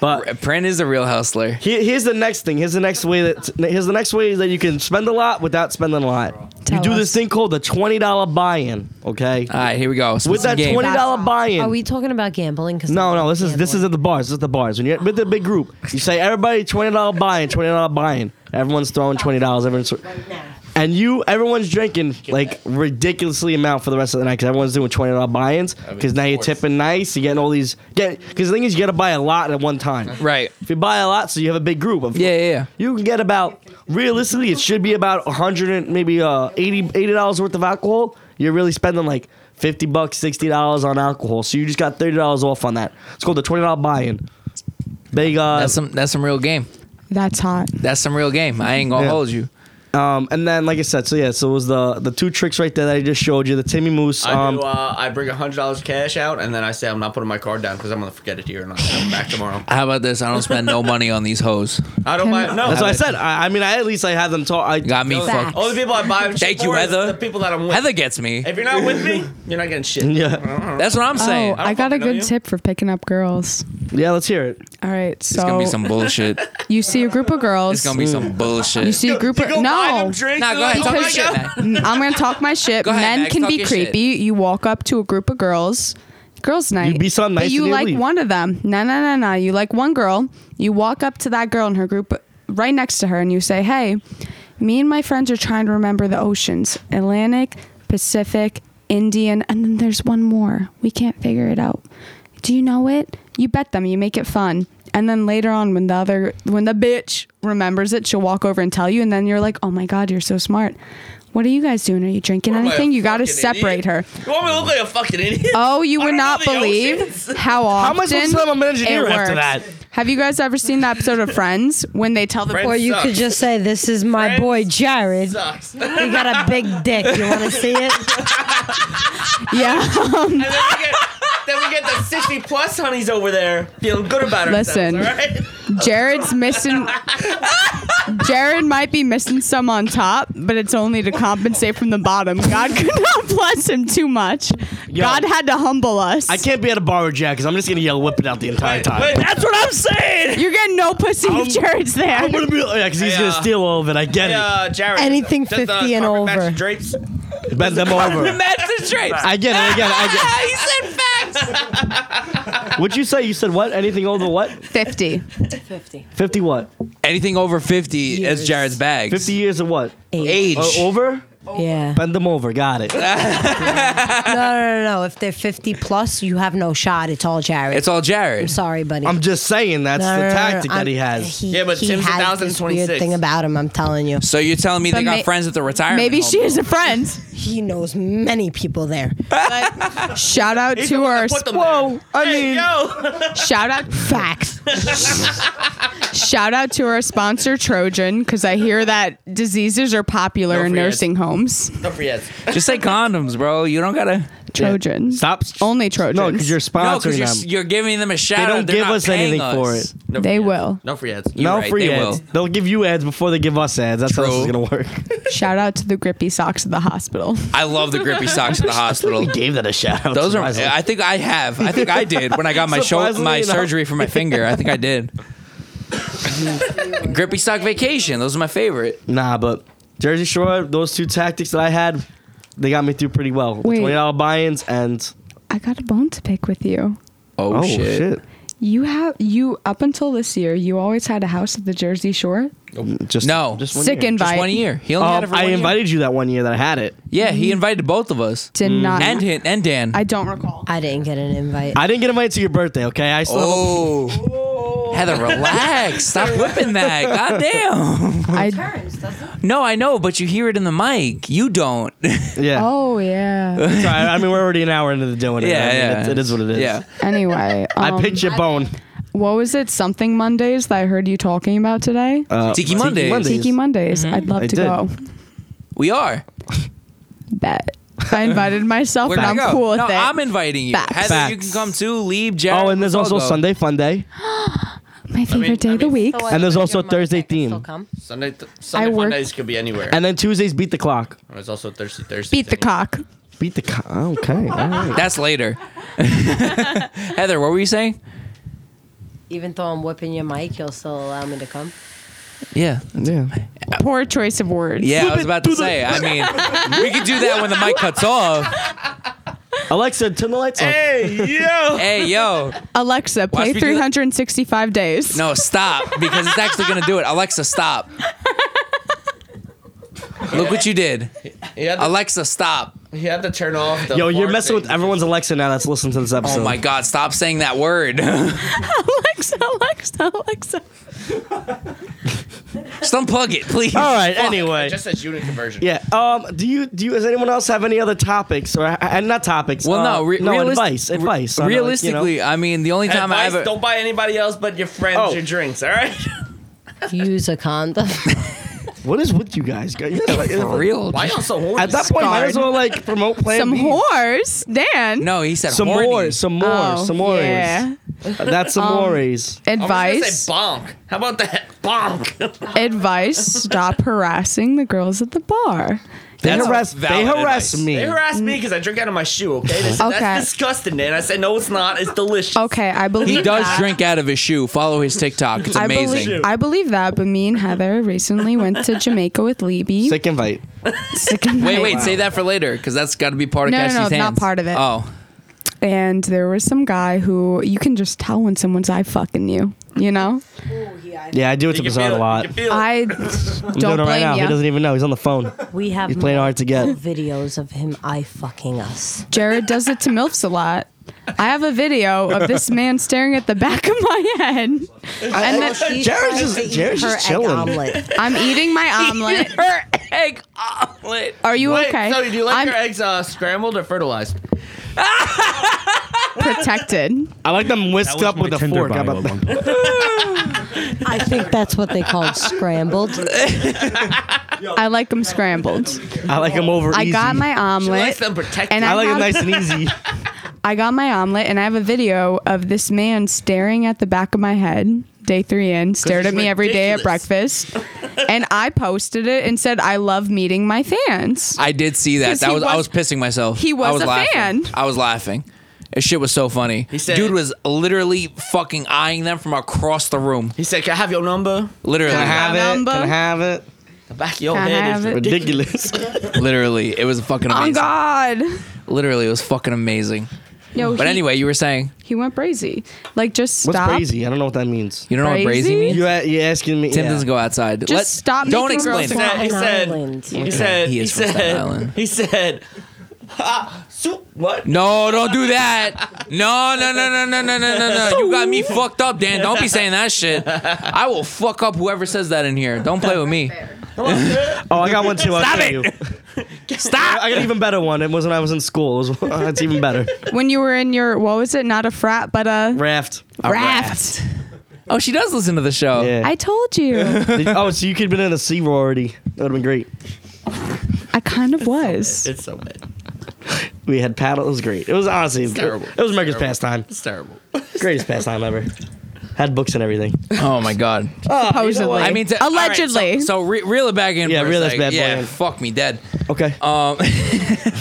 [SPEAKER 2] But
[SPEAKER 4] Prin is a real hustler.
[SPEAKER 2] Here- here's the next thing. Here's the next way that here's the next way that you can spend a lot without spending a lot.
[SPEAKER 6] Tell
[SPEAKER 2] you do
[SPEAKER 6] us. Uh,
[SPEAKER 2] this thing called the twenty dollar buy-in. Okay.
[SPEAKER 4] All right, here we go. Spit
[SPEAKER 2] With
[SPEAKER 4] some
[SPEAKER 2] that
[SPEAKER 4] game.
[SPEAKER 2] twenty dollar buy-in.
[SPEAKER 3] Are we talking about gambling? 'Cause
[SPEAKER 2] no,
[SPEAKER 3] I'm
[SPEAKER 2] no. This is this is
[SPEAKER 3] gambling.
[SPEAKER 2] at the bars. This is at the bars. When you're with the big group, you say everybody twenty dollar buy-in, twenty dollar buy-in. Everyone's throwing twenty dollars. Everyone's and you, everyone's drinking like ridiculously amount for the rest of the night because everyone's doing twenty dollar buy-ins. Because now you're tipping nice. You're getting all these. Get because the thing is you got to buy a lot at one time.
[SPEAKER 4] Right.
[SPEAKER 2] If you buy a lot, so you have a big group of
[SPEAKER 4] Yeah, yeah, yeah.
[SPEAKER 2] you can get about realistically, it should be about a hundred and maybe uh, 80 dollars worth of alcohol. You're really spending like fifty bucks, sixty dollars on alcohol. So you just got thirty dollars off on that. It's called the twenty dollar buy-in. Big uh,
[SPEAKER 4] That's some that's some real game.
[SPEAKER 6] That's hot.
[SPEAKER 4] That's some real game. I ain't gonna
[SPEAKER 2] Yeah.
[SPEAKER 4] hold you.
[SPEAKER 2] um, and then like I said, so yeah, so it was the the two tricks right there that I just showed you. The Timmy Moose.
[SPEAKER 5] I,
[SPEAKER 2] Um,
[SPEAKER 5] do, uh, I bring hundred dollars cash out, and then I say I'm not putting my card down because I'm gonna forget it here, and I'll come back tomorrow.
[SPEAKER 4] How about this? I don't
[SPEAKER 2] [laughs]
[SPEAKER 4] spend no money on these hoes.
[SPEAKER 5] I don't mind. No,
[SPEAKER 2] that's what I said. I, I mean, I at least I had them talk. I,
[SPEAKER 4] Got me
[SPEAKER 3] Facts.
[SPEAKER 2] oh,
[SPEAKER 4] fucked.
[SPEAKER 5] All the people I buy. shit
[SPEAKER 4] Thank you,
[SPEAKER 5] for is
[SPEAKER 4] Heather.
[SPEAKER 5] The people that I'm with.
[SPEAKER 4] Heather gets me.
[SPEAKER 5] If you're not with me, you're not getting shit.
[SPEAKER 2] [laughs] Yeah,
[SPEAKER 4] That's what I'm saying.
[SPEAKER 6] oh, I, got a
[SPEAKER 5] fucking know
[SPEAKER 6] good
[SPEAKER 5] you.
[SPEAKER 6] tip for picking up girls.
[SPEAKER 2] yeah. Let's hear it.
[SPEAKER 6] All right,
[SPEAKER 4] It's gonna
[SPEAKER 6] so
[SPEAKER 4] be some
[SPEAKER 2] [laughs]
[SPEAKER 4] bullshit.
[SPEAKER 6] you see a group of
[SPEAKER 4] It's
[SPEAKER 6] girls.
[SPEAKER 4] gonna be some bullshit.
[SPEAKER 6] you see a group
[SPEAKER 5] You
[SPEAKER 6] of
[SPEAKER 5] go buy
[SPEAKER 6] no.
[SPEAKER 5] them drinks.
[SPEAKER 4] Nah,
[SPEAKER 5] and
[SPEAKER 4] go ahead.
[SPEAKER 5] they're
[SPEAKER 4] Talk
[SPEAKER 5] like,
[SPEAKER 4] your
[SPEAKER 5] "Oh
[SPEAKER 4] shit,
[SPEAKER 5] my
[SPEAKER 4] man.
[SPEAKER 5] God."
[SPEAKER 6] Mm, [laughs] I'm gonna
[SPEAKER 4] [laughs]
[SPEAKER 6] talk my shit.
[SPEAKER 4] Go ahead,
[SPEAKER 6] Men
[SPEAKER 4] Max,
[SPEAKER 6] can
[SPEAKER 4] talk
[SPEAKER 6] be
[SPEAKER 4] your shit.
[SPEAKER 6] creepy. You walk up to a group of girls, girls' night.
[SPEAKER 2] be something nice
[SPEAKER 6] But you
[SPEAKER 2] and you
[SPEAKER 6] like
[SPEAKER 2] leave.
[SPEAKER 6] one of them. No, no, no, no. You like one girl. You walk up to that girl in her group, right next to her, and you say, "Hey, me and my friends are trying to remember the oceans: Atlantic, Pacific, Indian, and then there's one more. We can't figure it out. Do you know it? You bet them. You make it fun." And then later on, when the other, when the bitch remembers it, she'll walk over and tell you. And then you're like, oh my God, you're so smart. What are you guys doing? Are you drinking
[SPEAKER 5] Am I a
[SPEAKER 6] anything? You got to
[SPEAKER 5] fucking
[SPEAKER 6] separate
[SPEAKER 5] idiot?
[SPEAKER 6] her.
[SPEAKER 5] You want me to look like a fucking idiot?
[SPEAKER 6] Oh, you
[SPEAKER 5] I
[SPEAKER 6] would
[SPEAKER 5] don't know
[SPEAKER 6] not
[SPEAKER 5] the
[SPEAKER 6] believe [laughs]
[SPEAKER 5] oceans.
[SPEAKER 6] how often.
[SPEAKER 2] much was some of an engineer
[SPEAKER 6] it
[SPEAKER 2] after
[SPEAKER 6] works.
[SPEAKER 2] that?
[SPEAKER 6] Have you guys ever seen the episode of Friends when they tell the
[SPEAKER 5] Friends
[SPEAKER 6] boy
[SPEAKER 8] Or you could
[SPEAKER 5] Sucks.
[SPEAKER 8] just say, "This is my
[SPEAKER 5] Friends
[SPEAKER 8] boy Jared.
[SPEAKER 5] Sucks. [laughs] and
[SPEAKER 2] [laughs]
[SPEAKER 8] He got a big dick. You want to see it?"
[SPEAKER 6] yeah, [laughs]
[SPEAKER 5] then you get, then we get the 60 plus honeys over there feeling good about
[SPEAKER 6] Listen.
[SPEAKER 5] ourselves. all right?
[SPEAKER 6] Jared's
[SPEAKER 5] [laughs]
[SPEAKER 6] missing. Jared might be missing some on top, but it's only to compensate from the bottom. God could not [laughs] bless him too much. God had to humble us.
[SPEAKER 2] I can't be at a bar with Jack because I'm just gonna yell whip it out the entire time.
[SPEAKER 5] Wait, that's what I'm saying.
[SPEAKER 6] You're getting no pussy if Jared's there.
[SPEAKER 2] I'm gonna be yeah, because he's
[SPEAKER 5] Hey,
[SPEAKER 2] gonna
[SPEAKER 5] uh,
[SPEAKER 2] steal all of it. I get
[SPEAKER 5] Uh, Jared,
[SPEAKER 8] Anything
[SPEAKER 5] does the
[SPEAKER 8] 50 and
[SPEAKER 5] carpet match
[SPEAKER 8] over.
[SPEAKER 5] the Drapes.
[SPEAKER 2] it. Bend them
[SPEAKER 5] [laughs]
[SPEAKER 2] over.
[SPEAKER 4] That's the drapes.
[SPEAKER 2] I get it. I get it. I
[SPEAKER 4] [laughs] he said facts.
[SPEAKER 2] get it. [laughs] What'd you say? You said what? Anything over what?
[SPEAKER 6] 50.
[SPEAKER 3] 50.
[SPEAKER 2] Fifty what?
[SPEAKER 4] Anything over 50 is
[SPEAKER 3] Years.
[SPEAKER 4] Jared's bags.
[SPEAKER 2] Fifty years of what?
[SPEAKER 4] Age.
[SPEAKER 2] Uh, over?
[SPEAKER 3] Yeah.
[SPEAKER 2] Bend them over. Got it.
[SPEAKER 8] No, no, no, no. If they're 50 plus, you have no shot. It's all Jared.
[SPEAKER 4] It's all Jared.
[SPEAKER 8] I'm sorry,
[SPEAKER 2] [laughs]
[SPEAKER 8] buddy.
[SPEAKER 2] I'm just saying that's the
[SPEAKER 8] No, no, no, no, no.
[SPEAKER 2] tactic
[SPEAKER 8] I'm-
[SPEAKER 2] that he has.
[SPEAKER 8] He,
[SPEAKER 5] Yeah, but
[SPEAKER 8] he
[SPEAKER 5] Tim's
[SPEAKER 8] has
[SPEAKER 5] 1026.
[SPEAKER 8] This weird thing about him, I'm telling you.
[SPEAKER 4] So you're telling me
[SPEAKER 6] But
[SPEAKER 4] they got
[SPEAKER 6] may-
[SPEAKER 4] friends at the retirement?
[SPEAKER 6] Maybe
[SPEAKER 4] home?
[SPEAKER 6] she is a friend.
[SPEAKER 8] He knows many people there.
[SPEAKER 6] Shout out
[SPEAKER 5] He's the
[SPEAKER 6] to
[SPEAKER 5] one that
[SPEAKER 6] our
[SPEAKER 5] put them
[SPEAKER 2] Whoa! I mean,
[SPEAKER 5] Yo, [laughs]
[SPEAKER 6] shout out facts. shout out to our sponsor Trojan because I hear that diseases are popular
[SPEAKER 5] Don't
[SPEAKER 6] in
[SPEAKER 5] forget.
[SPEAKER 6] nursing homes.
[SPEAKER 5] don't forget.
[SPEAKER 4] Just
[SPEAKER 6] [laughs]
[SPEAKER 4] say condoms, bro. You don't gotta.
[SPEAKER 6] Trojan.
[SPEAKER 2] stop.
[SPEAKER 6] Only Trojans.
[SPEAKER 2] No, because you're
[SPEAKER 4] No,
[SPEAKER 2] sponsoring
[SPEAKER 4] because you're,
[SPEAKER 2] them.
[SPEAKER 4] you're giving them a shout
[SPEAKER 2] They
[SPEAKER 4] out.
[SPEAKER 2] don't
[SPEAKER 4] They're
[SPEAKER 2] give
[SPEAKER 4] not
[SPEAKER 2] us anything
[SPEAKER 4] paying
[SPEAKER 2] for
[SPEAKER 4] us.
[SPEAKER 2] it.
[SPEAKER 6] They will.
[SPEAKER 5] No free ads.
[SPEAKER 2] No
[SPEAKER 4] right,
[SPEAKER 2] free
[SPEAKER 4] they
[SPEAKER 2] ads.
[SPEAKER 4] will.
[SPEAKER 2] They'll give you ads before they give us ads. That's how this is
[SPEAKER 4] True.
[SPEAKER 2] gonna work.
[SPEAKER 6] Shout out to the grippy socks of the hospital.
[SPEAKER 4] I love the grippy socks
[SPEAKER 2] [laughs]
[SPEAKER 4] at the hospital.
[SPEAKER 2] we [laughs] gave that a shout out.
[SPEAKER 4] Those are.
[SPEAKER 2] surprisingly.
[SPEAKER 4] I think I have. I think I did when I got my shoulder,
[SPEAKER 2] Surprisingly
[SPEAKER 4] my
[SPEAKER 2] enough.
[SPEAKER 4] surgery for my finger. I think
[SPEAKER 2] [laughs]
[SPEAKER 4] I did. grippy sock vacation. Those are my favorite.
[SPEAKER 2] Nah, but Jersey Shore, those two tactics that I had, they got me through pretty well.
[SPEAKER 6] Wait.
[SPEAKER 2] Twenty dollar buy-ins and
[SPEAKER 6] I got a bone to pick with you.
[SPEAKER 4] Oh,
[SPEAKER 6] You have you up until this year, you always had a house at the Jersey Shore.
[SPEAKER 2] Just
[SPEAKER 4] No.
[SPEAKER 2] just one
[SPEAKER 6] Sick
[SPEAKER 2] year.
[SPEAKER 6] invite.
[SPEAKER 4] Just one year. He only had it
[SPEAKER 2] Um,
[SPEAKER 4] for
[SPEAKER 2] I
[SPEAKER 4] one year.
[SPEAKER 2] invited you that one year that I had it.
[SPEAKER 4] Yeah, he invited both of us.
[SPEAKER 6] Did
[SPEAKER 2] Mm.
[SPEAKER 6] not.
[SPEAKER 4] And him and Dan.
[SPEAKER 6] I don't recall.
[SPEAKER 8] I didn't get an invite.
[SPEAKER 2] I didn't get invited to your birthday. Okay, I still. have
[SPEAKER 4] oh. Heather, relax. Stop whipping that. God damn.
[SPEAKER 6] I,
[SPEAKER 4] No, I know, but you hear it in the mic. You don't. [laughs] yeah,
[SPEAKER 2] a- [laughs] yeah.
[SPEAKER 6] oh yeah.
[SPEAKER 2] Sorry, I mean we're already an hour into doing it. I mean, it's- It is what it is.
[SPEAKER 4] Yeah.
[SPEAKER 6] Anyway,
[SPEAKER 2] [laughs] I
[SPEAKER 6] um,
[SPEAKER 2] picked your bone.
[SPEAKER 6] what was it? Something Mondays that I heard you talking about today.
[SPEAKER 2] Uh,
[SPEAKER 4] Tiki Mondays.
[SPEAKER 6] Tiki Mondays. I'd
[SPEAKER 2] Mm-hmm.
[SPEAKER 6] love
[SPEAKER 2] I
[SPEAKER 6] to
[SPEAKER 2] did.
[SPEAKER 6] go.
[SPEAKER 4] We are.
[SPEAKER 6] Bet. I
[SPEAKER 4] [laughs]
[SPEAKER 6] invited myself,
[SPEAKER 4] We're
[SPEAKER 6] and
[SPEAKER 4] gonna
[SPEAKER 6] I'm
[SPEAKER 4] go.
[SPEAKER 6] cool with
[SPEAKER 4] no,
[SPEAKER 6] it.
[SPEAKER 4] I'm inviting you.
[SPEAKER 6] Facts.
[SPEAKER 4] Heather, you
[SPEAKER 2] Facts.
[SPEAKER 4] can come too. Leave, Jared.
[SPEAKER 2] Oh, and there's
[SPEAKER 4] we'll
[SPEAKER 2] also
[SPEAKER 4] go.
[SPEAKER 2] Sunday Fun Day.
[SPEAKER 6] My favorite day of the week.
[SPEAKER 2] And there's also Thursday theme.
[SPEAKER 5] Sunday, th- Sunday
[SPEAKER 6] work-
[SPEAKER 5] fun days could be anywhere.
[SPEAKER 2] And then Tuesdays beat the clock.
[SPEAKER 5] There's also Thursday, Thursday.
[SPEAKER 6] Beat the
[SPEAKER 5] thing.
[SPEAKER 6] cock.
[SPEAKER 2] Beat the clock.
[SPEAKER 4] [laughs]
[SPEAKER 2] Okay. all right.
[SPEAKER 4] That's later.
[SPEAKER 2] [laughs]
[SPEAKER 4] Heather, what were you saying?
[SPEAKER 3] Even though I'm whipping your mic, you'll still allow me to come.
[SPEAKER 4] Yeah.
[SPEAKER 2] Yeah.
[SPEAKER 6] Poor choice of words.
[SPEAKER 4] Yeah, I was about to say.
[SPEAKER 2] [laughs]
[SPEAKER 4] I mean, we could do that when the mic cuts off.
[SPEAKER 2] Alexa, turn the lights on.
[SPEAKER 5] Hey,
[SPEAKER 4] [laughs]
[SPEAKER 5] yo.
[SPEAKER 4] Hey, yo.
[SPEAKER 6] Alexa, play
[SPEAKER 4] me do that.
[SPEAKER 6] 365 days.
[SPEAKER 4] No, stop, because it's actually going to do it. Alexa, stop. Look what you did.
[SPEAKER 5] He had, to,
[SPEAKER 4] Alexa, stop.
[SPEAKER 5] he had to turn off the
[SPEAKER 2] Yo, you're
[SPEAKER 5] fart
[SPEAKER 2] messing with
[SPEAKER 5] thing.
[SPEAKER 2] everyone's Alexa now that's listening to this episode.
[SPEAKER 4] Oh my God, stop saying that word. [laughs] Just
[SPEAKER 6] Alexa, Alexa, Alexa.
[SPEAKER 4] unplug it, please.
[SPEAKER 2] All right. Anyway.
[SPEAKER 5] It just says unit conversion.
[SPEAKER 2] Yeah. Um. Do you do you? Does anyone else have any other topics or uh, and not topics?
[SPEAKER 4] Well,
[SPEAKER 2] uh,
[SPEAKER 4] no, re-
[SPEAKER 2] no
[SPEAKER 4] realis-
[SPEAKER 2] advice. Advice. on, uh, you know.
[SPEAKER 4] Realistically, I mean, the only time
[SPEAKER 5] Advice,
[SPEAKER 4] I ever
[SPEAKER 5] don't buy anybody else but your friends
[SPEAKER 2] Oh.
[SPEAKER 5] your drinks, all right?
[SPEAKER 3] Use a condom.
[SPEAKER 2] what is with you guys? You [laughs] guys are like-
[SPEAKER 4] [laughs] for real.
[SPEAKER 5] Why y'all so horny?
[SPEAKER 2] At that point, might as well like promote Plan
[SPEAKER 6] Some
[SPEAKER 2] B.
[SPEAKER 6] whores. Dan.
[SPEAKER 4] No, he said
[SPEAKER 2] Some
[SPEAKER 4] horny.
[SPEAKER 2] more. Some more.
[SPEAKER 6] Oh,
[SPEAKER 2] some more.
[SPEAKER 6] yeah. Um,
[SPEAKER 2] That's some mores.
[SPEAKER 5] I was gonna
[SPEAKER 6] Advice.
[SPEAKER 5] say bonk. How about that? Bonk. [laughs]
[SPEAKER 6] Advice. Stop harassing the girls at the bar.
[SPEAKER 2] They
[SPEAKER 4] That's
[SPEAKER 2] harass. They
[SPEAKER 4] valid
[SPEAKER 2] harass
[SPEAKER 4] advice.
[SPEAKER 2] me.
[SPEAKER 5] They harassed me because I drink out of my shoe, okay? This,
[SPEAKER 6] Mm. Okay.
[SPEAKER 5] That's disgusting, man. I said, no, it's not. It's delicious.
[SPEAKER 6] Okay, I believe
[SPEAKER 4] He does
[SPEAKER 6] that.
[SPEAKER 4] drink out of his shoe. Follow his TikTok. It's
[SPEAKER 6] I
[SPEAKER 4] amazing.
[SPEAKER 6] believe, I believe that, but me and Heather recently went to Jamaica with Libby.
[SPEAKER 2] Sick invite.
[SPEAKER 6] Sick and
[SPEAKER 4] Wait,
[SPEAKER 6] right.
[SPEAKER 4] wait, say that for later because that's got to be part of
[SPEAKER 6] No, no,
[SPEAKER 4] Cassie's
[SPEAKER 6] no, not
[SPEAKER 4] hands.
[SPEAKER 6] part of it.
[SPEAKER 4] Oh,
[SPEAKER 6] And there was some guy who you can just tell when someone's eye fucking you, you know?
[SPEAKER 2] Yeah, I do it to
[SPEAKER 5] You can
[SPEAKER 2] Bizarre
[SPEAKER 5] feel
[SPEAKER 2] a
[SPEAKER 5] it.
[SPEAKER 2] lot.
[SPEAKER 5] You can feel
[SPEAKER 6] [laughs]
[SPEAKER 5] it.
[SPEAKER 6] I
[SPEAKER 2] I'm doing
[SPEAKER 6] don't
[SPEAKER 2] it right now.
[SPEAKER 6] blame
[SPEAKER 2] He
[SPEAKER 6] you.
[SPEAKER 2] doesn't even know. He's on the phone.
[SPEAKER 3] We have
[SPEAKER 2] He's playing hard to get.
[SPEAKER 6] [laughs]
[SPEAKER 3] multiple videos of him eye fucking us.
[SPEAKER 6] Jared does it to MILFs a lot. I have a video of this man staring at the back of my head. And then
[SPEAKER 2] Jared's
[SPEAKER 3] She's trying
[SPEAKER 2] just-
[SPEAKER 3] to eat
[SPEAKER 2] Jared's
[SPEAKER 3] her
[SPEAKER 2] just
[SPEAKER 3] egg
[SPEAKER 2] chilling.
[SPEAKER 3] [laughs] omelet.
[SPEAKER 6] I'm eating
[SPEAKER 5] [laughs]
[SPEAKER 6] my omelet.
[SPEAKER 4] her egg omelet.
[SPEAKER 6] Are you
[SPEAKER 5] Wait,
[SPEAKER 6] okay?
[SPEAKER 5] So, do you like
[SPEAKER 6] I'm
[SPEAKER 5] your eggs uh, scrambled or fertilized?
[SPEAKER 6] protected.
[SPEAKER 2] I like them whisked up with a fork. How about that?
[SPEAKER 7] that?
[SPEAKER 8] I think that's what they called scrambled.
[SPEAKER 6] I like them scrambled.
[SPEAKER 2] [laughs] I like them over
[SPEAKER 6] I
[SPEAKER 2] easy.
[SPEAKER 6] got my
[SPEAKER 5] She
[SPEAKER 6] omelet.
[SPEAKER 5] likes them protected.
[SPEAKER 6] And
[SPEAKER 2] I
[SPEAKER 6] I
[SPEAKER 2] like it
[SPEAKER 6] [laughs] have-
[SPEAKER 2] nice and easy.
[SPEAKER 6] I got my omelet, and I have a video of this man staring at the back of my head. Day three in, stared
[SPEAKER 5] he's
[SPEAKER 6] at me every day at
[SPEAKER 5] ridiculous.
[SPEAKER 6] breakfast, and I posted it and said, "I love meeting my fans."
[SPEAKER 4] I did see that.
[SPEAKER 6] 'Cause
[SPEAKER 4] That
[SPEAKER 6] he
[SPEAKER 4] was, I was
[SPEAKER 6] was-
[SPEAKER 4] pissing myself.
[SPEAKER 6] he was
[SPEAKER 4] I was
[SPEAKER 6] a
[SPEAKER 4] laughing.
[SPEAKER 6] fan.
[SPEAKER 4] I was laughing. His shit was so funny.
[SPEAKER 5] He said-
[SPEAKER 4] Dude was literally fucking eyeing them from across the room.
[SPEAKER 5] He said, "Can I have your number?"
[SPEAKER 4] Literally,
[SPEAKER 2] Can I have it?
[SPEAKER 6] Number.
[SPEAKER 2] Can I have it?
[SPEAKER 5] The back of your
[SPEAKER 6] Can I
[SPEAKER 5] head
[SPEAKER 6] have
[SPEAKER 5] is
[SPEAKER 6] it?
[SPEAKER 2] Ridiculous.
[SPEAKER 4] literally, it was fucking
[SPEAKER 6] Oh
[SPEAKER 4] amazing. [laughs]
[SPEAKER 6] God!
[SPEAKER 4] Literally, it was fucking amazing.
[SPEAKER 6] Yo,
[SPEAKER 4] But
[SPEAKER 6] he-
[SPEAKER 4] anyway, you were saying
[SPEAKER 6] he went crazy. Like just
[SPEAKER 2] What's
[SPEAKER 6] stop.
[SPEAKER 2] crazy? I don't know what that means.
[SPEAKER 4] you don't know what
[SPEAKER 6] Crazy?
[SPEAKER 4] brazy means.
[SPEAKER 2] You a- you're asking me.
[SPEAKER 4] Tim
[SPEAKER 2] yeah.
[SPEAKER 4] doesn't go outside.
[SPEAKER 6] Just stop
[SPEAKER 4] Don't
[SPEAKER 6] making
[SPEAKER 4] explain.
[SPEAKER 6] girls
[SPEAKER 4] it.
[SPEAKER 6] laugh.
[SPEAKER 5] he said,
[SPEAKER 3] Island.
[SPEAKER 5] he said,
[SPEAKER 4] He
[SPEAKER 5] he
[SPEAKER 4] is from Staten
[SPEAKER 5] said,
[SPEAKER 4] Island.
[SPEAKER 5] he said, ah, so, what?
[SPEAKER 4] No, don't do that. No, no, no, no, no, no, no, no, no. You got me fucked up, Dan. Don't be saying that shit. I will fuck up whoever says that in here. Don't play with me.
[SPEAKER 2] Oh, I got one too. I'll
[SPEAKER 4] Stop
[SPEAKER 2] show
[SPEAKER 4] it.
[SPEAKER 2] you.
[SPEAKER 4] Stop.
[SPEAKER 2] I got an even better one. It was when I was in school. It was, [laughs] it's even better.
[SPEAKER 6] When you were in your what was it? Not a frat, but a
[SPEAKER 2] Raft.
[SPEAKER 6] raft.
[SPEAKER 4] Oh, she does listen to the show.
[SPEAKER 2] Yeah.
[SPEAKER 6] I told
[SPEAKER 4] [laughs]
[SPEAKER 6] you.
[SPEAKER 2] Did- oh, so you could have been in a sea already. That would have been great.
[SPEAKER 6] I kind of was.
[SPEAKER 5] [laughs] It's so bad.
[SPEAKER 2] We had paddle. It was great. It was honestly it-
[SPEAKER 5] terrible.
[SPEAKER 2] It was America's pastime.
[SPEAKER 5] It's terrible.
[SPEAKER 2] Greatest pastime ever. Had books and everything.
[SPEAKER 4] Oh my god.
[SPEAKER 6] Supposedly.
[SPEAKER 4] I mean, to, all right,
[SPEAKER 6] allegedly.
[SPEAKER 4] so, so re- reel it back in.
[SPEAKER 2] Yeah,
[SPEAKER 4] for a
[SPEAKER 2] reel this
[SPEAKER 4] sec.
[SPEAKER 2] bad boy
[SPEAKER 4] Yeah,
[SPEAKER 2] in.
[SPEAKER 4] fuck me dead. [laughs]
[SPEAKER 2] Okay.
[SPEAKER 4] Um,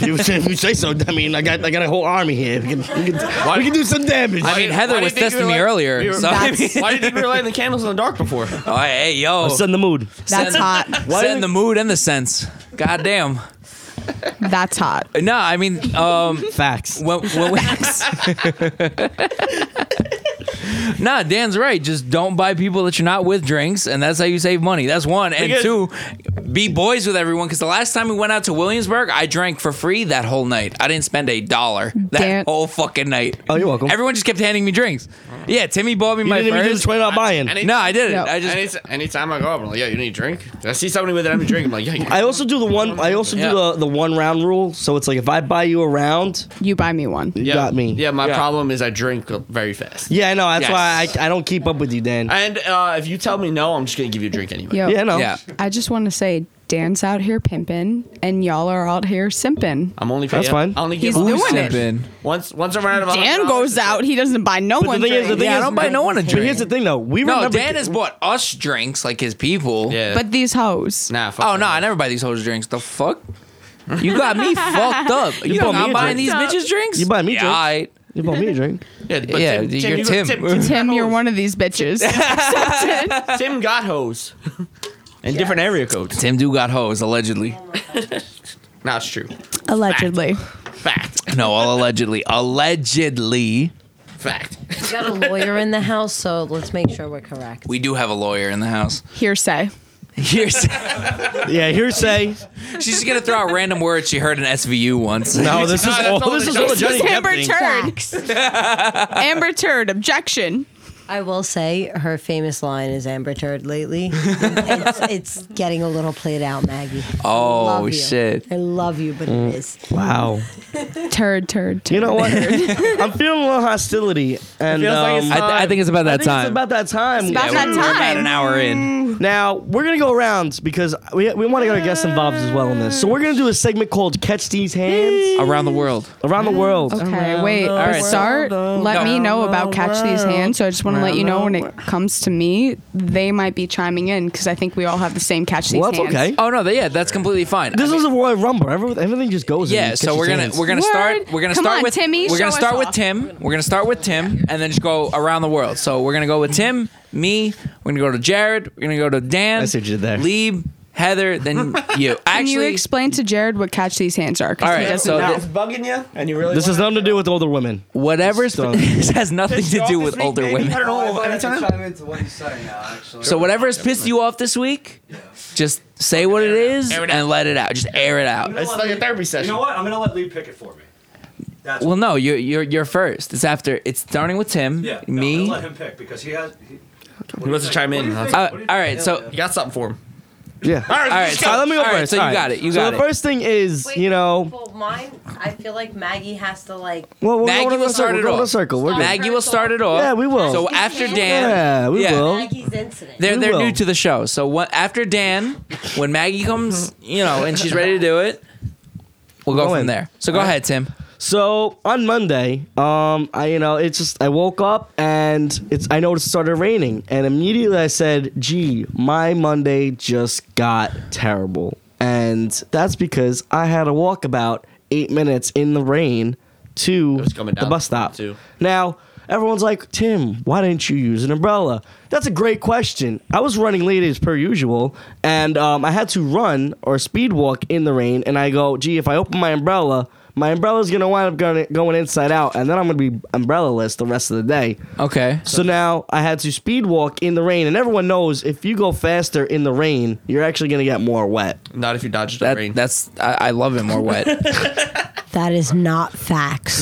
[SPEAKER 2] you, say, you say so. I mean, I got I got a whole army here. We can, we can, we can do some damage.
[SPEAKER 4] I mean, Heather
[SPEAKER 5] why do
[SPEAKER 4] was
[SPEAKER 5] you think you
[SPEAKER 4] testing
[SPEAKER 5] were
[SPEAKER 4] me
[SPEAKER 5] like-
[SPEAKER 4] earlier.
[SPEAKER 5] you were-
[SPEAKER 4] so, I mean,
[SPEAKER 5] Why did you think we were lighting the candles in the dark
[SPEAKER 4] [laughs]
[SPEAKER 5] before?
[SPEAKER 4] oh, hey, yo,
[SPEAKER 2] Setting the mood.
[SPEAKER 6] That's hot.
[SPEAKER 4] send the mood and the sense. God damn.
[SPEAKER 6] That's hot.
[SPEAKER 4] No, I mean, um,
[SPEAKER 2] Facts.
[SPEAKER 4] when,
[SPEAKER 2] [laughs]
[SPEAKER 4] when we, nah, Dan's right. Just don't buy people that you're not with drinks, and that's how you save money. That's one, and
[SPEAKER 5] Because-
[SPEAKER 4] two, be boys with everyone. Because the last time we went out to Williamsburg, I drank for free that whole night. I didn't spend a dollar that
[SPEAKER 6] Dan-
[SPEAKER 4] whole fucking night.
[SPEAKER 2] Oh, you're welcome.
[SPEAKER 4] Everyone just kept handing me drinks. Yeah, Timmy bought me
[SPEAKER 2] You
[SPEAKER 4] my
[SPEAKER 2] didn't even do the
[SPEAKER 4] first.
[SPEAKER 2] twenty dollar buy-in.
[SPEAKER 5] and
[SPEAKER 2] I,
[SPEAKER 5] it-
[SPEAKER 4] no, I didn't.
[SPEAKER 6] No.
[SPEAKER 4] I just
[SPEAKER 5] Any, anytime I go up, I'm like, "Yo, you need a drink?" I see somebody with an empty drink. I'm like, "Yo, you need [laughs] a
[SPEAKER 2] also do the one. I also
[SPEAKER 4] Yeah.
[SPEAKER 2] do the, the one round rule. So it's like if I buy you a round,
[SPEAKER 6] You buy me one.
[SPEAKER 2] you
[SPEAKER 5] Yeah.
[SPEAKER 2] got me.
[SPEAKER 5] Yeah, my problem is I drink very fast.
[SPEAKER 2] Yeah, I know. That's
[SPEAKER 5] Yes.
[SPEAKER 2] why I, I don't keep up with you, Dan.
[SPEAKER 5] And uh, if you tell me no, I'm just gonna give you a drink anyway.
[SPEAKER 6] Yo,
[SPEAKER 2] yeah, I know.
[SPEAKER 4] yeah.
[SPEAKER 6] I just want to say, Dan's out here pimping, and y'all are out here simping.
[SPEAKER 5] I'm only
[SPEAKER 2] That's fine.
[SPEAKER 5] I only
[SPEAKER 6] He's
[SPEAKER 5] give
[SPEAKER 6] doing it.
[SPEAKER 4] Simping.
[SPEAKER 5] Once once I run out of
[SPEAKER 6] Dan
[SPEAKER 5] $100,
[SPEAKER 6] goes out. He doesn't buy no
[SPEAKER 2] But
[SPEAKER 6] one.
[SPEAKER 2] the thing is, the
[SPEAKER 6] drink.
[SPEAKER 2] thing
[SPEAKER 4] Yeah, I
[SPEAKER 2] is,
[SPEAKER 4] don't buy no one a
[SPEAKER 2] But
[SPEAKER 4] drink.
[SPEAKER 2] here's the thing, though. We
[SPEAKER 4] No,
[SPEAKER 2] remember.
[SPEAKER 4] Dan has bought us drinks like his people.
[SPEAKER 5] Yeah.
[SPEAKER 6] But these hoes.
[SPEAKER 5] Nah. Fuck
[SPEAKER 4] Oh no,
[SPEAKER 5] that.
[SPEAKER 4] I never buy these hoes drinks. The fuck? You got [laughs] me fucked up. You,
[SPEAKER 2] bought
[SPEAKER 4] not
[SPEAKER 2] me a
[SPEAKER 4] buying these
[SPEAKER 2] drink.
[SPEAKER 4] bitches drinks?
[SPEAKER 2] You buy me
[SPEAKER 4] yeah,
[SPEAKER 2] drinks.
[SPEAKER 4] alright.
[SPEAKER 2] You bought me a
[SPEAKER 4] [laughs]
[SPEAKER 2] drink.
[SPEAKER 5] Yeah, but
[SPEAKER 4] Yeah,
[SPEAKER 5] Tim,
[SPEAKER 4] you're
[SPEAKER 5] Tim, you-
[SPEAKER 4] Tim.
[SPEAKER 5] Tim, Tim,
[SPEAKER 6] Tim, you're one of
[SPEAKER 4] [laughs]
[SPEAKER 6] these bitches.
[SPEAKER 5] Tim got hose. [laughs] In different area codes.
[SPEAKER 4] Tim do got hoes allegedly.
[SPEAKER 5] Nah, it's true.
[SPEAKER 6] Allegedly.
[SPEAKER 5] Fact.
[SPEAKER 4] No, all allegedly. Allegedly,
[SPEAKER 5] Fact.
[SPEAKER 3] We got a lawyer in the house, so let's make sure we're correct.
[SPEAKER 4] we do have a lawyer in the house.
[SPEAKER 6] Hearsay.
[SPEAKER 4] [laughs] Here's,
[SPEAKER 2] Yeah, hearsay.
[SPEAKER 4] [laughs] she's gonna throw out random words she heard in SVU once.
[SPEAKER 2] No, Oh,
[SPEAKER 7] [laughs]
[SPEAKER 2] this is
[SPEAKER 5] that's
[SPEAKER 2] all.
[SPEAKER 5] all
[SPEAKER 2] This
[SPEAKER 5] the
[SPEAKER 2] is all
[SPEAKER 5] jokes.
[SPEAKER 2] Johnny Depp
[SPEAKER 6] Amber
[SPEAKER 2] thing.
[SPEAKER 6] Turd. [laughs] Amber Turd. Objection.
[SPEAKER 3] I will say her famous line is Amber Turd lately. it's, it's getting a little played out, Maggie. I
[SPEAKER 4] Oh,
[SPEAKER 3] love you.
[SPEAKER 4] shit.
[SPEAKER 3] I love you, but it is.
[SPEAKER 2] Wow.
[SPEAKER 6] Turd. Turd. turd.
[SPEAKER 2] You know what? I'm feeling a little hostility, and
[SPEAKER 5] feels like
[SPEAKER 2] um,
[SPEAKER 5] it's
[SPEAKER 4] I, th- I think it's about
[SPEAKER 2] I
[SPEAKER 4] that
[SPEAKER 2] think
[SPEAKER 4] time.
[SPEAKER 2] it's about that time.
[SPEAKER 6] about
[SPEAKER 4] Yeah,
[SPEAKER 6] that
[SPEAKER 4] we're, we're about
[SPEAKER 6] time.
[SPEAKER 4] an hour in.
[SPEAKER 2] Now we're gonna go around because we, we want to get our guests involved as well in this. So we're gonna do a segment called "Catch These Hands"
[SPEAKER 4] Around the world.
[SPEAKER 2] around the world.
[SPEAKER 6] Okay, wait.
[SPEAKER 4] All
[SPEAKER 6] All
[SPEAKER 4] right.
[SPEAKER 6] right. Start. Let me know about catch these hands. So I just want to let you know when it comes to me, they might be chiming in because I think we all have the same catch these
[SPEAKER 2] Well, that's
[SPEAKER 6] hands.
[SPEAKER 2] okay.
[SPEAKER 4] Oh no, th- yeah, that's completely fine. I
[SPEAKER 2] This
[SPEAKER 4] mean-
[SPEAKER 2] is a Royal Rumble. Everything, everything just goes. in
[SPEAKER 4] Yeah,
[SPEAKER 2] Catch
[SPEAKER 4] so
[SPEAKER 2] These
[SPEAKER 4] we're gonna
[SPEAKER 2] Hands.
[SPEAKER 4] we're gonna
[SPEAKER 6] Word.
[SPEAKER 4] start we're gonna
[SPEAKER 6] Come
[SPEAKER 4] start
[SPEAKER 6] on,
[SPEAKER 4] with
[SPEAKER 6] Timmy,
[SPEAKER 4] We're gonna
[SPEAKER 6] show us
[SPEAKER 4] start with
[SPEAKER 6] off.
[SPEAKER 4] Tim. We're gonna start with Tim, and then just go around the world. So we're gonna go with Tim, me. We're gonna go to Jared. We're gonna go to Dan.
[SPEAKER 2] I see what you did there.
[SPEAKER 4] Lieb, Heather,
[SPEAKER 6] [laughs]
[SPEAKER 4] then you. Actually,
[SPEAKER 6] Can you explain to Jared what catch these hands are? 'Cause
[SPEAKER 4] All
[SPEAKER 6] he
[SPEAKER 4] right,
[SPEAKER 6] doesn't
[SPEAKER 4] so
[SPEAKER 6] know.
[SPEAKER 4] th-
[SPEAKER 5] It's bugging you, and you really.
[SPEAKER 2] This has nothing to do with older women.
[SPEAKER 4] whatever
[SPEAKER 2] So-
[SPEAKER 4] [laughs] this has nothing to do with older
[SPEAKER 5] I
[SPEAKER 4] women.
[SPEAKER 5] don't know. Anytime.
[SPEAKER 4] So whatever has pissed you off this week, just say what it is and let it out. Just air it out.
[SPEAKER 5] It's like a therapy session.
[SPEAKER 7] You know what? I'm gonna let Lee pick it for me. That's
[SPEAKER 4] Well, no, you're you're you're first. It's after. It's starting with Tim,
[SPEAKER 7] yeah. no,
[SPEAKER 4] me.
[SPEAKER 7] I'll let him pick because he has. He,
[SPEAKER 5] He wants to chime in. huh?
[SPEAKER 4] Uh, all right, so
[SPEAKER 5] You got something for him.
[SPEAKER 2] Yeah. All
[SPEAKER 4] all right, so
[SPEAKER 2] So let me go
[SPEAKER 4] all right,
[SPEAKER 2] first.
[SPEAKER 4] So you
[SPEAKER 2] All right.
[SPEAKER 4] got it. You
[SPEAKER 2] so
[SPEAKER 4] got
[SPEAKER 2] the
[SPEAKER 4] it.
[SPEAKER 2] first thing is, you know,
[SPEAKER 3] Well, mine, I feel like Maggie has to, like,
[SPEAKER 2] well, we're
[SPEAKER 4] Maggie
[SPEAKER 2] going in
[SPEAKER 4] will
[SPEAKER 2] a
[SPEAKER 4] start
[SPEAKER 2] circle. We're
[SPEAKER 4] it
[SPEAKER 2] going in
[SPEAKER 4] off.
[SPEAKER 2] a circle. We're good.
[SPEAKER 3] Mag-
[SPEAKER 4] Maggie will start it off.
[SPEAKER 2] Yeah, we will.
[SPEAKER 4] So after Dan,
[SPEAKER 2] Yeah, we will.
[SPEAKER 3] Maggie's incident.
[SPEAKER 4] They're
[SPEAKER 2] We
[SPEAKER 4] they're
[SPEAKER 2] will.
[SPEAKER 4] new to the show, so what, after Dan, when Maggie comes, you know, and she's ready to do it, we'll go
[SPEAKER 2] Go
[SPEAKER 4] from
[SPEAKER 2] in.
[SPEAKER 4] there. So go ahead, Tim.
[SPEAKER 2] So on Monday, um, I you know it's just I woke up and it's I noticed it started raining and immediately I said, "Gee, my Monday just got terrible," and that's because I had to walk about eight minutes in the rain to
[SPEAKER 5] was coming
[SPEAKER 2] the
[SPEAKER 5] down
[SPEAKER 2] bus stop.
[SPEAKER 5] too.
[SPEAKER 2] Now everyone's like, "Tim, why didn't you use an umbrella?" That's a great question. I was running late as per usual, and um, I had to run or speed walk in the rain, and I go, "Gee, if I open my umbrella." my umbrella's gonna wind up going, going inside out, and then I'm gonna be umbrellaless the rest of the day.
[SPEAKER 4] Okay.
[SPEAKER 2] So now I had to speed walk in the rain, and everyone knows if you go faster in the rain, you're actually gonna get more wet. [laughs]
[SPEAKER 5] Not if you dodge the
[SPEAKER 4] That,
[SPEAKER 5] rain.
[SPEAKER 4] That's I, I love it more wet.
[SPEAKER 3] That is not facts.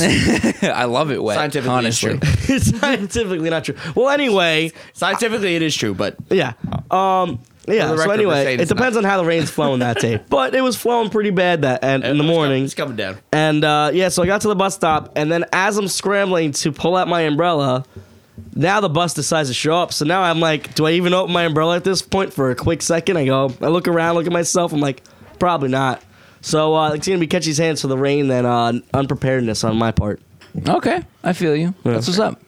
[SPEAKER 4] I love it wet.
[SPEAKER 5] Scientifically
[SPEAKER 4] honestly.
[SPEAKER 5] true.
[SPEAKER 2] it's scientifically not true. Well, anyway,
[SPEAKER 5] Scientifically, it is true, but
[SPEAKER 2] yeah, um,
[SPEAKER 5] Oh. For
[SPEAKER 2] yeah.
[SPEAKER 5] the
[SPEAKER 2] So
[SPEAKER 5] record, we're
[SPEAKER 2] anyway,
[SPEAKER 5] saying
[SPEAKER 2] it
[SPEAKER 5] it's
[SPEAKER 2] depends on how the rain's flowing that
[SPEAKER 5] [laughs]
[SPEAKER 2] day, but it was flowing pretty bad that
[SPEAKER 5] Uh,
[SPEAKER 2] and in the morning.
[SPEAKER 5] it's coming down.
[SPEAKER 2] And uh, yeah, so I got to the bus stop, and then as I'm scrambling to pull out my umbrella, now the bus decides to show up. So now I'm like, do I even open my umbrella at this point for a quick second? I go, I look around, look at myself, I'm like, probably not. So uh, it's gonna be catchy's hands for the rain than uh, unpreparedness on my part.
[SPEAKER 4] Okay, I feel you. That's what's up.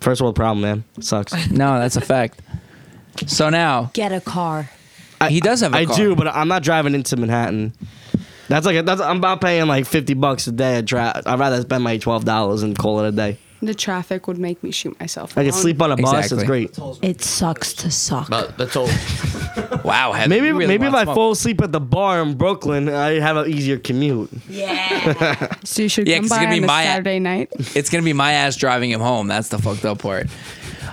[SPEAKER 2] First world problem, man. sucks.
[SPEAKER 4] No, that's a fact. So now
[SPEAKER 3] Get a car.
[SPEAKER 4] he does have. a
[SPEAKER 2] I
[SPEAKER 4] car.
[SPEAKER 2] do, but I'm not driving into Manhattan. That's like a, that's I'm about paying like fifty bucks a day. I drive. I'd rather spend my twelve dollars and call it a day.
[SPEAKER 6] The traffic would make me shoot myself.
[SPEAKER 2] I can sleep on a bus.
[SPEAKER 4] Exactly.
[SPEAKER 2] It's great.
[SPEAKER 3] It sucks to suck.
[SPEAKER 5] But that's all.
[SPEAKER 4] Wow. Heather,
[SPEAKER 2] Maybe
[SPEAKER 4] you really
[SPEAKER 2] maybe if
[SPEAKER 4] wanna
[SPEAKER 2] I
[SPEAKER 4] smoke.
[SPEAKER 2] fall asleep at the bar in Brooklyn, I have an easier commute.
[SPEAKER 3] yeah.
[SPEAKER 6] So you should
[SPEAKER 4] Yeah, 'cause it's
[SPEAKER 6] come by
[SPEAKER 4] gonna be
[SPEAKER 6] on a
[SPEAKER 4] my-
[SPEAKER 6] Saturday night.
[SPEAKER 4] It's gonna be my ass driving him home. That's the fucked up part.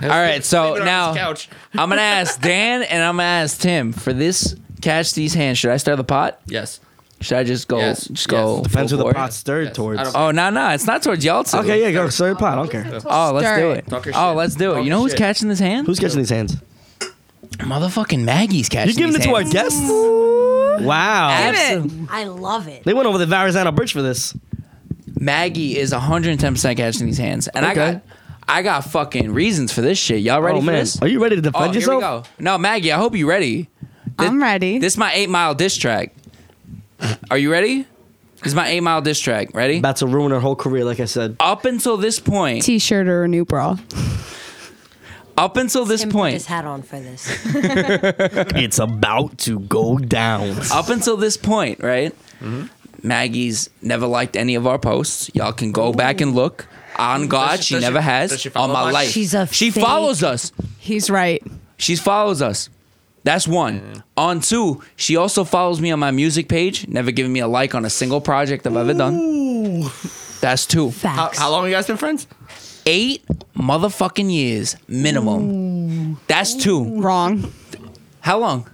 [SPEAKER 4] All right, so
[SPEAKER 5] Sleeping on
[SPEAKER 4] now
[SPEAKER 5] his couch.
[SPEAKER 4] I'm gonna ask Dan and I'm gonna ask Tim for this. Catch these hands. Should I start the pot?
[SPEAKER 5] Yes.
[SPEAKER 4] Should I just go?
[SPEAKER 5] Yes,
[SPEAKER 4] Just
[SPEAKER 5] yes.
[SPEAKER 4] go.
[SPEAKER 2] Depends who
[SPEAKER 4] full
[SPEAKER 2] the
[SPEAKER 4] bore?
[SPEAKER 2] pot's stirred
[SPEAKER 5] Yes.
[SPEAKER 2] towards.
[SPEAKER 5] I don't-
[SPEAKER 4] Oh no no, it's not towards y'all two.
[SPEAKER 2] Okay, yeah, go stir the pot. I don't care.
[SPEAKER 4] [laughs] Oh, let's
[SPEAKER 6] Stir
[SPEAKER 4] do
[SPEAKER 6] it.
[SPEAKER 4] it.
[SPEAKER 5] Talk your
[SPEAKER 4] Oh,
[SPEAKER 5] shit.
[SPEAKER 4] let's do it.
[SPEAKER 5] Talk
[SPEAKER 4] You know
[SPEAKER 5] your
[SPEAKER 4] who's
[SPEAKER 5] shit.
[SPEAKER 4] catching this hand?
[SPEAKER 2] Who's catching these hands?
[SPEAKER 4] motherfucking Maggie's catching?
[SPEAKER 2] You giving it
[SPEAKER 4] these
[SPEAKER 2] to our
[SPEAKER 4] hands.
[SPEAKER 2] guests? Wow,
[SPEAKER 4] Absolutely.
[SPEAKER 3] I love it.
[SPEAKER 2] they went over the Verrazano Bridge for this.
[SPEAKER 4] Maggie is 110 percent catching these hands, and I
[SPEAKER 2] Okay.
[SPEAKER 4] got, I got fucking reasons for this shit. Y'all ready
[SPEAKER 2] oh
[SPEAKER 4] for
[SPEAKER 2] man,
[SPEAKER 4] this?
[SPEAKER 2] are you ready to defend
[SPEAKER 4] oh,
[SPEAKER 2] yourself?
[SPEAKER 4] here we go. No, Maggie, I hope you ready. Thi-
[SPEAKER 6] I'm ready.
[SPEAKER 4] This is my eight mile diss track. Are you ready? This is my eight mile diss track. Ready?
[SPEAKER 2] About to ruin her whole career, like I said.
[SPEAKER 4] Up until this point,
[SPEAKER 6] T-shirt or a new bra.
[SPEAKER 4] up until this
[SPEAKER 3] Tim put his
[SPEAKER 4] point,
[SPEAKER 3] hat on for this.
[SPEAKER 2] It's about to go down.
[SPEAKER 4] up until this point, right?
[SPEAKER 5] Mm-hmm.
[SPEAKER 4] Maggie's never liked any of our posts. Y'all can go back and look. On God,
[SPEAKER 5] she-
[SPEAKER 4] she,
[SPEAKER 5] does she-
[SPEAKER 4] never
[SPEAKER 5] does
[SPEAKER 4] has.
[SPEAKER 5] she
[SPEAKER 4] on
[SPEAKER 5] follow
[SPEAKER 4] my
[SPEAKER 5] us?
[SPEAKER 4] life,
[SPEAKER 3] She's a
[SPEAKER 4] she
[SPEAKER 3] fake-
[SPEAKER 4] follows us.
[SPEAKER 6] He's right.
[SPEAKER 4] She follows us. That's one. On two, she also follows me on my music page, never giving me a like on a single project I've ever done. That's two.
[SPEAKER 5] How,
[SPEAKER 3] Facts.
[SPEAKER 5] how long you guys been friends?
[SPEAKER 4] Eight motherfucking years minimum. That's two.
[SPEAKER 6] Wrong.
[SPEAKER 4] How
[SPEAKER 5] [laughs]
[SPEAKER 4] long?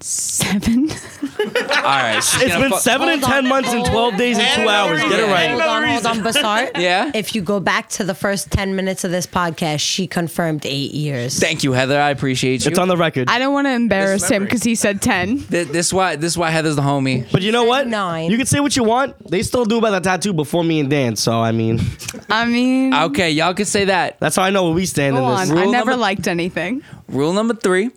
[SPEAKER 6] Seven.
[SPEAKER 4] All right. she's
[SPEAKER 2] It's
[SPEAKER 4] gonna
[SPEAKER 2] been
[SPEAKER 4] fu-
[SPEAKER 2] seven and
[SPEAKER 3] Hold on.
[SPEAKER 2] ten months and twelve days and two hours. Get it
[SPEAKER 3] Hold
[SPEAKER 2] right.
[SPEAKER 3] on, hold on, Bassart.
[SPEAKER 4] Yeah?
[SPEAKER 3] If you go back to the first 10 minutes of this podcast, she confirmed eight years.
[SPEAKER 4] Thank you, Heather. I appreciate you.
[SPEAKER 2] It's on the record.
[SPEAKER 6] I don't want to embarrass him
[SPEAKER 5] memory.
[SPEAKER 6] because he said ten.
[SPEAKER 4] Th- this why this why Heather's the homie.
[SPEAKER 2] But you know what?
[SPEAKER 3] Nine.
[SPEAKER 2] You can say what you want. They still do about the tattoo before me and Dan. So I mean, [laughs]
[SPEAKER 6] I mean,
[SPEAKER 4] Okay, y'all can say that.
[SPEAKER 2] that's how I know where we stand
[SPEAKER 6] go
[SPEAKER 2] in this.
[SPEAKER 6] on. I
[SPEAKER 4] Rule
[SPEAKER 6] never
[SPEAKER 4] number-
[SPEAKER 6] liked anything.
[SPEAKER 4] Rule number three,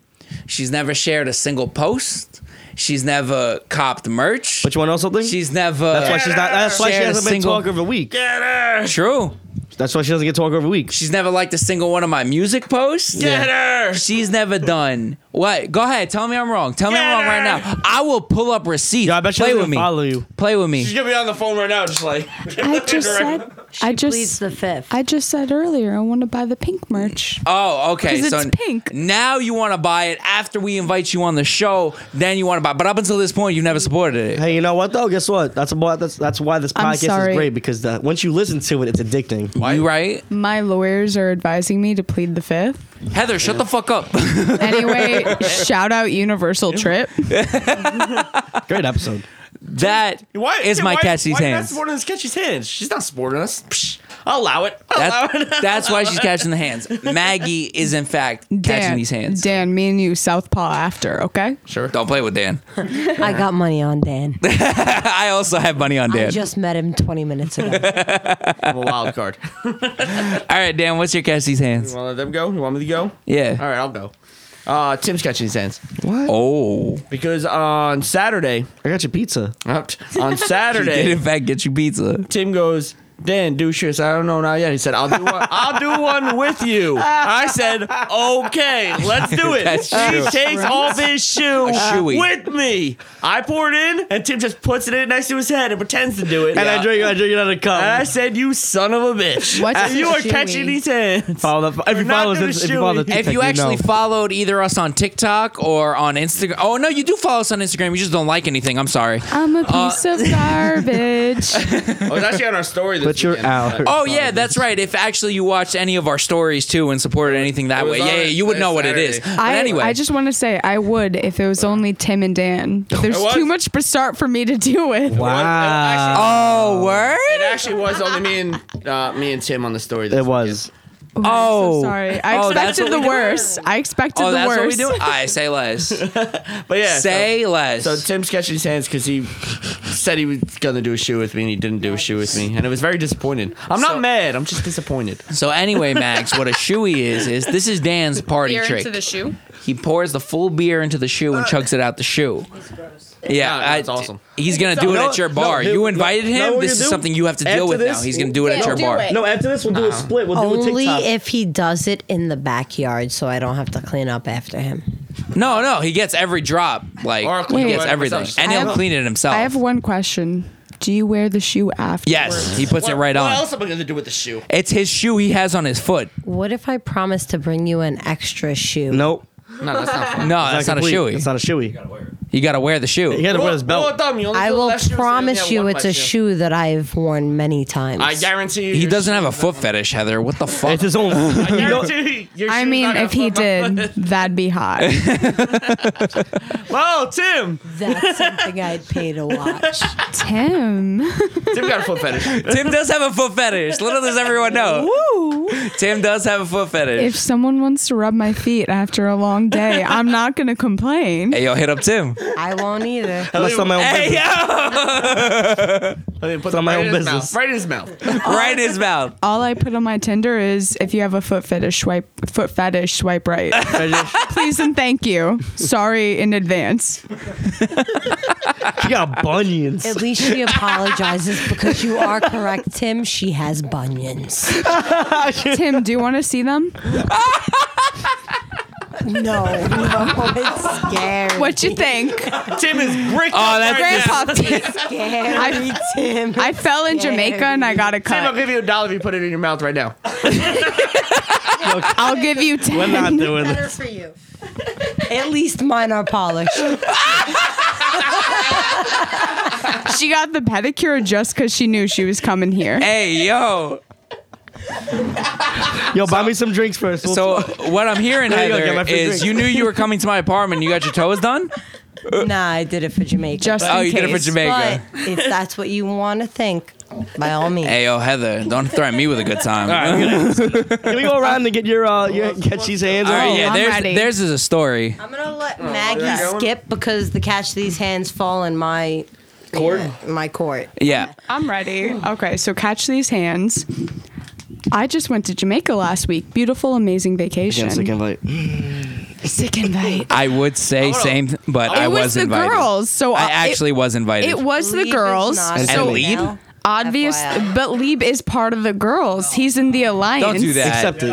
[SPEAKER 4] she's never shared a single post. She's never copped merch.
[SPEAKER 2] But you want to know something?
[SPEAKER 4] she's never.
[SPEAKER 2] that's why she's not. That's why she
[SPEAKER 4] shared a
[SPEAKER 2] hasn't been
[SPEAKER 4] single-
[SPEAKER 2] talking for a week.
[SPEAKER 4] True.
[SPEAKER 2] That's why she doesn't get talk over a week.
[SPEAKER 4] She's never liked a single one of my music posts. Get her. She's never done what? Go ahead, tell me I'm wrong. Tell me I'm wrong right now. I will pull up receipts.
[SPEAKER 2] Yeah, I bet she
[SPEAKER 4] Play
[SPEAKER 2] doesn't
[SPEAKER 4] with
[SPEAKER 2] even
[SPEAKER 4] me.
[SPEAKER 2] follow you.
[SPEAKER 4] Play with me.
[SPEAKER 5] She's gonna be on the phone right now, just like. [laughs]
[SPEAKER 6] I just said. I
[SPEAKER 3] Pleads
[SPEAKER 6] just.
[SPEAKER 3] the fifth.
[SPEAKER 6] I just said earlier I want to buy the pink merch.
[SPEAKER 4] Oh, okay.
[SPEAKER 6] 'Cause
[SPEAKER 4] so
[SPEAKER 6] it's pink.
[SPEAKER 4] Now you want to buy it after we invite you on the show. Then you want to buy. But up until this point, you've never supported it.
[SPEAKER 2] Hey, you know what though? Guess what? That's about that's that's why this
[SPEAKER 6] I'm
[SPEAKER 2] podcast
[SPEAKER 6] sorry.
[SPEAKER 2] is great because the, once you listen to it, it's
[SPEAKER 6] [laughs]
[SPEAKER 2] addicting.
[SPEAKER 4] You right?
[SPEAKER 6] My lawyers are advising me to plead the fifth.
[SPEAKER 4] Heather, shut the fuck up. [laughs]
[SPEAKER 6] Anyway, shout out Universal Trip.
[SPEAKER 2] Great episode.
[SPEAKER 4] that is
[SPEAKER 5] [laughs] Why
[SPEAKER 4] my
[SPEAKER 5] why,
[SPEAKER 4] catchy
[SPEAKER 5] why
[SPEAKER 4] hands.
[SPEAKER 5] That's one of those catchy hands. She's not supporting us. Psh, I'll allow it. I'll allow [laughs]
[SPEAKER 4] That's,
[SPEAKER 5] it.
[SPEAKER 4] that's why she's catching the hands. Maggie is in fact catching
[SPEAKER 6] Dan,
[SPEAKER 4] these hands.
[SPEAKER 6] Dan, me and you, Southpaw after, okay?
[SPEAKER 5] sure.
[SPEAKER 4] Don't play with Dan. [laughs]
[SPEAKER 3] I got money on Dan.
[SPEAKER 4] I also have money on
[SPEAKER 3] I
[SPEAKER 4] Dan.
[SPEAKER 3] just met him 20 minutes ago.
[SPEAKER 5] I'm
[SPEAKER 4] [laughs]
[SPEAKER 5] a wild card.
[SPEAKER 4] All right, Dan, what's your catch these hands?
[SPEAKER 5] you want to let them go? You want me to go?
[SPEAKER 4] Yeah.
[SPEAKER 5] All right, I'll go. Uh, Tim's catching his hands
[SPEAKER 2] What?
[SPEAKER 4] Oh.
[SPEAKER 5] because on Saturday, uh,
[SPEAKER 2] I got your pizza.
[SPEAKER 4] [laughs]
[SPEAKER 5] on
[SPEAKER 4] She did,
[SPEAKER 5] Saturday,
[SPEAKER 4] in fact, get you pizza.
[SPEAKER 5] Tim goes, Dan, do shirts. I don't know not yet. He said, I'll do one. I'll do one with you. I said, okay, let's do it.
[SPEAKER 4] That's
[SPEAKER 5] He
[SPEAKER 4] true.
[SPEAKER 5] takes off his shoe
[SPEAKER 4] shoey.
[SPEAKER 5] with me. I pour it in, and Tim just puts it in next to his head and pretends to do it.
[SPEAKER 2] And I drink it. I drink it out of a cup.
[SPEAKER 5] And I said, you son of a bitch.
[SPEAKER 6] What's
[SPEAKER 5] And you
[SPEAKER 6] a
[SPEAKER 5] are
[SPEAKER 6] shoey?
[SPEAKER 5] catching these hands.
[SPEAKER 2] Follow the, if
[SPEAKER 5] We're
[SPEAKER 2] you
[SPEAKER 5] not
[SPEAKER 2] follow us,
[SPEAKER 5] doing
[SPEAKER 2] if you follow the
[SPEAKER 5] shoey.
[SPEAKER 4] If you
[SPEAKER 2] TikTok,
[SPEAKER 4] actually
[SPEAKER 2] know.
[SPEAKER 4] followed either us on TikTok or on Instagram, oh no, you do follow us on Instagram. You just don't like anything. I'm sorry.
[SPEAKER 6] I'm a piece of [laughs] garbage.
[SPEAKER 5] I was actually on our story this
[SPEAKER 2] but you're
[SPEAKER 5] weekend.
[SPEAKER 2] out.
[SPEAKER 4] Oh yeah, that's right. If actually you watched any of our stories too and supported anything that
[SPEAKER 5] was
[SPEAKER 4] way, yeah,
[SPEAKER 5] on
[SPEAKER 4] yeah, you would
[SPEAKER 5] last
[SPEAKER 4] know what it is.
[SPEAKER 5] Saturday.
[SPEAKER 4] But
[SPEAKER 6] I,
[SPEAKER 4] anyway,
[SPEAKER 6] I just want to say I would if it was only Tim and Dan. But There's
[SPEAKER 5] It was.
[SPEAKER 6] too much Bastart for me to deal with.
[SPEAKER 2] Wow.
[SPEAKER 4] oh
[SPEAKER 5] It
[SPEAKER 4] word.
[SPEAKER 5] actually was only me and uh, me and Tim on the story. This
[SPEAKER 2] It was.
[SPEAKER 6] Oh, I'm
[SPEAKER 4] Oh.
[SPEAKER 6] so sorry.
[SPEAKER 4] [laughs]
[SPEAKER 6] I
[SPEAKER 4] Oh, that's
[SPEAKER 6] expected
[SPEAKER 4] what
[SPEAKER 6] the
[SPEAKER 4] we do?
[SPEAKER 6] worst. I expected
[SPEAKER 4] Oh,
[SPEAKER 6] the
[SPEAKER 4] that's
[SPEAKER 6] worst.
[SPEAKER 4] what we do. I say
[SPEAKER 5] [laughs]
[SPEAKER 4] less.
[SPEAKER 5] weekend. but yeah, so-
[SPEAKER 4] say less.
[SPEAKER 5] So Tim's catching his hands because he said he was gonna do a shoe with me and he didn't do a shoe with me, and it was very disappointing. I'm not mad. I'm just disappointed.
[SPEAKER 4] So anyway, Max, what a shoey is is this is Dan's party
[SPEAKER 6] Beer
[SPEAKER 4] trick.
[SPEAKER 6] into the shoe.
[SPEAKER 4] he pours the full beer into the shoe and chugs it out the shoe. Yeah,
[SPEAKER 5] Uh, No, no,
[SPEAKER 4] I-
[SPEAKER 5] it's awesome.
[SPEAKER 4] He's gonna do it
[SPEAKER 2] No,
[SPEAKER 4] at your
[SPEAKER 2] no,
[SPEAKER 4] bar.
[SPEAKER 2] no,
[SPEAKER 4] you invited
[SPEAKER 2] no, no,
[SPEAKER 4] him.
[SPEAKER 2] we're gonna
[SPEAKER 4] this is
[SPEAKER 2] do-
[SPEAKER 4] something you have to deal
[SPEAKER 2] after
[SPEAKER 4] with now.
[SPEAKER 2] this,
[SPEAKER 4] He's gonna do it
[SPEAKER 6] yeah,
[SPEAKER 4] at your
[SPEAKER 6] do
[SPEAKER 4] bar.
[SPEAKER 6] it.
[SPEAKER 2] No, after this we'll do a split. We'll do a
[SPEAKER 3] Only
[SPEAKER 2] TikTok.
[SPEAKER 3] if he does it in the backyard, so I don't have to clean up after him.
[SPEAKER 4] No, no, he gets every drop. Like
[SPEAKER 5] Or I'll
[SPEAKER 4] he
[SPEAKER 5] clean
[SPEAKER 4] gets
[SPEAKER 5] it
[SPEAKER 4] everything,
[SPEAKER 5] myself.
[SPEAKER 4] and
[SPEAKER 6] I
[SPEAKER 4] he'll
[SPEAKER 6] have-
[SPEAKER 4] clean it himself.
[SPEAKER 6] I have one question. Do you wear the shoe after?
[SPEAKER 4] yes, he puts it right
[SPEAKER 5] what
[SPEAKER 4] on.
[SPEAKER 5] else am I gonna do with the shoe?
[SPEAKER 4] It's his shoe he has on his foot.
[SPEAKER 3] What if I promise to bring you an extra shoe?
[SPEAKER 2] Nope.
[SPEAKER 5] No,
[SPEAKER 4] No,
[SPEAKER 5] that's not fun.
[SPEAKER 4] that's Uh, not, a
[SPEAKER 2] complete.
[SPEAKER 4] shoey.
[SPEAKER 2] It's not a shoey.
[SPEAKER 4] you gotta wear the shoe.
[SPEAKER 2] He had to wear his belt.
[SPEAKER 3] I will promise you it's a shoe that I've worn many times.
[SPEAKER 5] I guarantee you.
[SPEAKER 4] he
[SPEAKER 5] your
[SPEAKER 4] doesn't
[SPEAKER 5] shoe-
[SPEAKER 4] have a foot fetish, Heather. What the fuck?
[SPEAKER 2] It's his
[SPEAKER 4] [laughs]
[SPEAKER 2] own.
[SPEAKER 5] I guarantee your
[SPEAKER 6] I
[SPEAKER 5] shoe's
[SPEAKER 6] mean,
[SPEAKER 5] not gonna
[SPEAKER 6] if he
[SPEAKER 5] fit my
[SPEAKER 6] did,
[SPEAKER 5] foot.
[SPEAKER 6] that'd be hot.
[SPEAKER 4] [laughs]
[SPEAKER 5] Whoa, Tim!
[SPEAKER 3] That's something I'd pay to watch.
[SPEAKER 6] Tim.
[SPEAKER 5] Tim got a foot fetish.
[SPEAKER 4] Tim does have a foot fetish. Little does everyone know. Tim does have a foot fetish.
[SPEAKER 6] If someone wants to rub my feet after a long
[SPEAKER 4] [laughs]
[SPEAKER 6] day, I'm not gonna complain.
[SPEAKER 4] hey yo, hit up Tim.
[SPEAKER 3] I won't either.
[SPEAKER 2] That's not my own.
[SPEAKER 4] Hey
[SPEAKER 2] business.
[SPEAKER 4] yo,
[SPEAKER 5] I mean, put
[SPEAKER 2] on
[SPEAKER 5] it
[SPEAKER 2] my own
[SPEAKER 5] right in his mouth,
[SPEAKER 2] business.
[SPEAKER 5] Right in his mouth.
[SPEAKER 4] [laughs] right in his mouth.
[SPEAKER 6] All I put on my Tinder is if you have a foot fetish, swipe foot fetish,
[SPEAKER 4] [laughs]
[SPEAKER 6] swipe right. Please and thank you. Sorry
[SPEAKER 4] [laughs]
[SPEAKER 6] in advance.
[SPEAKER 2] She got bunions. [laughs]
[SPEAKER 3] At least she apologizes because you are correct, Tim. She has bunions.
[SPEAKER 6] Tim, do you want to see them?
[SPEAKER 3] No, no, it's scary.
[SPEAKER 6] What you
[SPEAKER 4] [laughs]
[SPEAKER 6] think?
[SPEAKER 5] Tim is bricked
[SPEAKER 4] Oh,
[SPEAKER 5] up
[SPEAKER 4] that's-
[SPEAKER 5] right now.
[SPEAKER 6] Grandpa, Pete.
[SPEAKER 3] Scary,
[SPEAKER 6] I-
[SPEAKER 3] Tim.
[SPEAKER 6] I fell in Jamaica and I got a
[SPEAKER 5] Tim, I'll
[SPEAKER 6] cut.
[SPEAKER 5] give you a dollar if you put it in your mouth right now.
[SPEAKER 6] I'll give you
[SPEAKER 2] We're
[SPEAKER 6] ten.
[SPEAKER 2] not doing this.
[SPEAKER 3] for you. At least mine are polished.
[SPEAKER 6] She got the pedicure just because she knew she was coming here.
[SPEAKER 4] Hey yo.
[SPEAKER 2] Yo, buy me some drinks first. We'll-
[SPEAKER 4] So what I'm hearing,
[SPEAKER 2] There you go,
[SPEAKER 4] Heather,
[SPEAKER 2] get my free
[SPEAKER 4] is
[SPEAKER 2] drink.
[SPEAKER 4] you knew you were coming to my apartment. You got your toes done.
[SPEAKER 3] Nah, I did it for Jamaica.
[SPEAKER 6] Just
[SPEAKER 4] Oh,
[SPEAKER 6] in
[SPEAKER 4] you did it for
[SPEAKER 6] case.
[SPEAKER 4] Jamaica.
[SPEAKER 3] But if that's what you want to think, by all means.
[SPEAKER 4] Hey yo, Heather, don't threaten me with a good time. [laughs] All right,
[SPEAKER 2] Can we go around and get your uh, your catch these hands?
[SPEAKER 6] Oh,
[SPEAKER 4] yeah,
[SPEAKER 6] I'm
[SPEAKER 4] there's
[SPEAKER 6] ready.
[SPEAKER 4] theirs is a story.
[SPEAKER 3] I'm gonna let Maggie
[SPEAKER 5] yeah.
[SPEAKER 3] skip because the catch these hands fall in my court. my court.
[SPEAKER 4] Yeah.
[SPEAKER 6] I'm ready. Okay, so catch these hands. I just went to Jamaica last week. Beautiful, amazing vacation.
[SPEAKER 2] Again, sick invite.
[SPEAKER 6] Sick invite.
[SPEAKER 4] I would say same, th- but I
[SPEAKER 6] it was, the
[SPEAKER 4] invited.
[SPEAKER 6] girls, so
[SPEAKER 4] I
[SPEAKER 6] uh, it-
[SPEAKER 4] actually was invited.
[SPEAKER 6] It was the
[SPEAKER 3] Leave is
[SPEAKER 6] girls.
[SPEAKER 3] not
[SPEAKER 4] And
[SPEAKER 6] So
[SPEAKER 3] a
[SPEAKER 4] lead?
[SPEAKER 3] female.
[SPEAKER 6] obvious,
[SPEAKER 3] FYI.
[SPEAKER 6] but Lieb is part of the girls. He's in the alliance.
[SPEAKER 4] don't do that.
[SPEAKER 2] Accept it.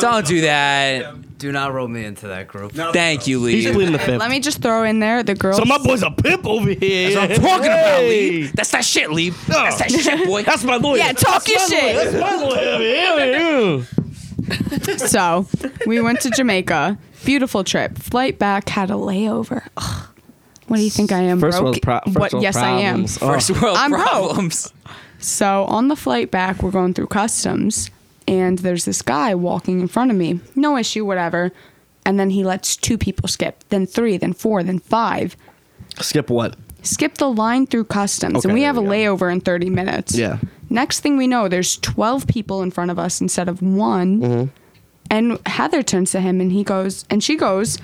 [SPEAKER 4] Don't do that.
[SPEAKER 9] Do not roll me into that group.
[SPEAKER 4] Thank you, Lee.
[SPEAKER 2] He's pleading the fifth.
[SPEAKER 6] Let me just throw in there the girls.
[SPEAKER 2] So my boy's a pimp over here.
[SPEAKER 4] That's what I'm talking about, Lee. That's that shit, Lee. That's that shit, boy.
[SPEAKER 2] Oh. [laughs] That's my lawyer.
[SPEAKER 6] yeah, talk your shit.
[SPEAKER 2] [laughs] my lawyer. Yeah, yeah.
[SPEAKER 6] So we went to Jamaica. Beautiful trip. Flight back had a layover. Ugh. What do you think I am?
[SPEAKER 2] First
[SPEAKER 6] broke?
[SPEAKER 2] world, pro- first
[SPEAKER 6] what?
[SPEAKER 2] world
[SPEAKER 6] yes,
[SPEAKER 2] problems.
[SPEAKER 6] I am.
[SPEAKER 2] Oh.
[SPEAKER 4] First world
[SPEAKER 6] I'm broke.
[SPEAKER 4] problems.
[SPEAKER 6] So on the flight back, we're going through customs, and there's this guy walking in front of me. No issue, whatever. And then he lets two people skip, then three, then four, then five.
[SPEAKER 2] Skip what?
[SPEAKER 6] skip the line through customs
[SPEAKER 2] Okay,
[SPEAKER 6] and we
[SPEAKER 2] there
[SPEAKER 6] have a
[SPEAKER 2] we go.
[SPEAKER 6] layover in 30 minutes.
[SPEAKER 2] Yeah.
[SPEAKER 6] Next thing we know, there's 12 people in front of us instead of one.
[SPEAKER 2] Mm-hmm.
[SPEAKER 6] And Heather turns to him and he goes, and she goes,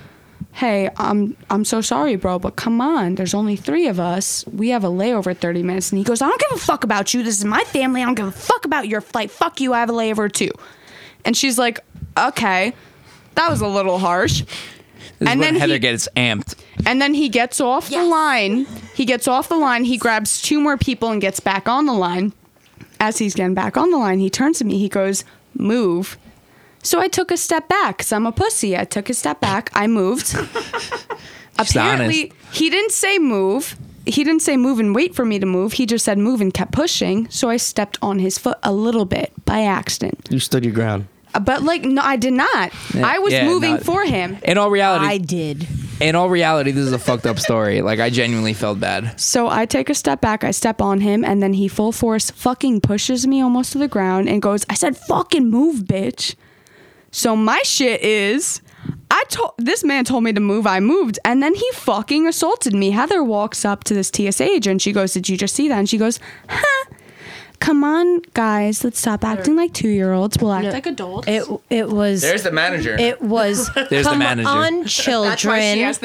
[SPEAKER 6] Hey, I'm I'm so sorry, bro, but come on. There's only three of us. We have a layover 30 minutes. And he goes, I don't give a fuck about you. This is my family. I don't give a fuck about your flight. Fuck you. I have a layover too. And she's like, Okay, that was a little harsh.
[SPEAKER 4] This
[SPEAKER 6] And
[SPEAKER 4] is when
[SPEAKER 6] then
[SPEAKER 4] Heather
[SPEAKER 6] he-
[SPEAKER 4] gets amped.
[SPEAKER 6] And then he gets off the line. He gets off the line. He grabs two more people and gets back on the line. As he's getting back on the line, he turns to me. He goes, Move. So I took a step back because I'm a pussy. I took a step back. I moved. [laughs] Apparently, he didn't say move. He didn't say move and wait for me to move. He just said move and kept pushing. So I stepped on his foot a little bit by accident.
[SPEAKER 2] You stood your ground.
[SPEAKER 6] But, like, no, I did not. I was
[SPEAKER 4] yeah,
[SPEAKER 6] moving
[SPEAKER 4] not-
[SPEAKER 6] for him.
[SPEAKER 4] In all reality,
[SPEAKER 3] I did.
[SPEAKER 4] in all reality, this is a fucked up story. Like I genuinely felt bad.
[SPEAKER 6] So I take a step back, I step on him, and then he full force fucking pushes me almost to the ground and goes, I said, fucking move, bitch. So my shit is, I told this man told me to move, I moved, and then he fucking assaulted me. Heather walks up to this TSA agent, and she goes, Did you just see that? And she goes, Huh. Come on, guys, let's stop acting like two year olds. We'll act like adults.
[SPEAKER 3] It it was
[SPEAKER 5] There's the manager.
[SPEAKER 3] it was
[SPEAKER 4] [laughs] There's the
[SPEAKER 3] come
[SPEAKER 4] manager. [laughs]
[SPEAKER 3] on children.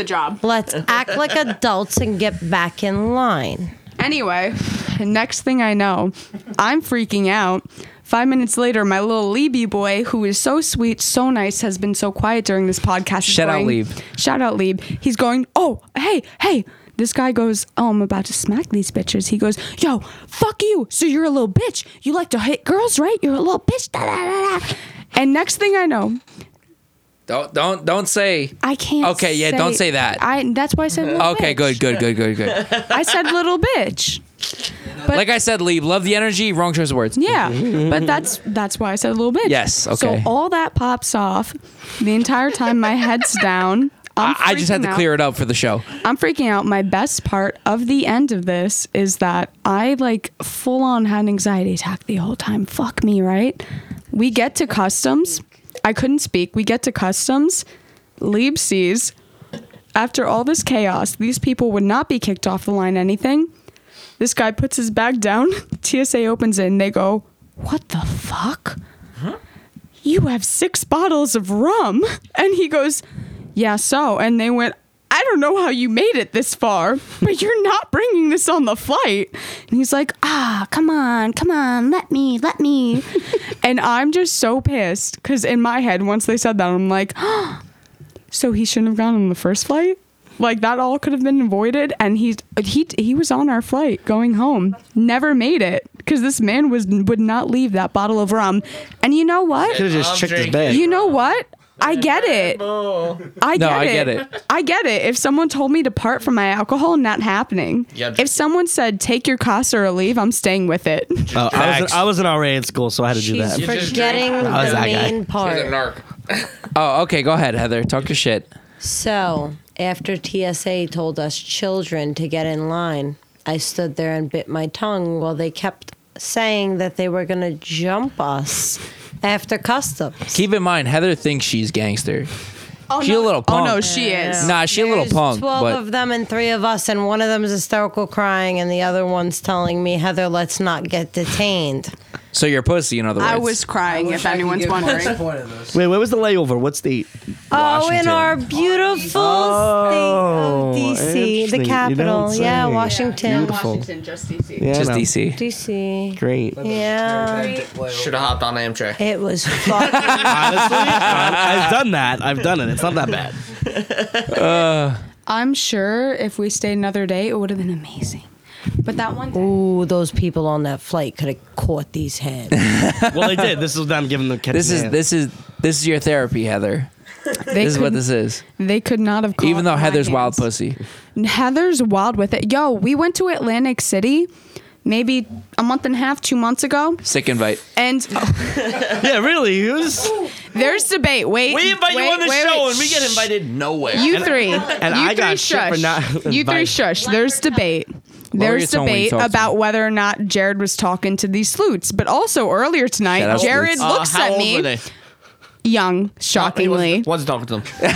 [SPEAKER 6] job.
[SPEAKER 3] Let's act like adults and get back
[SPEAKER 4] [laughs]
[SPEAKER 3] in line.
[SPEAKER 6] Anyway, next thing I know, I'm freaking out. Five minutes later, my little Leeby boy, who is so sweet, so nice, has been so quiet during this podcast. is
[SPEAKER 4] Shout out
[SPEAKER 6] going-
[SPEAKER 4] Leeb.
[SPEAKER 6] Shout out Leeb. He's going, oh, hey, hey. This guy goes, oh, I'm about to smack these bitches. He goes, yo, fuck you. So you're a little bitch. You like to hit girls, right? You're a little bitch. Da, da, da, da. And next thing I know,
[SPEAKER 4] Don't don't don't say.
[SPEAKER 6] I can't.
[SPEAKER 4] Okay, yeah, don't say that.
[SPEAKER 6] I. That's why I said. Little
[SPEAKER 4] Okay,
[SPEAKER 6] bitch.
[SPEAKER 4] good, good, good, good, good.
[SPEAKER 6] I said little bitch. But-
[SPEAKER 4] like I said, Lee, love the energy. Wrong choice of words.
[SPEAKER 6] Yeah, but that's that's why I said a little bit.
[SPEAKER 4] Mm-hmm. Yes, okay.
[SPEAKER 6] So all that pops off. The entire time my head's down. I'm
[SPEAKER 4] I, I just had to clear it up for the show.
[SPEAKER 6] I'm freaking out. My best part of the end of this is that I like full on had an anxiety attack the whole time. Fuck me, right? We get to customs. I couldn't speak. We get to customs. Lieb sees. After all this chaos, these people would not be kicked off the line. Anything. This guy puts his bag down. [laughs] TSA opens it, and they go, "What the fuck?" you have six bottles of rum. And he goes, yeah, so. And they went, I don't know how you made it this far, but you're not bringing this on the flight. And he's like, ah, come on, come on, let me, let me. and I'm just so pissed because in my head, once they said that, I'm like, [gasps] ah, so he shouldn't have gone on the first flight? Like that all could have been avoided, and he he he was on our flight going home. Never made it because this man was would not leave that bottle of rum. And you know what?
[SPEAKER 2] Could have just
[SPEAKER 5] I'm
[SPEAKER 2] tricked his
[SPEAKER 5] drinking.
[SPEAKER 2] bag.
[SPEAKER 6] You know what? I get it.
[SPEAKER 5] oh.
[SPEAKER 6] I get
[SPEAKER 4] No,
[SPEAKER 6] it.
[SPEAKER 4] I get it.
[SPEAKER 6] I get it. If someone told me to part from my alcohol, not happening.
[SPEAKER 5] Yeah.
[SPEAKER 6] If someone said take your casa or leave, I'm staying with it.
[SPEAKER 2] Oh, I, was, I was an RA in school, so I had to do
[SPEAKER 3] She's
[SPEAKER 2] that.
[SPEAKER 5] just
[SPEAKER 3] forgetting
[SPEAKER 2] was
[SPEAKER 3] the
[SPEAKER 2] that guy.
[SPEAKER 3] main part.
[SPEAKER 5] narc.
[SPEAKER 4] Oh, okay. Go ahead, Heather. Talk your shit.
[SPEAKER 3] So, after TSA told us children to get in line, I stood there and bit my tongue while they kept saying that they were going to jump us after customs.
[SPEAKER 4] Keep in mind, Heather thinks she's gangster.
[SPEAKER 6] Oh,
[SPEAKER 4] She
[SPEAKER 6] no.
[SPEAKER 4] a little
[SPEAKER 6] Oh no,
[SPEAKER 4] punk.
[SPEAKER 6] she is.
[SPEAKER 4] Nah, Ah, she a little
[SPEAKER 3] There's
[SPEAKER 4] punk.
[SPEAKER 3] 12
[SPEAKER 4] But
[SPEAKER 3] of them and three of us, and one of them is hysterical crying, and the other one's telling me, Heather, let's not get detained.
[SPEAKER 4] so you're pussy, in other words.
[SPEAKER 6] I was crying. If anyone's wondering,
[SPEAKER 2] Wait, where was the layover? What state?
[SPEAKER 3] Oh, in our beautiful
[SPEAKER 8] Oh,
[SPEAKER 3] state of DC,
[SPEAKER 2] interesting.
[SPEAKER 3] the
[SPEAKER 2] You don't
[SPEAKER 3] capital.
[SPEAKER 2] say.
[SPEAKER 3] Yeah, Washington.
[SPEAKER 2] Beautiful.
[SPEAKER 6] just easy.
[SPEAKER 2] Yeah, I
[SPEAKER 4] just
[SPEAKER 2] know.
[SPEAKER 4] DC.
[SPEAKER 3] DC.
[SPEAKER 2] Great.
[SPEAKER 3] Yeah.
[SPEAKER 5] Should have hopped on Amtrak.
[SPEAKER 8] [laughs]
[SPEAKER 3] It was fucking.
[SPEAKER 2] Honestly, I- I've done that. I've done it. It's not that bad.
[SPEAKER 6] I'm sure if we stayed another day, it would have been amazing. But that one. Day,
[SPEAKER 3] Ooh, those people on that flight could have caught these heads.
[SPEAKER 8] [laughs]
[SPEAKER 2] Well, they did. This is them giving the catch.
[SPEAKER 4] This is this is this is your therapy, Heather.
[SPEAKER 6] they
[SPEAKER 4] This is what
[SPEAKER 6] could-
[SPEAKER 4] this is.
[SPEAKER 6] They could not have. caught
[SPEAKER 4] Even though
[SPEAKER 6] my
[SPEAKER 4] Heather's wild
[SPEAKER 6] hands.
[SPEAKER 4] pussy.
[SPEAKER 6] Heather's wild with it. Yo, we went to Atlantic City maybe a month and a half, two months ago.
[SPEAKER 4] Sick invite.
[SPEAKER 6] And
[SPEAKER 2] Yeah, really. It was,
[SPEAKER 6] there's debate. Wait.
[SPEAKER 5] We invite
[SPEAKER 6] wait,
[SPEAKER 5] you on the
[SPEAKER 6] wait,
[SPEAKER 5] show
[SPEAKER 6] wait.
[SPEAKER 5] Oh, and we get invited nowhere.
[SPEAKER 6] You three. And you
[SPEAKER 2] I
[SPEAKER 6] three
[SPEAKER 2] got shit
[SPEAKER 6] shush.
[SPEAKER 2] for not
[SPEAKER 6] you three
[SPEAKER 2] inviting-
[SPEAKER 6] shush. There's debate. There's
[SPEAKER 4] your tone when you
[SPEAKER 6] debate
[SPEAKER 4] talk to
[SPEAKER 6] about
[SPEAKER 4] me.
[SPEAKER 6] whether or not Jared was talking to these sleuts. But also earlier
[SPEAKER 4] Shout
[SPEAKER 6] tonight,
[SPEAKER 4] out
[SPEAKER 6] Jared
[SPEAKER 4] sleuts.
[SPEAKER 5] Uh,
[SPEAKER 6] looks
[SPEAKER 5] how
[SPEAKER 6] at
[SPEAKER 5] old
[SPEAKER 6] me
[SPEAKER 5] were they?
[SPEAKER 6] young, shockingly.
[SPEAKER 5] One's talking to them.
[SPEAKER 2] wait,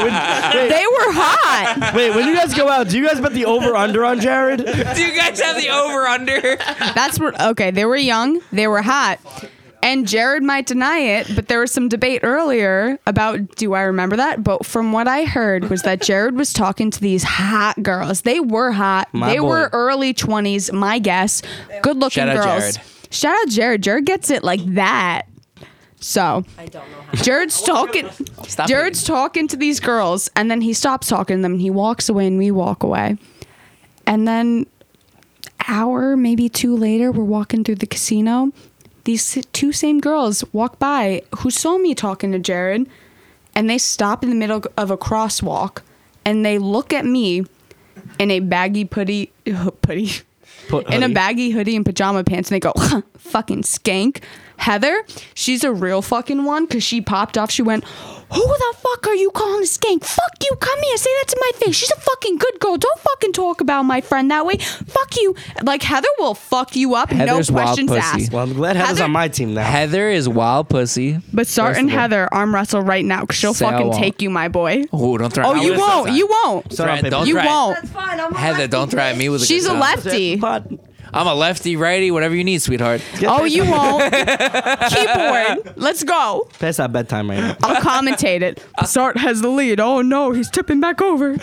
[SPEAKER 2] when,
[SPEAKER 6] they
[SPEAKER 2] wait,
[SPEAKER 6] were hot.
[SPEAKER 2] wait, when you guys go out, do you guys bet the over under on Jared?
[SPEAKER 4] [laughs] Do you guys have the over under?
[SPEAKER 6] That's what. Okay, they were young. They were hot. And Jared might deny it, but there was some debate earlier about do I remember that? But from what I heard was that Jared was talking to these hot girls. They were hot.
[SPEAKER 2] My
[SPEAKER 6] they
[SPEAKER 2] boy.
[SPEAKER 6] were early twenties, my guess. Good looking
[SPEAKER 4] Shout out
[SPEAKER 6] girls.
[SPEAKER 4] Jared.
[SPEAKER 6] Shout out Jared. Jared gets it like that. So
[SPEAKER 3] [laughs] I don't know how.
[SPEAKER 6] Jared's talking.
[SPEAKER 4] Stop
[SPEAKER 6] Jared's talking to these girls, and then he stops talking to them. And he walks away, and we walk away. And then, hour maybe two later, we're walking through the casino. These s- two same girls walk by who saw me talking to Jared, and they stop in the middle of a crosswalk, and they look at me in a baggy putty, [laughs] putty,
[SPEAKER 2] Put
[SPEAKER 6] in a
[SPEAKER 2] hoodie.
[SPEAKER 6] baggy hoodie and pajama pants, and they go, [laughs] "Fucking skank." Heather, she's a real fucking one because she popped off. She went, "Who the fuck are you calling a skank? Fuck you! Come here, say that to my face. She's a fucking good girl. Don't fucking talk about my friend that way. Fuck you!" Like Heather will fuck you up.
[SPEAKER 4] Heather's
[SPEAKER 6] no
[SPEAKER 4] wild
[SPEAKER 6] questions
[SPEAKER 4] pussy.
[SPEAKER 6] asked.
[SPEAKER 2] Well, I'm glad Heather's
[SPEAKER 6] Heather-
[SPEAKER 2] on my team now.
[SPEAKER 4] Heather is wild pussy.
[SPEAKER 6] But Sart and Heather arm wrestle right now because she'll
[SPEAKER 4] Say I
[SPEAKER 6] fucking
[SPEAKER 4] won't.
[SPEAKER 6] take you, my boy.
[SPEAKER 4] Oh, don't threaten.
[SPEAKER 6] Oh,
[SPEAKER 4] I
[SPEAKER 6] you
[SPEAKER 4] was
[SPEAKER 6] won't.
[SPEAKER 4] outside.
[SPEAKER 6] You won't.
[SPEAKER 2] Sorry,
[SPEAKER 4] Threat- don't
[SPEAKER 6] you
[SPEAKER 4] threaten.
[SPEAKER 6] won't.
[SPEAKER 3] fine. I'm
[SPEAKER 4] Heather, don't threaten me with a
[SPEAKER 6] She's
[SPEAKER 4] good
[SPEAKER 6] a
[SPEAKER 4] time.
[SPEAKER 6] lefty.
[SPEAKER 2] But
[SPEAKER 4] I'm a lefty, righty, whatever you need, sweetheart.
[SPEAKER 6] Oh, you
[SPEAKER 4] [laughs]
[SPEAKER 6] won't. Keyboard. Let's go.
[SPEAKER 2] past our bedtime right now.
[SPEAKER 6] I'll commentate it.
[SPEAKER 4] Uh,
[SPEAKER 6] Sart has the lead. Oh no, he's tipping back over.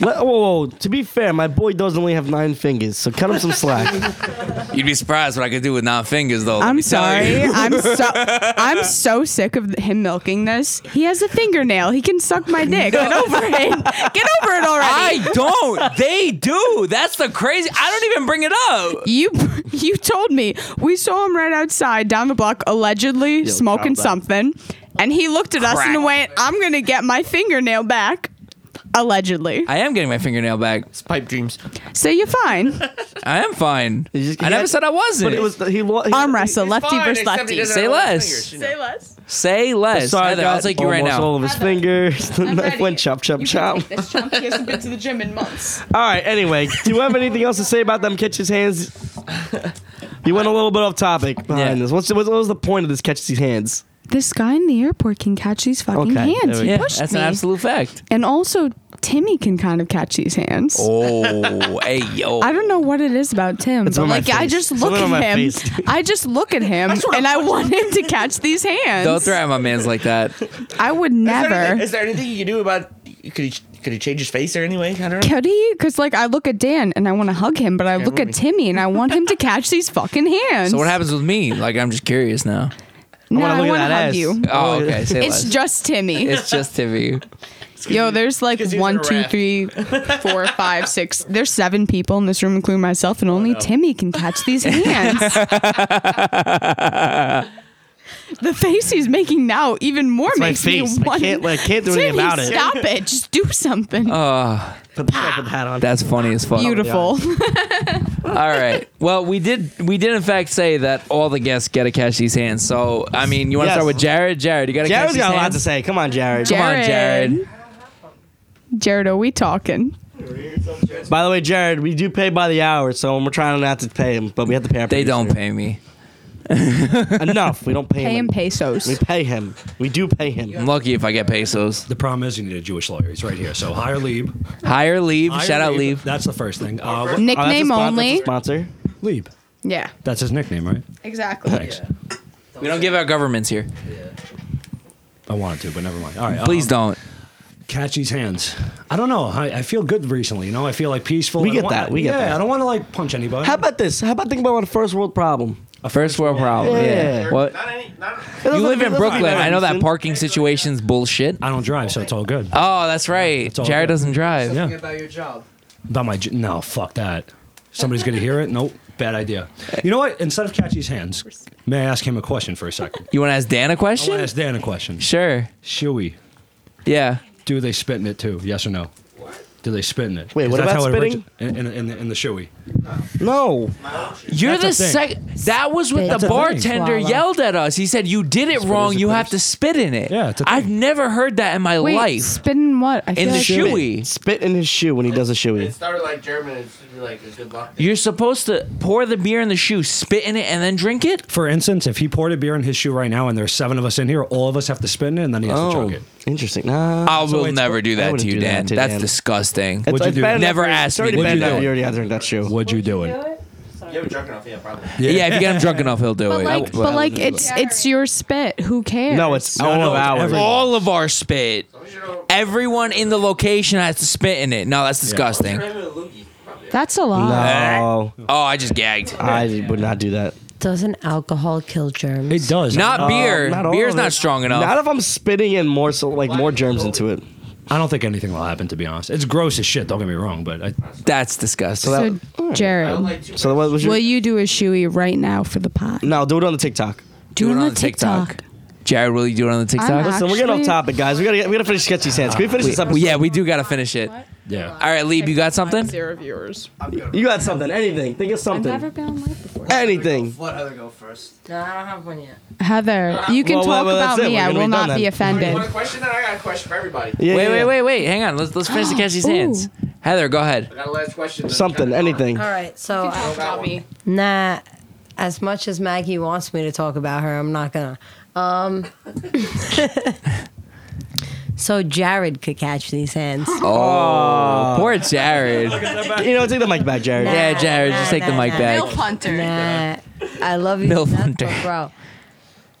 [SPEAKER 2] Well, whoa, whoa, To be fair, my boy does only have nine fingers, so cut him some slack.
[SPEAKER 4] You'd be surprised what I could do with nine fingers, though. let
[SPEAKER 6] I'm
[SPEAKER 4] me tell [laughs] you.
[SPEAKER 6] sorry. [laughs] I'm so
[SPEAKER 4] [laughs]
[SPEAKER 6] I'm so sick of him milking this. He has a fingernail. He can suck my dick. Get over it. Get over it already.
[SPEAKER 4] I don't. They do. That's the crazy. I don't even bring it up.
[SPEAKER 6] you you told me we saw him right outside down the block allegedly smoking
[SPEAKER 2] calm
[SPEAKER 6] something and he looked at us and
[SPEAKER 4] Crack.
[SPEAKER 6] went i'm gonna get my fingernail back allegedly
[SPEAKER 4] I am getting my fingernail back.
[SPEAKER 5] It's pipe dreams.
[SPEAKER 6] so you're
[SPEAKER 4] [laughs]
[SPEAKER 6] fine
[SPEAKER 4] I am fine.
[SPEAKER 2] You just-
[SPEAKER 4] I never said I wasn't.
[SPEAKER 2] But it was he. lo- he
[SPEAKER 6] arm wrestle lefty
[SPEAKER 5] Fine,
[SPEAKER 6] versus
[SPEAKER 5] except
[SPEAKER 6] lefty
[SPEAKER 5] he doesn't
[SPEAKER 4] Say
[SPEAKER 5] have little
[SPEAKER 4] less.
[SPEAKER 5] fingers, you know.
[SPEAKER 6] say less
[SPEAKER 4] Say less.
[SPEAKER 2] Sorry,
[SPEAKER 4] Heather,
[SPEAKER 2] got
[SPEAKER 4] I'll take you right
[SPEAKER 2] almost
[SPEAKER 4] now.
[SPEAKER 2] All of his fingers. [laughs] The knife went chop, chop, chop.
[SPEAKER 6] he hasn't been to the gym in months
[SPEAKER 2] All right. Anyway, do you have anything else to say about them catch his hands? You went a little bit off topic behind
[SPEAKER 4] Yeah.
[SPEAKER 2] this. What's, what was the point of this catch these hands?
[SPEAKER 6] this guy in the airport can catch these fucking
[SPEAKER 2] Okay, there
[SPEAKER 6] hands
[SPEAKER 2] we
[SPEAKER 6] he
[SPEAKER 4] Yeah,
[SPEAKER 6] pushed
[SPEAKER 4] that's
[SPEAKER 6] me
[SPEAKER 4] an absolute fact.
[SPEAKER 6] and also timmy can kind of catch these hands
[SPEAKER 4] [laughs] Oh, hey yo.
[SPEAKER 6] I don't know what it is about Tim, but
[SPEAKER 2] on my
[SPEAKER 6] like I
[SPEAKER 2] face.
[SPEAKER 6] just
[SPEAKER 2] It's
[SPEAKER 6] look
[SPEAKER 2] on my
[SPEAKER 6] at him.
[SPEAKER 2] face, dude.
[SPEAKER 6] I just look
[SPEAKER 2] [laughs]
[SPEAKER 6] at him and I want him to catch these
[SPEAKER 4] Don't
[SPEAKER 6] hands.
[SPEAKER 4] threaten my man's like
[SPEAKER 6] [laughs]
[SPEAKER 4] that.
[SPEAKER 6] I would
[SPEAKER 5] Is there, anything,
[SPEAKER 6] never.
[SPEAKER 5] is there anything you can do about? Could he could he change his face or anyway? I [laughs] don't know.
[SPEAKER 6] Could he? Because like I look at Dan and I want to hug him, but I look at Timmy and I want
[SPEAKER 2] [laughs]
[SPEAKER 6] him to catch these fucking hands.
[SPEAKER 4] So what happens with me? Like I'm just curious now.
[SPEAKER 6] No,
[SPEAKER 2] wanna
[SPEAKER 6] I
[SPEAKER 2] look at
[SPEAKER 6] want to
[SPEAKER 2] that
[SPEAKER 6] hug
[SPEAKER 2] ass.
[SPEAKER 6] you.
[SPEAKER 4] Oh, okay. Say less.
[SPEAKER 6] It's just Timmy.
[SPEAKER 4] it's just Timmy.
[SPEAKER 6] Yo, there's like
[SPEAKER 5] he's
[SPEAKER 6] one,
[SPEAKER 5] in a
[SPEAKER 6] two,
[SPEAKER 5] raft.
[SPEAKER 6] three,
[SPEAKER 2] [laughs]
[SPEAKER 6] four, five, six. There's seven people in this room, including
[SPEAKER 2] Oh,
[SPEAKER 6] myself, and only Timmy can
[SPEAKER 2] [laughs]
[SPEAKER 6] catch these hands. the face he's making now even more
[SPEAKER 2] my
[SPEAKER 6] makes
[SPEAKER 2] face.
[SPEAKER 6] me
[SPEAKER 2] I
[SPEAKER 6] want.
[SPEAKER 2] can't- I can't do anything
[SPEAKER 6] Timmy,
[SPEAKER 2] about it. Oh,
[SPEAKER 6] Stop it! Just do something.
[SPEAKER 2] Put the, put the hat on.
[SPEAKER 4] That's funny as fuck.
[SPEAKER 6] Beautiful. [laughs]
[SPEAKER 4] All right. Well, we did we did in fact say that all the guests gotta catch these hands. So I mean, you want to
[SPEAKER 2] Yes.
[SPEAKER 4] start with Jared? Jared, you gotta catch
[SPEAKER 2] Jared's
[SPEAKER 4] these
[SPEAKER 2] got a lot
[SPEAKER 4] hands.
[SPEAKER 2] to say. Come on, Jared.
[SPEAKER 4] Come on, Jared.
[SPEAKER 6] Jared, are we talking?
[SPEAKER 2] By the way, Jared, we do pay by the hour, so we're trying not to pay him, but we have to pay our
[SPEAKER 4] They don't
[SPEAKER 2] producer.
[SPEAKER 4] pay me.
[SPEAKER 2] enough. We don't pay,
[SPEAKER 6] Pay
[SPEAKER 2] him.
[SPEAKER 6] him
[SPEAKER 2] We
[SPEAKER 6] pesos.
[SPEAKER 2] pay Oh, him. We do pay him. Oh,
[SPEAKER 4] I'm lucky if I get pesos.
[SPEAKER 7] The problem is you need a Jewish lawyer. He's right here. So hire Lieb.
[SPEAKER 4] Hire Leave.
[SPEAKER 7] Hire
[SPEAKER 4] Shout out Leave.
[SPEAKER 7] That's the first thing. Uh, what-
[SPEAKER 2] Oh, that's a
[SPEAKER 6] Nickname
[SPEAKER 2] spon- that's a
[SPEAKER 6] only.
[SPEAKER 2] sponsor.
[SPEAKER 7] Lieb.
[SPEAKER 6] Yeah,
[SPEAKER 7] That's his nickname, right?
[SPEAKER 6] exactly.
[SPEAKER 7] Thanks.
[SPEAKER 4] We don't give out governments here.
[SPEAKER 7] I wanted to, but never mind. All right.
[SPEAKER 4] Please
[SPEAKER 7] um,
[SPEAKER 4] don't.
[SPEAKER 7] catch these hands. I don't know. I, I feel good recently. You know, I feel like peaceful.
[SPEAKER 2] We
[SPEAKER 7] I
[SPEAKER 2] get
[SPEAKER 7] don't want-
[SPEAKER 2] that, we get
[SPEAKER 7] yeah,
[SPEAKER 2] that.
[SPEAKER 7] I don't want to like punch anybody.
[SPEAKER 2] How about this? How about think about a first world problem?
[SPEAKER 4] A first world problem.
[SPEAKER 2] Yeah.
[SPEAKER 4] Yeah.
[SPEAKER 2] Yeah.
[SPEAKER 4] What? You live in Brooklyn. I know that parking situation's bullshit.
[SPEAKER 7] I don't drive, so it's all
[SPEAKER 2] Uh,
[SPEAKER 7] good.
[SPEAKER 4] Oh, that's right.
[SPEAKER 7] It's all
[SPEAKER 4] Jared
[SPEAKER 7] good.
[SPEAKER 4] doesn't drive.
[SPEAKER 7] Yeah.
[SPEAKER 9] about your job.
[SPEAKER 7] About my j- no, fuck that. Somebody's gonna hear it. Nope, bad idea. You know what? Instead of catch these hands, may I ask him a question for
[SPEAKER 2] [laughs]
[SPEAKER 7] a second?
[SPEAKER 4] You want to ask Dan a
[SPEAKER 7] I want to
[SPEAKER 4] question?
[SPEAKER 7] ask Dan a question.
[SPEAKER 4] Sure.
[SPEAKER 7] Shuey,
[SPEAKER 4] Yeah.
[SPEAKER 7] do they spit in it too? Yes or no? Do they spit in it?
[SPEAKER 2] Wait,
[SPEAKER 7] 'Cause
[SPEAKER 2] what
[SPEAKER 7] that's
[SPEAKER 2] about
[SPEAKER 7] how it
[SPEAKER 2] spitting?
[SPEAKER 7] origi- in, in, in, the, in the shoey.
[SPEAKER 2] No.
[SPEAKER 4] You're
[SPEAKER 7] That's
[SPEAKER 4] the
[SPEAKER 7] a thing.
[SPEAKER 4] second. That was what
[SPEAKER 8] Spit.
[SPEAKER 4] the
[SPEAKER 7] That's a thing.
[SPEAKER 4] bartender
[SPEAKER 8] Swallow.
[SPEAKER 4] yelled at us. He said, "You did it wrong.
[SPEAKER 7] is a
[SPEAKER 4] You have
[SPEAKER 7] curse.
[SPEAKER 4] to spit in it."
[SPEAKER 7] Yeah, it's a
[SPEAKER 4] I've
[SPEAKER 7] thing.
[SPEAKER 4] never heard that in my
[SPEAKER 6] Wait,
[SPEAKER 4] life.
[SPEAKER 6] spin what? I
[SPEAKER 4] In
[SPEAKER 6] feel
[SPEAKER 4] the
[SPEAKER 6] like-
[SPEAKER 4] shoey,
[SPEAKER 2] Spit in his shoe when he does a
[SPEAKER 9] It
[SPEAKER 2] shoey.
[SPEAKER 9] started like German. It's like a good luck.
[SPEAKER 4] you're supposed to pour the beer in the shoe, spit in it, and then drink it.
[SPEAKER 7] For instance, if he poured a beer in his shoe right now, and there's seven of us in here, all of us have to spit in it, and then he has to
[SPEAKER 2] Oh,
[SPEAKER 7] chug it.
[SPEAKER 2] interesting. Nah.
[SPEAKER 4] I
[SPEAKER 7] So
[SPEAKER 4] will
[SPEAKER 7] it's-
[SPEAKER 4] never do that
[SPEAKER 2] wouldn't
[SPEAKER 4] to
[SPEAKER 2] do
[SPEAKER 4] you,
[SPEAKER 2] that
[SPEAKER 4] Dan.
[SPEAKER 2] to
[SPEAKER 4] That's
[SPEAKER 2] Dan.
[SPEAKER 4] disgusting.
[SPEAKER 2] It's-
[SPEAKER 7] What'd you
[SPEAKER 2] it's
[SPEAKER 7] do?
[SPEAKER 2] bad enough
[SPEAKER 4] Never
[SPEAKER 2] for- it's
[SPEAKER 4] asked me.
[SPEAKER 2] already
[SPEAKER 4] What'd
[SPEAKER 2] bad
[SPEAKER 4] you
[SPEAKER 2] enough
[SPEAKER 4] do?
[SPEAKER 2] You already answered that shoe.
[SPEAKER 7] What'd you do it?
[SPEAKER 9] You have a drunk enough, yeah, probably.
[SPEAKER 4] Yeah, if you get him [laughs] drunk enough, he'll do
[SPEAKER 6] But
[SPEAKER 4] it.
[SPEAKER 6] like, but like, it's it's your spit. Who cares?
[SPEAKER 2] No, it's
[SPEAKER 7] No,
[SPEAKER 2] all
[SPEAKER 7] no,
[SPEAKER 2] of
[SPEAKER 7] it's
[SPEAKER 2] ours.
[SPEAKER 7] everyone.
[SPEAKER 4] all of our spit. Everyone in the location has to spit in it. No, that's disgusting.
[SPEAKER 6] that's a lie.
[SPEAKER 2] No,
[SPEAKER 4] Oh, I just gagged.
[SPEAKER 2] I would not do that.
[SPEAKER 8] Doesn't alcohol kill germs?
[SPEAKER 7] It does.
[SPEAKER 4] Uh,
[SPEAKER 7] Uh,
[SPEAKER 4] Not
[SPEAKER 7] I,
[SPEAKER 4] beer.
[SPEAKER 2] not all
[SPEAKER 4] Beer's
[SPEAKER 2] of it.
[SPEAKER 4] not strong enough.
[SPEAKER 2] Not if I'm spitting in more so like more germs into it.
[SPEAKER 7] I don't think anything will happen. To be honest, it's gross as shit. Don't get me wrong, but I,
[SPEAKER 4] That's disgusting.
[SPEAKER 6] So, Jared,
[SPEAKER 5] Like,
[SPEAKER 2] So what was your?
[SPEAKER 6] will you do a shoey right now for the pot?
[SPEAKER 2] no, do it on the TikTok.
[SPEAKER 4] do it on the TikTok. Jared, will you do it on the
[SPEAKER 6] I'm
[SPEAKER 4] TikTok?
[SPEAKER 2] So we're getting off
[SPEAKER 6] Actually-
[SPEAKER 2] topic, guys. We gotta get- we gotta finish sketchy hands. Can we finish this
[SPEAKER 4] Well,
[SPEAKER 2] episode?
[SPEAKER 4] yeah, we do gotta finish it. All
[SPEAKER 7] yeah.
[SPEAKER 4] right, Leeb, you got something?
[SPEAKER 10] Zero viewers.
[SPEAKER 2] You got something? Anything? Think of
[SPEAKER 6] I've
[SPEAKER 2] something.
[SPEAKER 6] never been on live before.
[SPEAKER 2] anything.
[SPEAKER 5] Let her go first.
[SPEAKER 8] No, I don't have one yet.
[SPEAKER 6] Heather, you can
[SPEAKER 2] Well, well,
[SPEAKER 6] talk
[SPEAKER 2] well, that's
[SPEAKER 6] about
[SPEAKER 2] it.
[SPEAKER 6] me.
[SPEAKER 2] We're
[SPEAKER 6] I
[SPEAKER 2] gonna
[SPEAKER 6] will
[SPEAKER 2] be
[SPEAKER 6] not
[SPEAKER 2] done
[SPEAKER 6] be
[SPEAKER 2] then.
[SPEAKER 5] You
[SPEAKER 6] offended.
[SPEAKER 5] want a question? Then I got a question for everybody.
[SPEAKER 2] Yeah,
[SPEAKER 4] Wait,
[SPEAKER 2] yeah,
[SPEAKER 4] wait,
[SPEAKER 2] yeah.
[SPEAKER 4] wait, wait. Hang on. Let's let's finish the catchy's hands. Heather, go ahead.
[SPEAKER 5] I got a last question. then
[SPEAKER 2] Something.
[SPEAKER 5] Kevin.
[SPEAKER 2] Anything.
[SPEAKER 8] All right, so uh,
[SPEAKER 10] Talk about me.
[SPEAKER 8] Nah, as much as Maggie wants me to talk about her, I'm not gonna. Um, [laughs] so Jared could catch these hands.
[SPEAKER 4] Poor Jared. [laughs]
[SPEAKER 2] You know, take the mic back, Jared.
[SPEAKER 4] Yeah, Jared, just take the mic back.
[SPEAKER 10] Bill Hunter.
[SPEAKER 8] Nah, I love you,
[SPEAKER 4] Milf
[SPEAKER 8] to death,
[SPEAKER 4] Hunter.
[SPEAKER 8] but bro.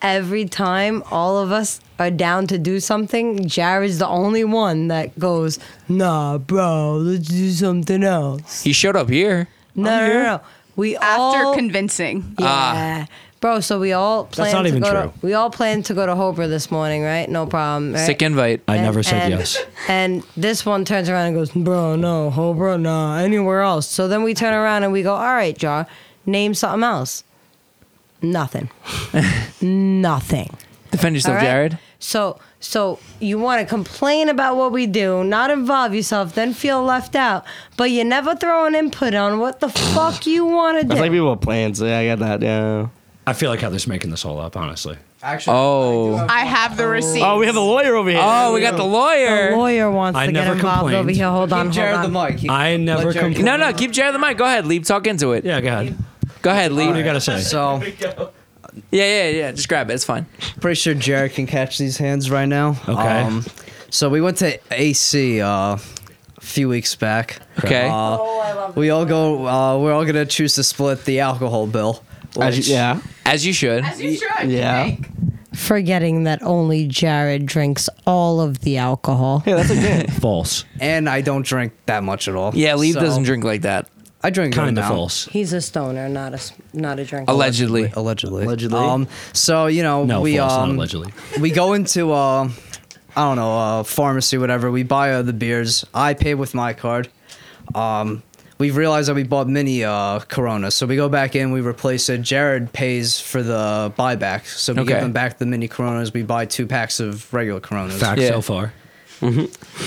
[SPEAKER 8] Every time all of us are down to do something, Jared's the only one that goes, "Nah, bro, let's do something else."
[SPEAKER 4] He showed up here.
[SPEAKER 7] Oh,
[SPEAKER 8] No, no, no, no. We
[SPEAKER 10] After
[SPEAKER 8] all
[SPEAKER 10] convincing.
[SPEAKER 8] Yeah. Bro, so we all plan
[SPEAKER 7] Ah. not
[SPEAKER 8] to
[SPEAKER 7] even
[SPEAKER 8] go
[SPEAKER 7] true.
[SPEAKER 8] to we all plan to go to Hober this morning, right? No problem. Right?
[SPEAKER 4] Sick invite.
[SPEAKER 7] I never said
[SPEAKER 8] and,
[SPEAKER 7] yes.
[SPEAKER 8] [laughs] And this one turns around and goes, Bro, no, Hober, nah, anywhere else. So then we turn around and we go, All right, Jar, name something else. Nothing. [laughs] Nothing.
[SPEAKER 4] Defend
[SPEAKER 8] All
[SPEAKER 4] yourself,
[SPEAKER 8] right?
[SPEAKER 4] Jared.
[SPEAKER 8] So so you want to complain about what we do, not involve yourself, then feel left out, but you never throw an input on what the fuck you want to do.
[SPEAKER 2] It's like people with plans. Yeah, I got that. Yeah.
[SPEAKER 7] I feel like Heather's making this all up. Honestly,
[SPEAKER 5] Actually,
[SPEAKER 4] Oh.
[SPEAKER 10] I have the receipt.
[SPEAKER 2] Oh, we have the lawyer over here.
[SPEAKER 4] Oh, we got the
[SPEAKER 8] The
[SPEAKER 4] lawyer.
[SPEAKER 8] lawyer wants
[SPEAKER 7] I
[SPEAKER 8] to get
[SPEAKER 7] never
[SPEAKER 8] involved over
[SPEAKER 7] complained.
[SPEAKER 8] here. Hold on,
[SPEAKER 5] give
[SPEAKER 8] hold
[SPEAKER 5] Jared the
[SPEAKER 8] on.
[SPEAKER 5] mic. He-
[SPEAKER 7] I never
[SPEAKER 5] Let Jared
[SPEAKER 7] complained.
[SPEAKER 4] No, no, keep Jared the mic. Go ahead, Leeb. Talk into it.
[SPEAKER 7] Yeah, go ahead.
[SPEAKER 4] Go ahead,
[SPEAKER 7] What do
[SPEAKER 4] Leeb.
[SPEAKER 7] you gotta say?
[SPEAKER 11] So,
[SPEAKER 4] Yeah, yeah, yeah. Just grab it. It's fine.
[SPEAKER 11] pretty sure Jared can catch these hands right now.
[SPEAKER 7] Okay.
[SPEAKER 11] um, so we went to AC uh, a few weeks back.
[SPEAKER 4] Okay.
[SPEAKER 11] Uh, we all go. Uh, we're all gonna choose to split the alcohol bill.
[SPEAKER 2] As you-
[SPEAKER 11] which-
[SPEAKER 2] yeah.
[SPEAKER 4] As you should.
[SPEAKER 10] As you should.
[SPEAKER 2] Yeah. [laughs]
[SPEAKER 10] Nick.
[SPEAKER 8] Forgetting that only Jared drinks all of the alcohol.
[SPEAKER 2] Yeah, that's a good.
[SPEAKER 7] false.
[SPEAKER 11] And I don't drink that much at all.
[SPEAKER 4] Yeah, Leeb
[SPEAKER 11] So,
[SPEAKER 4] doesn't drink like that.
[SPEAKER 11] I drink a good
[SPEAKER 7] Kind of
[SPEAKER 11] amount.
[SPEAKER 7] false.
[SPEAKER 8] He's a stoner, not a s- not a drinker.
[SPEAKER 4] Allegedly.
[SPEAKER 11] Allegedly.
[SPEAKER 2] Allegedly.
[SPEAKER 11] Um. So you know
[SPEAKER 7] No,
[SPEAKER 11] we
[SPEAKER 7] false.
[SPEAKER 11] um
[SPEAKER 7] not allegedly.
[SPEAKER 11] we go into uh, I don't know a pharmacy whatever. We buy uh, the beers. I pay with my card. Um. We realized that we bought mini uh, Corona, so we go back in, we replace it. Jared pays for the buyback, so we
[SPEAKER 4] Okay.
[SPEAKER 11] give him back the mini Coronas. We buy two packs of regular Coronas.
[SPEAKER 7] Fact
[SPEAKER 4] Yeah.
[SPEAKER 7] so far.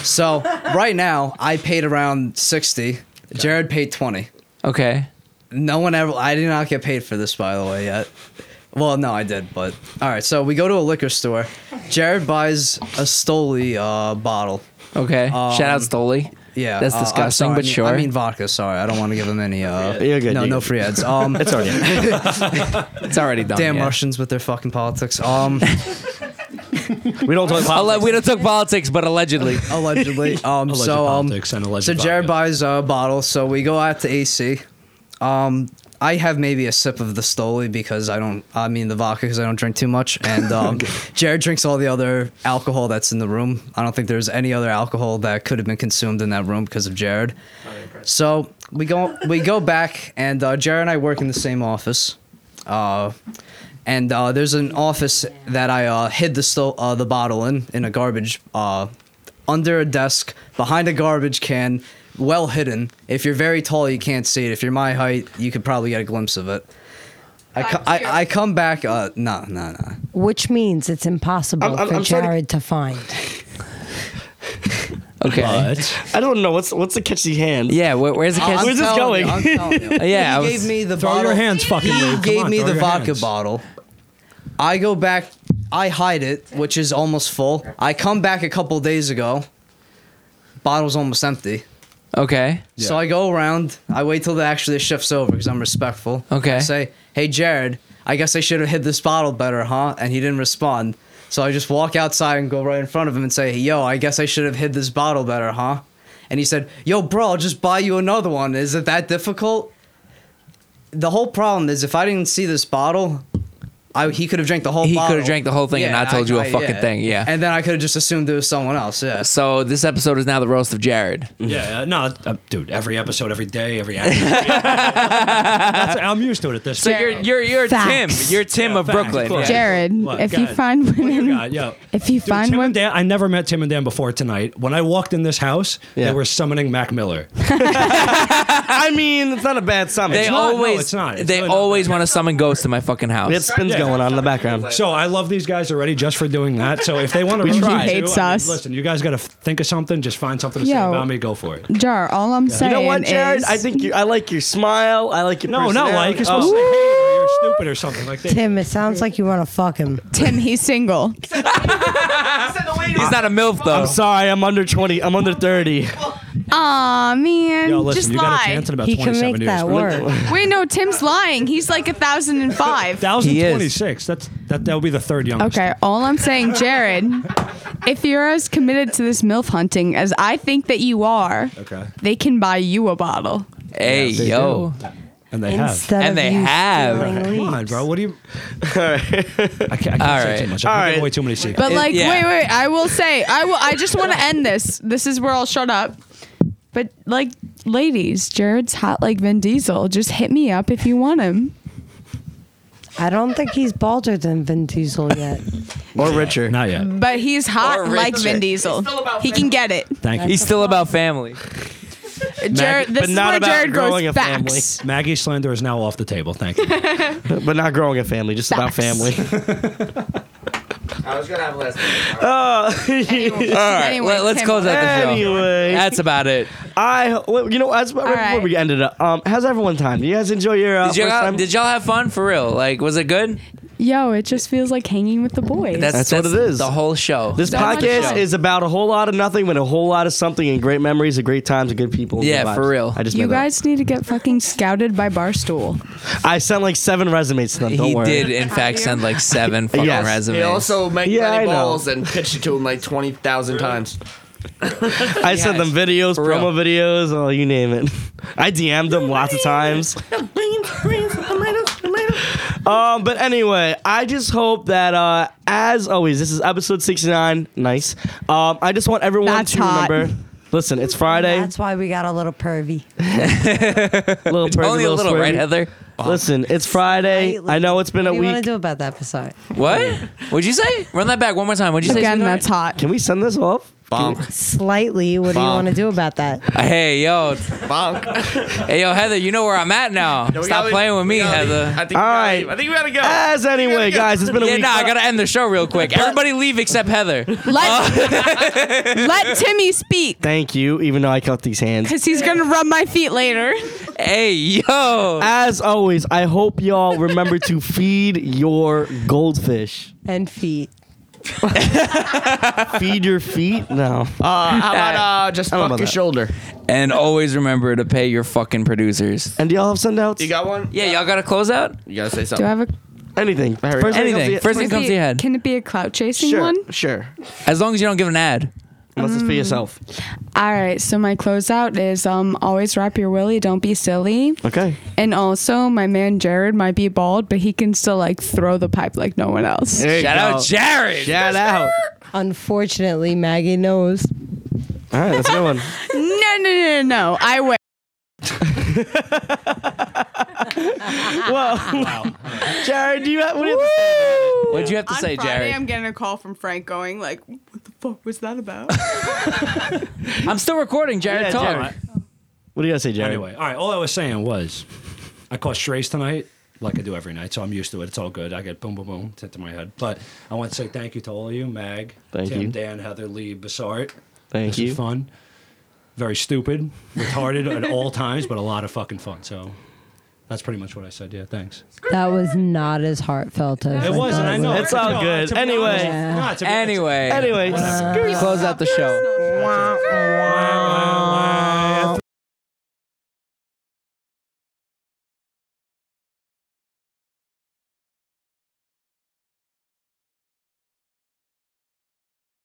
[SPEAKER 11] So right now, I paid around sixty. Jared paid twenty.
[SPEAKER 4] Okay.
[SPEAKER 11] No one ever. I did not get paid for this, by the way, yet. Well, no, I did, but all right. So we go to a liquor store. Jared buys a Stoli uh, bottle.
[SPEAKER 4] Okay. Shout out
[SPEAKER 11] Um,
[SPEAKER 4] Stoli.
[SPEAKER 11] Yeah,
[SPEAKER 4] That's
[SPEAKER 11] uh, I'm
[SPEAKER 4] disgusting,
[SPEAKER 11] sorry,
[SPEAKER 4] but
[SPEAKER 11] I mean,
[SPEAKER 4] sure.
[SPEAKER 11] I mean vodka. Sorry, I don't want to give him any. Uh,
[SPEAKER 2] You're good,
[SPEAKER 11] no,
[SPEAKER 2] you're
[SPEAKER 11] no
[SPEAKER 2] good.
[SPEAKER 11] free ads. Um,
[SPEAKER 2] It's already.
[SPEAKER 4] It's already done.
[SPEAKER 11] [laughs] damn
[SPEAKER 4] yeah.
[SPEAKER 11] Russians with their fucking politics. Um,
[SPEAKER 2] We don't talk about.
[SPEAKER 4] Alle- we don't talk politics, but allegedly.
[SPEAKER 11] [laughs] allegedly. Um,
[SPEAKER 7] Alleged
[SPEAKER 11] so um,
[SPEAKER 7] politics and alleged
[SPEAKER 11] so
[SPEAKER 7] vodka.
[SPEAKER 11] Jared buys a bottle. So we go out to AC. Um, I have maybe a sip of the Stoli because I don't. I mean the vodka because I don't drink too much.
[SPEAKER 7] [laughs]
[SPEAKER 11] And um, Jared drinks all the other alcohol that's in the room. I don't think there's any other alcohol that could have been consumed in that room because of Jared. So we go we go back, and uh, Jared and I work in the same office. Uh, and uh, there's an office that I uh, hid the sto- uh, the bottle in in a garbage uh, under a desk behind a garbage can, well hidden. If you're very tall, you can't see it. If you're my height, you could probably get a glimpse of it. I, co- I, I come back. Uh, no, no, no.
[SPEAKER 8] which means it's impossible
[SPEAKER 2] I'm- I'm-
[SPEAKER 8] for
[SPEAKER 2] I'm sorry to-
[SPEAKER 8] Jared to find.
[SPEAKER 4] Okay.
[SPEAKER 7] But
[SPEAKER 2] I don't know. What's what's the catchy hand?
[SPEAKER 4] yeah. Where, where's the catch?
[SPEAKER 2] Where's this
[SPEAKER 11] telling
[SPEAKER 2] going?
[SPEAKER 11] You, I'm telling you.
[SPEAKER 4] Yeah, I
[SPEAKER 11] He
[SPEAKER 4] was-
[SPEAKER 11] gave me the
[SPEAKER 7] throw
[SPEAKER 11] bottle.
[SPEAKER 7] your hands, fucking. Lou.
[SPEAKER 11] He
[SPEAKER 7] Come
[SPEAKER 11] gave
[SPEAKER 7] on,
[SPEAKER 11] me
[SPEAKER 7] throw
[SPEAKER 11] the
[SPEAKER 7] your
[SPEAKER 11] vodka
[SPEAKER 7] hands.
[SPEAKER 11] bottle. I go back. I hide it, which is almost full. I come back a couple days ago. Bottle's almost empty.
[SPEAKER 4] Okay.
[SPEAKER 11] So I go around. I wait till the, actually the shift's over because I'm respectful.
[SPEAKER 4] Okay.
[SPEAKER 11] I say, hey Jared, I guess I should have hid this bottle better, huh? And he didn't respond. So I just walk outside and go right in front of him and say, yo, I guess I should have hid this bottle better, huh? And he said, yo, bro, I'll just buy you another one. Is it that difficult? The whole problem is if I didn't see this bottle, I, he could have drank the whole.
[SPEAKER 4] He could have
[SPEAKER 11] bottle.
[SPEAKER 4] drank the whole thing and not told you a fucking thing, yeah.
[SPEAKER 11] And then I could have just assumed it was someone else. Yeah.
[SPEAKER 4] So this episode is now the roast of Jared.
[SPEAKER 7] Yeah, uh, no, uh, dude. Every episode, every day,
[SPEAKER 11] [laughs]
[SPEAKER 7] every hour. That's- I'm used to it at this.
[SPEAKER 4] So
[SPEAKER 7] point.
[SPEAKER 4] you're you're you're
[SPEAKER 6] Facts.
[SPEAKER 4] Tim. You're Tim
[SPEAKER 7] Yeah,
[SPEAKER 4] of
[SPEAKER 7] facts,
[SPEAKER 4] Brooklyn.
[SPEAKER 7] of course.
[SPEAKER 6] Jared,
[SPEAKER 7] What?
[SPEAKER 6] if
[SPEAKER 7] Go
[SPEAKER 6] you
[SPEAKER 7] ahead.
[SPEAKER 6] find women,
[SPEAKER 7] Oh God, yeah.
[SPEAKER 6] if you find
[SPEAKER 7] Tim
[SPEAKER 6] women,
[SPEAKER 7] and Dan, I never met Tim and Dan before tonight. When I walked in this house, they were summoning Mac Miller.
[SPEAKER 2] I mean, it's not a bad summit.
[SPEAKER 4] They
[SPEAKER 2] It's not- no,
[SPEAKER 4] always
[SPEAKER 2] it's not. It's
[SPEAKER 4] they
[SPEAKER 2] really not.
[SPEAKER 4] always want to summon ghosts to my fucking house.
[SPEAKER 2] We had spins going on in the background.
[SPEAKER 7] So I love these guys already just for doing that. So if they want
[SPEAKER 6] We
[SPEAKER 7] to
[SPEAKER 6] tried.
[SPEAKER 7] try,
[SPEAKER 6] He hates us.
[SPEAKER 7] listen, you guys got to think of something. Just find something to say
[SPEAKER 6] Yo.
[SPEAKER 7] about me. Go for it.
[SPEAKER 6] Jar, all I'm
[SPEAKER 2] You
[SPEAKER 6] saying
[SPEAKER 2] know what, Jared?
[SPEAKER 6] is,
[SPEAKER 2] I think you, I like your smile. I like your
[SPEAKER 7] No, not like. You're supposed to say,
[SPEAKER 2] personality.
[SPEAKER 7] hey, you're stupid or something like that.
[SPEAKER 8] Tim, it sounds like you want to fuck him.
[SPEAKER 6] Tim, he's single.
[SPEAKER 4] He's not a milf though.
[SPEAKER 2] I'm sorry, I'm under 20. I'm under 30.
[SPEAKER 6] Aw, man,
[SPEAKER 7] Yo, listen,
[SPEAKER 6] just
[SPEAKER 7] you got a
[SPEAKER 6] lie.
[SPEAKER 7] chance in about
[SPEAKER 8] He can
[SPEAKER 7] 27
[SPEAKER 8] make
[SPEAKER 7] years.
[SPEAKER 8] that work.
[SPEAKER 6] Wait, no, Tim's lying. He's like a thousand and five.
[SPEAKER 4] He is.
[SPEAKER 7] 1026. That's that. That would be the third youngest.
[SPEAKER 6] Okay, all I'm saying, Jared, if you're as committed to this MILF hunting as I think that you are,
[SPEAKER 7] Okay.
[SPEAKER 6] they can buy you a bottle.
[SPEAKER 4] hey yo,
[SPEAKER 7] And they have.
[SPEAKER 8] Instead
[SPEAKER 4] And
[SPEAKER 8] of
[SPEAKER 4] they
[SPEAKER 8] you
[SPEAKER 4] have.
[SPEAKER 8] stealing
[SPEAKER 7] Come
[SPEAKER 8] leaves.
[SPEAKER 7] on, bro. What do you? I can't, I can't
[SPEAKER 4] All
[SPEAKER 7] say
[SPEAKER 4] right.
[SPEAKER 7] too much.
[SPEAKER 2] All
[SPEAKER 7] I'm giving
[SPEAKER 2] right.
[SPEAKER 7] away too many secrets.
[SPEAKER 6] But
[SPEAKER 4] It-
[SPEAKER 6] like,
[SPEAKER 4] yeah.
[SPEAKER 6] wait, wait, I will say, I will. I just want to end this. This is where I'll shut up. But like, ladies, Jared's hot like Vin Diesel. Just hit me up if you want him.
[SPEAKER 8] I don't think he's balder than Vin Diesel yet.
[SPEAKER 2] Or richer.
[SPEAKER 7] Not yet.
[SPEAKER 6] But he's
[SPEAKER 4] Or
[SPEAKER 6] hot
[SPEAKER 4] Richard.
[SPEAKER 6] like Vin Diesel. He can get it.
[SPEAKER 7] Thank you.
[SPEAKER 4] he's still about
[SPEAKER 5] [laughs]
[SPEAKER 4] family.
[SPEAKER 6] Jared, this
[SPEAKER 2] but
[SPEAKER 6] is
[SPEAKER 2] not
[SPEAKER 6] where
[SPEAKER 2] about
[SPEAKER 6] Jared
[SPEAKER 2] growing
[SPEAKER 6] grows
[SPEAKER 2] a family.
[SPEAKER 6] facts.
[SPEAKER 7] Maggie slander is now off the table.
[SPEAKER 2] [laughs]
[SPEAKER 7] Thank you.
[SPEAKER 2] [laughs] But not growing a family, just about
[SPEAKER 6] Facts. [laughs]
[SPEAKER 2] family.
[SPEAKER 9] I was gonna have last.
[SPEAKER 6] [laughs]
[SPEAKER 2] Oh, [laughs]
[SPEAKER 6] Anyway,
[SPEAKER 4] All right,
[SPEAKER 6] anyway,
[SPEAKER 4] let, us
[SPEAKER 6] Tim,
[SPEAKER 4] close out the show.
[SPEAKER 2] Anyway.
[SPEAKER 4] That's about
[SPEAKER 5] [laughs]
[SPEAKER 4] it.
[SPEAKER 2] I, well, you know, as, right
[SPEAKER 6] right.
[SPEAKER 2] before we ended up, um, how's everyone time? Do you guys enjoy your uh,
[SPEAKER 4] Did y'all,
[SPEAKER 2] first time?
[SPEAKER 4] did y'all have fun for real? Like, was it good?
[SPEAKER 6] Yo, it just feels like hanging with the boys.
[SPEAKER 2] That's what it is.
[SPEAKER 4] The whole show.
[SPEAKER 2] this
[SPEAKER 6] So much
[SPEAKER 2] podcast
[SPEAKER 6] fun.
[SPEAKER 2] is about a whole lot of nothing with a whole lot of something and great memories and great times and good people. and
[SPEAKER 4] Yeah,
[SPEAKER 2] good vibes.
[SPEAKER 4] for real.
[SPEAKER 2] I just
[SPEAKER 6] you
[SPEAKER 2] made that up.
[SPEAKER 6] guys need to get fucking scouted by [laughs] Barstool.
[SPEAKER 2] I sent like seven resumes to them. Don't
[SPEAKER 4] he
[SPEAKER 2] worry.
[SPEAKER 4] did, in fact, send like seven fucking
[SPEAKER 2] Yes.
[SPEAKER 4] resumes.
[SPEAKER 5] They also make
[SPEAKER 2] Yeah, I
[SPEAKER 5] money
[SPEAKER 2] know.
[SPEAKER 5] balls and pitch it to him like twenty thousand times.
[SPEAKER 2] I sent them videos,
[SPEAKER 4] real.
[SPEAKER 2] promo videos, oh, you name it. [laughs] I DM'd them lots of
[SPEAKER 8] [laughs]
[SPEAKER 2] times. Um, but anyway, I just hope that, uh, as always, this is episode 69. Nice. Um, I just want everyone
[SPEAKER 6] That's
[SPEAKER 2] to
[SPEAKER 6] hot.
[SPEAKER 2] remember. Listen, it's Friday.
[SPEAKER 8] That's why we got a little pervy.
[SPEAKER 2] little pervy,
[SPEAKER 4] only a little,
[SPEAKER 2] swervy.
[SPEAKER 4] right, Heather?
[SPEAKER 2] Listen, it's Friday.
[SPEAKER 8] Slightly.
[SPEAKER 2] I know it's been
[SPEAKER 8] What
[SPEAKER 2] a
[SPEAKER 8] do you want to
[SPEAKER 2] week.
[SPEAKER 8] do about that, Passat?
[SPEAKER 4] What? What'd you say? Run that back one more time. What'd you say?
[SPEAKER 6] Again,
[SPEAKER 4] sweetheart?
[SPEAKER 6] that's hot.
[SPEAKER 2] Can we send this off?
[SPEAKER 5] Bonk,
[SPEAKER 8] Slightly. What do you
[SPEAKER 5] Bonk.
[SPEAKER 8] want to do about that?
[SPEAKER 4] Hey yo,
[SPEAKER 5] bonk.
[SPEAKER 4] [laughs] hey yo, Heather. You know where I'm at now.
[SPEAKER 5] No, we
[SPEAKER 4] Stop
[SPEAKER 5] gotta-
[SPEAKER 4] playing with
[SPEAKER 5] we
[SPEAKER 4] me,
[SPEAKER 5] gotta leave.
[SPEAKER 4] Heather.
[SPEAKER 5] I think we
[SPEAKER 2] All
[SPEAKER 5] gotta
[SPEAKER 2] right.
[SPEAKER 5] leave. I think we gotta go.
[SPEAKER 2] As anyway, guys, it's been a
[SPEAKER 4] Yeah,
[SPEAKER 2] week.
[SPEAKER 4] nah, I gotta end the show real quick. Everybody leave except Heather.
[SPEAKER 6] Let, let Timmy speak
[SPEAKER 2] Thank you, even though I cut these hands.
[SPEAKER 4] [laughs]
[SPEAKER 6] because he's going to rub my feet later.
[SPEAKER 4] Hey yo.
[SPEAKER 2] As always, I hope y'all remember to feed your goldfish.
[SPEAKER 8] And feet.
[SPEAKER 2] Feed your feet? No.
[SPEAKER 5] Uh, how about uh, just
[SPEAKER 2] I don't know about
[SPEAKER 5] fuck your
[SPEAKER 2] that.
[SPEAKER 5] shoulder?
[SPEAKER 4] And always remember to pay your fucking producers.
[SPEAKER 2] And do y'all have send outs?
[SPEAKER 5] You got one?
[SPEAKER 4] Yeah, y'all got a closeout?
[SPEAKER 5] You gotta say
[SPEAKER 6] Do I
[SPEAKER 5] something.
[SPEAKER 6] have a.
[SPEAKER 2] Anything. First thing
[SPEAKER 4] Anything.
[SPEAKER 2] comes to you-
[SPEAKER 4] First thing comes to your head.
[SPEAKER 6] Can it be a clout chasing
[SPEAKER 2] sure,
[SPEAKER 6] one?
[SPEAKER 2] Sure.
[SPEAKER 4] As long as you don't give an ad.
[SPEAKER 2] Unless it's for
[SPEAKER 4] Mm.
[SPEAKER 2] yourself.
[SPEAKER 6] All right, so my closeout is um always wrap your willy, don't be silly.
[SPEAKER 2] Okay.
[SPEAKER 6] And also, my man Jared might be bald, but he can still like throw the pipe like no one else.
[SPEAKER 2] There you
[SPEAKER 4] Shout
[SPEAKER 2] go.
[SPEAKER 4] out Jared.
[SPEAKER 2] Shout out.
[SPEAKER 8] Unfortunately, Maggie knows.
[SPEAKER 2] All right, that's a good
[SPEAKER 4] [laughs]
[SPEAKER 2] one.
[SPEAKER 6] [laughs] No, no, no, no, no. I wait.
[SPEAKER 2] Jared, do you have, what do you have
[SPEAKER 4] What'd you have to say, Jared?
[SPEAKER 6] I'm getting a call from Frank going like, "What the fuck was that about?"
[SPEAKER 4] [laughs] I'm still recording, Jared.
[SPEAKER 2] Yeah,
[SPEAKER 4] Tell
[SPEAKER 2] Jared.
[SPEAKER 4] him.
[SPEAKER 2] What do you got to say, Jared?
[SPEAKER 7] Anyway, all right. All I was saying was, I caught strays tonight, like I do every night, so I'm used to it. It's all good. I get boom, boom, boom, hit to my head. But I want to say thank you to all of you, Mag,
[SPEAKER 2] Thank
[SPEAKER 7] Tim,
[SPEAKER 2] you.
[SPEAKER 7] Dan, Heather, Lee, Bassart.
[SPEAKER 2] Thank
[SPEAKER 7] this
[SPEAKER 2] you.
[SPEAKER 7] is fun. Very stupid, retarded at all times, but a lot of fucking fun. So that's pretty much what I said. Yeah, thanks.
[SPEAKER 8] That was not as heartfelt as
[SPEAKER 7] It
[SPEAKER 8] I
[SPEAKER 7] was,
[SPEAKER 8] thought
[SPEAKER 7] and I
[SPEAKER 8] it
[SPEAKER 7] know
[SPEAKER 8] would.
[SPEAKER 2] It's all
[SPEAKER 7] No,
[SPEAKER 2] good.
[SPEAKER 7] to be honest,
[SPEAKER 2] Anyway.
[SPEAKER 7] no, to be-
[SPEAKER 4] Anyway.
[SPEAKER 2] Anyway,
[SPEAKER 4] Close out the show.
[SPEAKER 7] Wow.